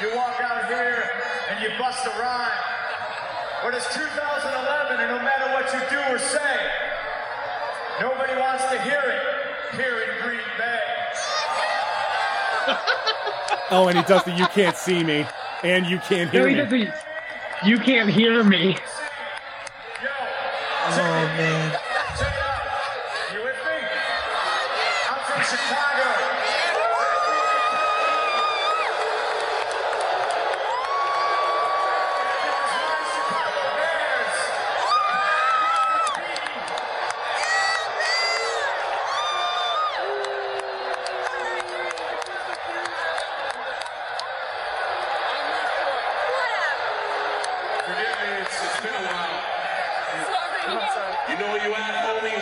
I: You walk out here and you bust a rhyme. But it's 2011, and no matter what you do or say, nobody wants to hear it here in Green Bay.
D: Oh, and he does the "You can't see me" and "You can't
E: No,
D: hear
E: he
D: me."
E: doesn't. You can't hear me.
I: Yo, oh man, check it out. You with me? I'm from Chicago. Chicago Bears. Forgive me, it's, it's been a while. You know where you at, homie?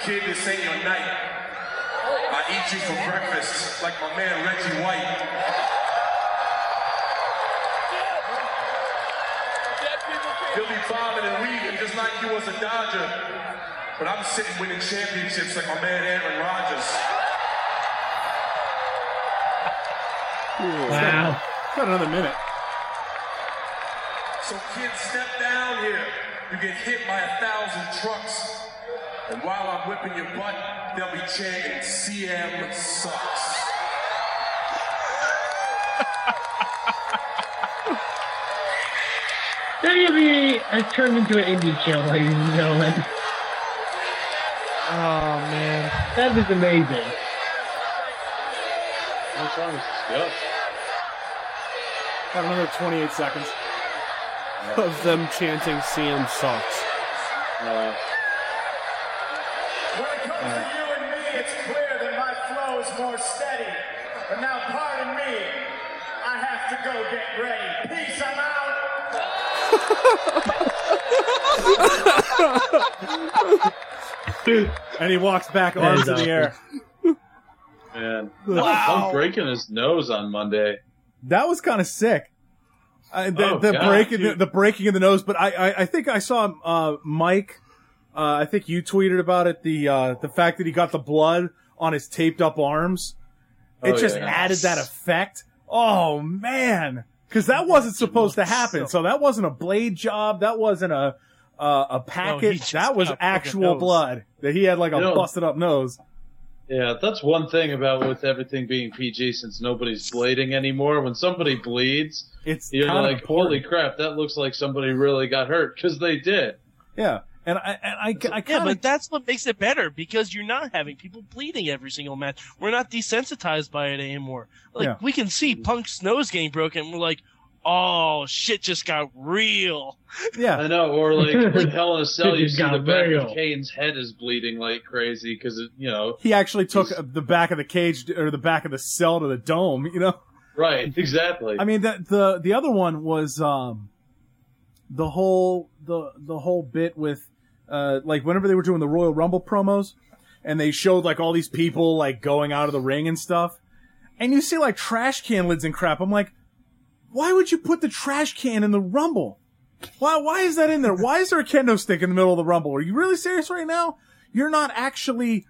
I: Kid, this ain't your night. I eat you for breakfast like my man Reggie White. He'll be bobbing and weaving just like you was a Dodger. But I'm sitting winning championships like my man Aaron Rodgers.
E: Wow.
D: Got another minute.
I: So kids, step down here. You get hit by a thousand trucks. And while I'm whipping your butt, they'll be chanting CM sucks.
E: WWE has turned into an indie show, ladies and gentlemen.
F: Oh man.
E: That is amazing.
G: How much longer does this
D: Got another 28 seconds.
C: of them chanting CM sucks.
G: go? Uh,
I: When it comes to you and me, it's clear that my flow is more steady. But now, pardon me, I have to go get ready. Peace, I'm out.
D: And he walks back,
E: That
D: arms
E: is
D: in the air.
G: man, wow. Punk breaking his nose on Monday.
D: That was kind of sick. Uh, the,
G: Oh,
D: the
G: God,
D: break in the,
G: dude.
D: the breaking in the nose, but I, I, I think I saw uh, Mike. Uh, I think you tweeted about it. The uh, the fact that he got the blood on his taped up arms, it
G: Oh,
D: just
G: yeah.
D: added that effect. Oh man, because that wasn't supposed to happen. So that wasn't a blade job. That wasn't a uh, a packet.
F: just
D: that was
F: got a fucking
D: actual
F: nose.
D: blood that he had like a
G: You know-
D: busted up nose.
G: Yeah, that's one thing about with everything being PG since nobody's blading anymore. When somebody bleeds,
D: It's
G: you're
D: kind
G: like,
D: of important.
G: holy crap, that looks like somebody really got hurt because they did.
D: yeah. And I and I, I kind
F: Yeah,
D: of
F: but that's what makes it better because you're not having people bleeding every single match. We're not desensitized by it anymore. Like
D: Yeah.
F: we can see Punk's nose getting broken. And we're like, oh shit, just got real.
D: yeah.
G: I know, or like with Hell in a Cell, you
E: Just
G: see
E: got
G: the back
E: real.
G: of Kane's head is bleeding like crazy because it, you know,
D: he actually took the back of the cage or the back of the cell to the dome. You know,
G: right? Exactly.
D: I mean that the the other one was um, the whole the the whole bit with uh, like whenever they were doing the Royal Rumble promos, and they showed like all these people like going out of the ring and stuff, and you see like trash can lids and crap. I'm like, why would you put the trash can in the Rumble? Why why is that in there? Why is there a kendo stick in the middle of the Rumble? Are you really serious right now? You're not actually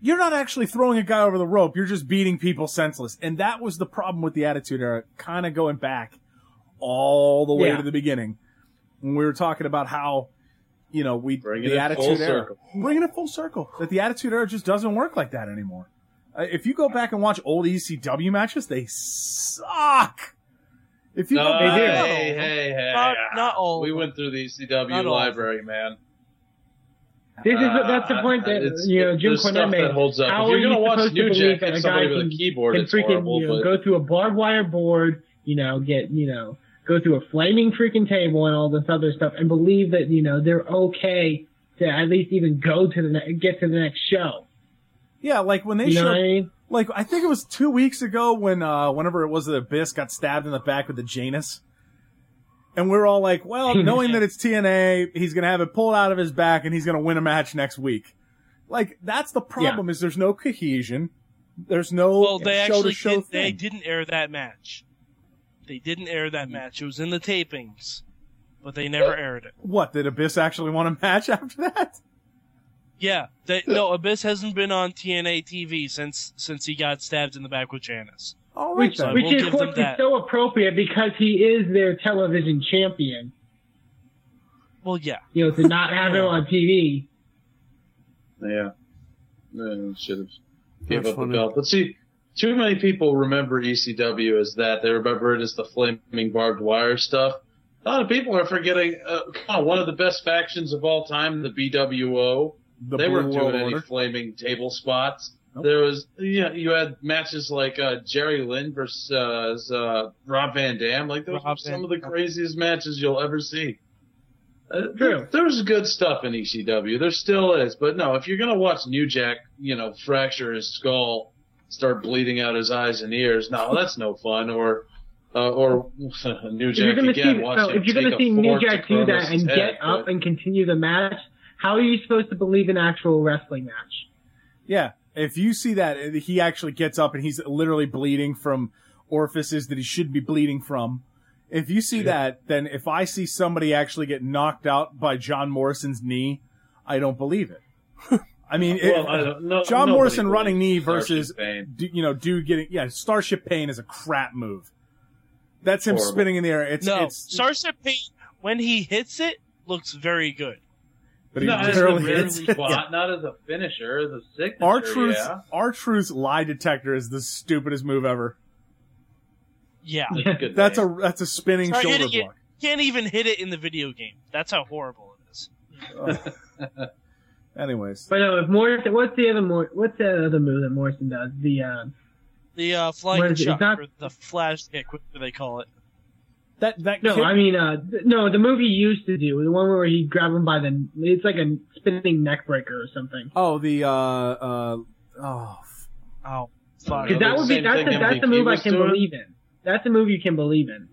D: you're not actually throwing a guy over the rope. You're just beating people senseless. And that was the problem with the Attitude Era, kind of going back all the way
E: Yeah.
D: to the beginning. When we were talking about how, you know, we
G: Bringing
D: the
G: it
D: Attitude
G: full
D: Era,
G: circle.
D: bringing it full circle, that the Attitude Era just doesn't work like that anymore. Uh, if you go back and watch old ECW matches, they suck. If you
G: No,
D: go back,
G: hey, hey, hey.
F: Not, not all.
G: we
F: of
G: went through the ECW
F: Not all.
G: library, man.
E: This is
G: Uh,
E: that's the point that
G: it's-
E: you know Jim
G: there's stuff
E: Cornette made.
G: that holds up.
E: How
G: If you're
E: are you
G: gonna watch
E: supposed to
G: New Jack
E: believe that
G: hit
E: a
G: somebody
E: guy
G: with a
E: can,
G: keyboard,
E: can
G: it's
E: freaking
G: horrible,
E: you know,
G: but-
E: go through a barbed wire board, you know, get you know, go through a flaming freaking table and all this other stuff, and believe that you know they're okay to at least even go to the ne- get to the next show.
D: yeah, like when they
E: You know
D: showed
E: what I mean?
D: like I think it was two weeks ago when uh whenever it was that Abyss got stabbed in the back with the Janus. And we're all like, well, knowing that it's TNA, he's gonna have it pulled out of his back and he's gonna win a match next week. Like that's the problem is there's no cohesion. There's no
F: Well, they
D: show to
F: actually
D: show
F: did, they
D: thing.
F: didn't air that match. They didn't air that match. It was in the tapings, but they never aired it.
D: What did Abyss actually want a match after that?
F: Yeah, they, no, Abyss hasn't been on TNA TV since since he got stabbed in the back with Janice.
D: All right
E: Which,
D: then.
E: which
F: we'll
E: is
F: give
E: of course
F: them that.
E: is so appropriate because he is their television champion.
F: Well, yeah,
E: You know, to not have him on TV.
G: Yeah. No, should have gave
C: That's
G: up
C: funny.
G: the belt. But see, too many people remember ECW as that. They remember it as the flaming barbed wire stuff. A lot of people are forgetting uh, kind of one of the best factions of all time, the BWO.
D: The
G: they
D: Blue
G: weren't doing
D: World
G: any
D: Order.
G: flaming table spots. There was, yeah, you had matches like uh, Jerry Lynn versus uh, uh, Rob Van Dam. Like
F: Rob
G: those were some
F: Van
G: of the craziest matches you'll ever see. Uh,
E: True.
G: there, there's good stuff in ECW. There still is, but no, if you're gonna watch New Jack, you know, fracture his skull, start bleeding out his eyes and ears, no, that's no fun. Or, uh, or New
E: If you're
G: Jack
E: gonna
G: again.
E: see,
G: watch
E: no,
G: him
E: if you're
G: take
E: gonna
G: a
E: see New
G: fork to
E: Jack do
G: Cronus'
E: that and
G: head,
E: get
G: but-
E: up and continue the match, how are you supposed to believe in actual wrestling match?
D: Yeah. If you see that uh, he actually gets up and he's literally bleeding from orifices that he shouldn't be bleeding from. If you see that, then if I see somebody actually get knocked out by John Morrison's knee, I don't believe it. I mean,
G: Well,
D: if-
G: I don't- no-
D: John
G: nobody
D: Morrison
G: believes
D: running knee
G: Starship
D: versus
G: Pain.
D: du- you know dude getting yeah Starship Pain is a crap move. That's him
G: Horrible.
D: spinning in the air. It's
F: no,
D: it's
F: Starship Pain when he hits it looks very good.
D: But he
G: Not as a
D: barely
G: rare
D: hits it.
G: spot, not as a finisher, as a signature.
D: Our truth,
G: yeah.
D: our truth lie detector is the stupidest move ever.
F: Yeah.
G: That's a good
D: That's
G: name.
D: a that's a spinning
F: Try
D: shoulder
F: hitting it.
D: block.
F: Can't even hit it in the video game. That's how horrible it is.
D: Oh. Anyways,
E: But no, if Morrison, what's the other Mor- what's the other move that Morrison does? The uh,
F: The uh,
E: What
F: flying
E: is it?
F: chuck,
E: It's not-
F: or the flash kick, whatever they call it.
D: that that
E: no,
D: kick-
E: I mean uh, th- no, the move he used to do, the one where he grabbed him by the, it's like a spinning neck breaker or something.
D: oh the uh uh oh f-
F: Oh, fuck.
E: Because that
G: Another
E: would be
G: same
E: that's
G: thing
E: a, that's a
G: MVP
E: move I
G: was
E: can
G: doing?
E: believe in. That's a move you can believe in.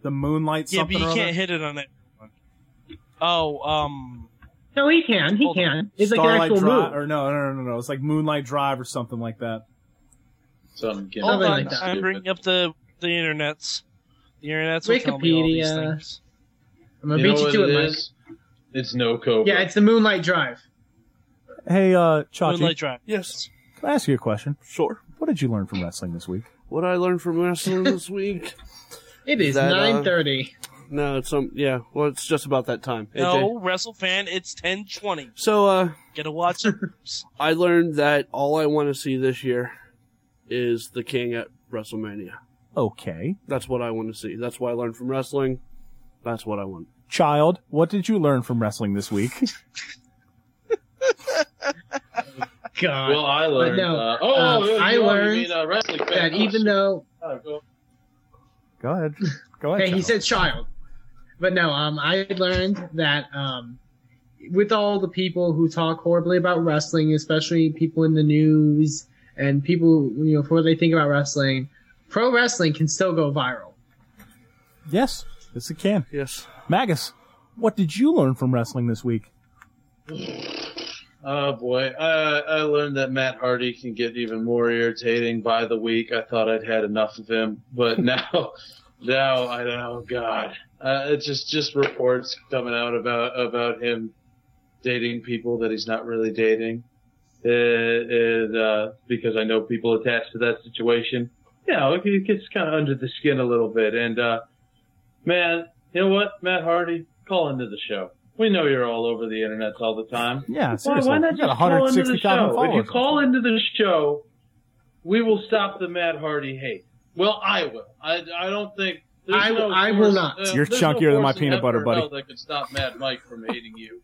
D: the moonlight
F: Yeah, but
D: something
F: you
D: or
F: can't
D: other.
F: hit it on that one. Oh, um,
E: No, he can, he
F: Hold on.
E: can. It's like an
D: Starlight
E: actual
D: drive
E: move.
D: or no no no no no it's like moonlight drive or something like that.
G: Some gimmick.
E: Something
F: hold on.
E: like that.
F: I'm bringing up the the internets. The internets will tell me all these
E: Wikipedia.
F: things.
E: I'm gonna
G: you know
E: beat you
G: what
E: to it,
G: it
E: Mike.
G: is? It's no Cobra.
E: Yeah, it's the Moonlight Drive.
D: Hey uh Chachi,
F: Moonlight Drive.
C: Yes,
D: can I ask you a question?
C: sure.
D: What did you learn from wrestling this week?
C: What I learned from wrestling this week?
E: It is
C: That, uh,
E: 9:30.
C: No, it's um, yeah. Well, it's just about that time. AJ.
F: No, WrestleFan, it's 1020.
C: So, uh,
F: Gotta watch it.
C: I learned that all I want to see this year is the King at WrestleMania.
D: Okay,
C: That's what I want to see. That's what I learned from wrestling. That's what I want.
D: child, what did you learn from wrestling this week?
E: God.
G: Well, I learned.
E: no,
G: uh, oh,
E: uh,
G: you
E: I
G: know, you
E: learned
G: mean, uh, wrestling fan.
E: that
G: Oh,
E: even
G: shit.
E: though
G: Oh, cool.
D: Go ahead, go ahead.
E: hey, he
D: child.
E: said child, but no, um, I learned that um, with all the people who talk horribly about wrestling, especially people in the news and people you know for what they think about wrestling, pro wrestling can still go viral.
D: yes, yes it can.
C: Yes.
D: Magus, what did you learn from wrestling this week?
G: Oh boy, uh, I learned that Matt Hardy can get even more irritating by the week. I thought I'd had enough of him, but now, now I don't know. God, uh, it's just just reports coming out about about him dating people that he's not really dating, uh, and, uh, because I know people attached to that situation. You know, it- it gets kind of under the skin a little bit. And uh, man, you know what, Matt Hardy, call into the show. We know you're all over the internet all the time.
D: Yeah,
G: Why,
D: seriously.
G: why not
D: you got
G: just call into the
D: 160,000
G: show? If
D: followers.
G: you call into the show, we will stop the Matt Hardy hate. Well, I will. I, I don't think. there's
E: I-
G: no
E: I will
G: force-
E: not.
G: uh,
D: You're
G: there's
D: chunkier
G: no
D: than my
G: force in
D: peanut butter,
G: heaven or
D: buddy.
G: hell That could stop Mad Mike from hating you.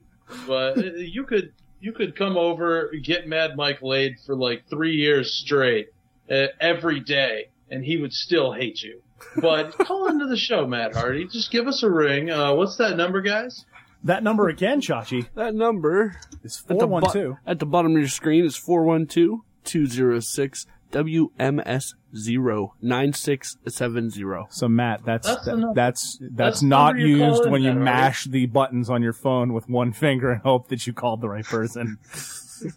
G: But uh, you could you could come over, get Mad Mike laid for like three years straight, uh, every day, and he would still hate you. But call into the show, Matt Hardy. Just give us a ring. Uh, what's that number, guys?
D: That number again, Chachi,
C: That number
D: is
C: at the,
D: 412.
C: bo- at the bottom of your screen is 412 206 WMS 9670.
D: so Matt, that's
G: That's
D: that-
G: enough.
D: that's that's,
G: That's the
D: not
G: number you call
D: used
G: in
D: when you
G: then, right?
D: mash the buttons on your phone with one finger and hope that you called the right person.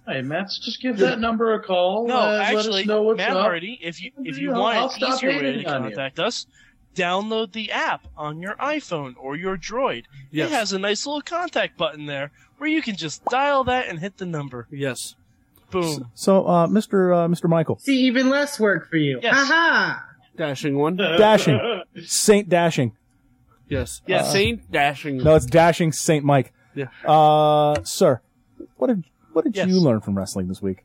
G: Hey, Matt, just give that number a call.
F: No,
G: uh, let
F: actually,
G: us know what's
F: Matt
G: up.
F: Hardy, if you if you
G: I'll-
F: want
G: I'll
F: an
G: stop
F: easier way
G: hating
F: to
G: on you.
F: contact us, download the app on your iPhone or your Droid.
C: Yes.
F: It has a nice little contact button there where you can just dial that and hit the number.
C: Yes.
F: Boom.
D: So, uh, Mr. Uh, Mr. Michael,
E: See, even less work for you.
F: Yes.
E: Aha!
C: Dashing one.
D: dashing Saint Dashing.
C: Yes.
F: Yes.
C: Uh, Saint Dashing.
D: No, it's dashing Saint Mike.
C: Yeah.
D: Uh, sir, what did what did
F: Yes.
D: you learn from wrestling this week?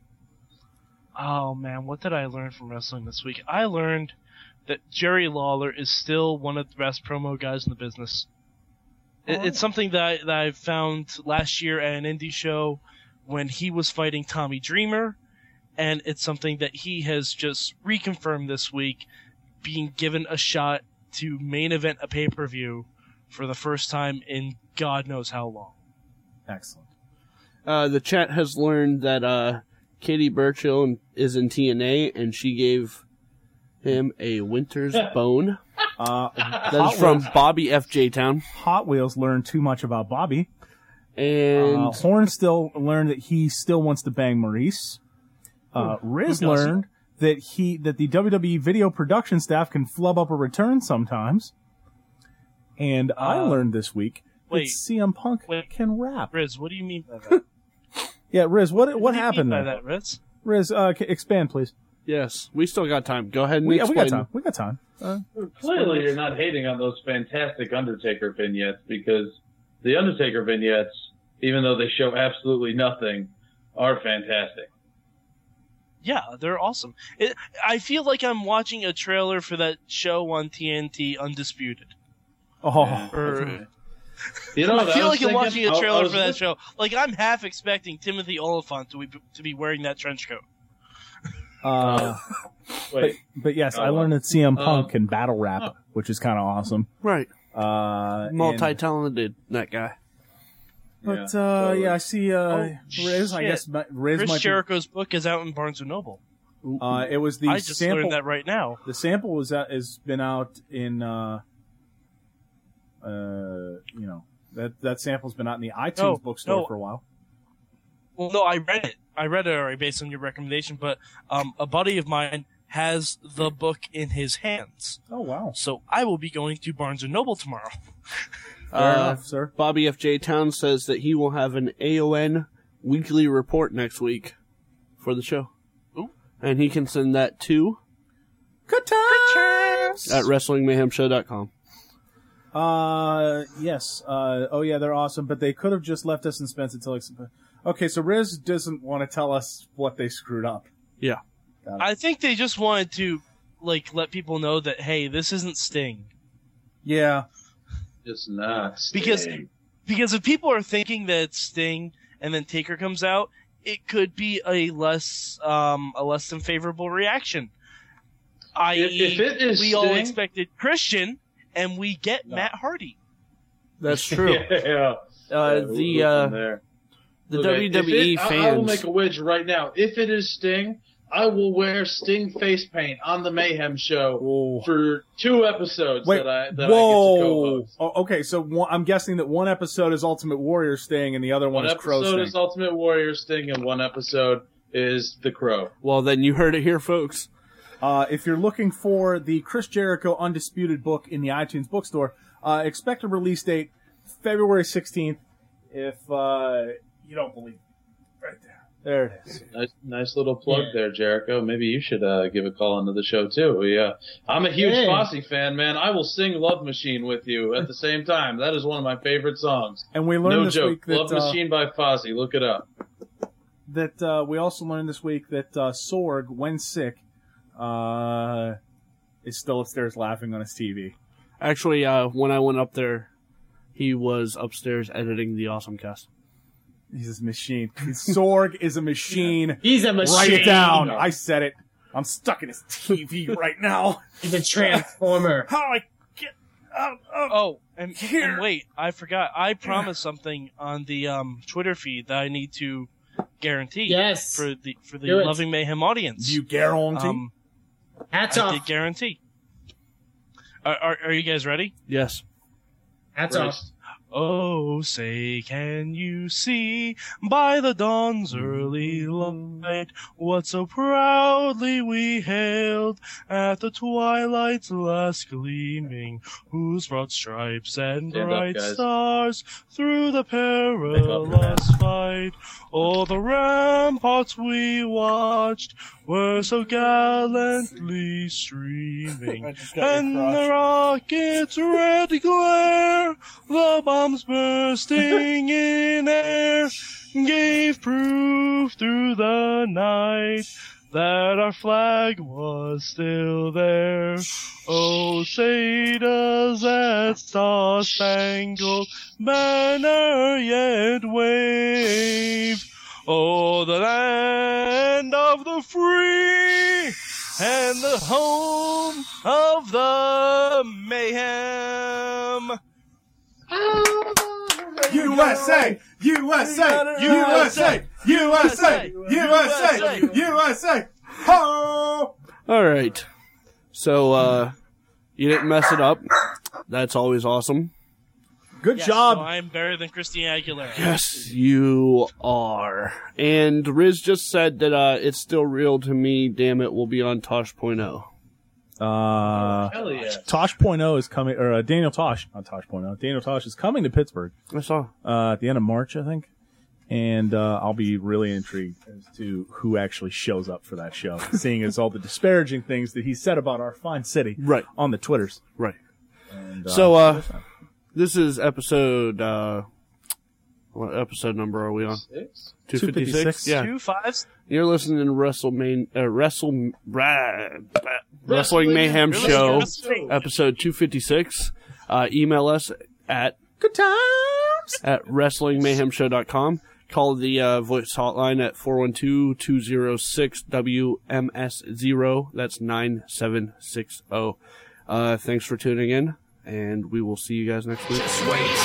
F: Oh man, what did I learn from wrestling this week? I learned that Jerry Lawler is still one of the best promo guys in the business. It, it's something that I, that I found last year at an indie show when he was fighting Tommy Dreamer, and it's something that he has just reconfirmed this week, being given a shot to main event a pay per view for the first time in God knows how long.
D: Excellent.
C: Uh, the chat has learned that uh, Katie Burchill is in TNA and she gave him a winter's bone.
D: Uh,
C: That is from Bobby FJ Town.
D: Hot Wheels learned too much about Bobby.
C: And
D: uh, Horn still learned that he still wants to bang Maurice.
F: Oh,
D: Uh, Riz
F: who doesn't?
D: learned that he that the WWE video production staff can flub up a return sometimes. And I
F: Uh,
D: learned this week
F: wait.
D: that CM Punk
F: Wait.
D: can rap.
F: Riz, what do you mean by that?
D: Yeah, Riz, what
F: What
D: what
F: do you mean
D: happened
F: by
D: there?
F: that, Riz?
D: Riz, uh, c- expand please.
C: yes, we still got time. Go ahead and
D: We, yeah, we
C: explain.
D: got time. We got time. Uh,
G: Clearly, you're not hating on those fantastic Undertaker vignettes because the Undertaker vignettes even though they show absolutely nothing, are fantastic.
F: Yeah, they're awesome. It, I feel like I'm watching a trailer for that show on TNT, Undisputed.
D: Oh,
F: Or,
G: You know,
F: I feel
G: what
F: like
G: was
F: I'm
G: thinking?
F: watching
G: I-
F: a
G: I
F: trailer
G: was
F: for that
G: lis-
F: show. Like I'm half expecting Timothy Oliphant to be to be wearing that trench coat.
D: uh, but,
G: Wait,
D: but yes,
G: Oh,
D: I
F: Uh,
G: well.
D: learned that CM Punk
G: Um,
D: can battle rap, which is kind of awesome.
C: Right.
D: Uh, and-
C: Multi-talented, that guy.
D: But yeah, uh, yeah I see. Uh, Riz, I
F: Oh, shit.
D: guess mi- Riz
F: Chris
D: might.
F: Jericho's book is out in Barnes and Noble.
D: be, uh, it was the
F: I just
D: sample.
F: learned that right now.
D: The sample was out, has been out in. Uh, uh, you know that that sample's been out in the iTunes
F: No,
D: bookstore
F: no.
D: for a while.
F: Well, no, I read it. I read it already based on your recommendation. But um, a buddy of mine has the book in his hands,
D: Oh wow!
F: so I will be going to Barnes and Noble tomorrow.
D: Fair
C: Uh,
D: enough, sir.
C: Bobby FJ Town says that he will have an AON weekly report next week for the show.
F: Ooh.
C: And he can send that to
D: Good times.
C: at WrestlingMayhemShow.com.
D: Uh, yes. Uh, oh yeah, they're awesome, but they could have just left us in Spence until. Ex- okay, so Riz doesn't want to tell us what they screwed up.
C: Yeah.
F: I think they just wanted to like let people know that hey, this isn't Sting.
D: Yeah.
G: It's not
F: Because-
G: Sting.
F: because if people are thinking that it's Sting and then Taker comes out, it could be a less um, a less than favorable reaction. I E,
G: if it is
F: we all
G: Sting-
F: expected Christian and we get Matt Hardy.
C: That's true.
G: yeah,
C: uh,
G: Yeah, we'll
C: the
G: go
C: uh,
G: from there.
C: the
G: Look, if
C: WWE
G: it- I, I
C: fans.
G: will make a wedge right now. If it is Sting, I will wear Sting face paint on the Mayhem Show
F: Oh,
D: Whoa.
G: for two episodes
D: Wait,
G: that I that I get to
D: whoa!
G: co-host.
D: Oh, okay, so one, I'm guessing that one episode is Ultimate Warrior Sting, and the other one,
G: One
D: is Crow
G: episode
D: Sting.
G: is Ultimate Warrior Sting, and one episode is the Crow.
C: well, then you heard it here, folks.
D: Uh, if you're looking for the Chris Jericho Undisputed book in the iTunes bookstore, uh, expect a release date February 16th. If uh, you don't believe me, right there, there it is.
G: Nice, nice little plug there, Jericho. Maybe you should uh, give a call into the show too. We, uh, I'm a huge
E: Yeah.
G: Fosse fan, man. I will sing "Love Machine" with you at the same time. That is one of my favorite songs.
D: And we learned
G: No
D: this
G: joke.
D: week that
G: "Love
D: uh,
G: Machine" by Fosse. Look it up.
D: that uh, we also learned this week that uh, Sorg, when sick, uh, is still upstairs laughing on his TV.
C: Actually, uh, when I went up there, he was upstairs editing the awesome cast.
D: He's a machine. Sorg is a machine.
E: He's a machine.
D: Write it down. I said it. I'm stuck in his TV right now.
E: He's a transformer.
D: How I get out of
F: Oh, and,
D: Here.
F: and wait, I forgot. I promised something on the um, Twitter feed that I need to guarantee
E: Yes.
F: for the for the
E: Do it.
F: loving mayhem audience.
D: you guarantee?
F: um,
E: Hats
F: I
E: off.
F: did guarantee. Are, are, are you guys ready?
C: Yes.
E: Hats off.
G: First.
F: Oh, say, can you see by the dawn's early light what so proudly we hailed at the twilight's last gleaming, whose broad stripes and
G: Stand up,
F: bright
G: guys.
F: stars through the perilous fight? All the ramparts we watched were so gallantly streaming. And the rocket's red glare, the bombs bursting in air, gave proof through the night that our flag was still there. Oh, say does that star-spangled banner yet wave? Oh, the land of the free and the home of the mayhem.
D: USA, USA, USA, USA, USA, USA. Ho!
C: All right. So uh, you didn't mess it up. That's always awesome.
D: Good
F: So
D: job.
F: I'm better than Christina Aguilera.
C: Yes, you are. And Riz just said that uh, it's still real to me. Damn it, we'll be on oh. Tosh.0.
D: Uh,
G: Hell yeah.
D: Tosh.0 is coming, or uh, Daniel Tosh, not Tosh.0, Daniel Tosh is coming to Pittsburgh
C: I saw.
D: uh, at the end of March, I think. And uh, I'll be really intrigued as to who actually shows up for that show, seeing as all the disparaging things that he said about our fine city
C: Right.
D: on the Twitters.
C: Right. uh,
D: And,
C: So uh, this is episode uh, What episode number are we on?
G: Six?
C: 256? Yeah.
F: Two fives.
C: You're listening to WrestleMan- uh, Wrestle, blah, blah, Wrestling Mayhem
F: Really?
C: Show,
F: Wrestling.
C: episode 256. Uh, email us at good times at wrestlingmayhemshow.com. Call the uh, voice hotline at 412 206 WMS0. That's 9760. Uh, thanks for tuning in, and we will see you guys next week.
B: Just wait,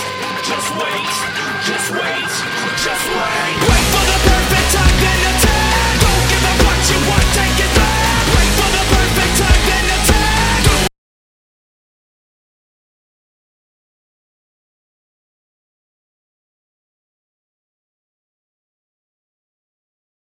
B: just wait, just wait,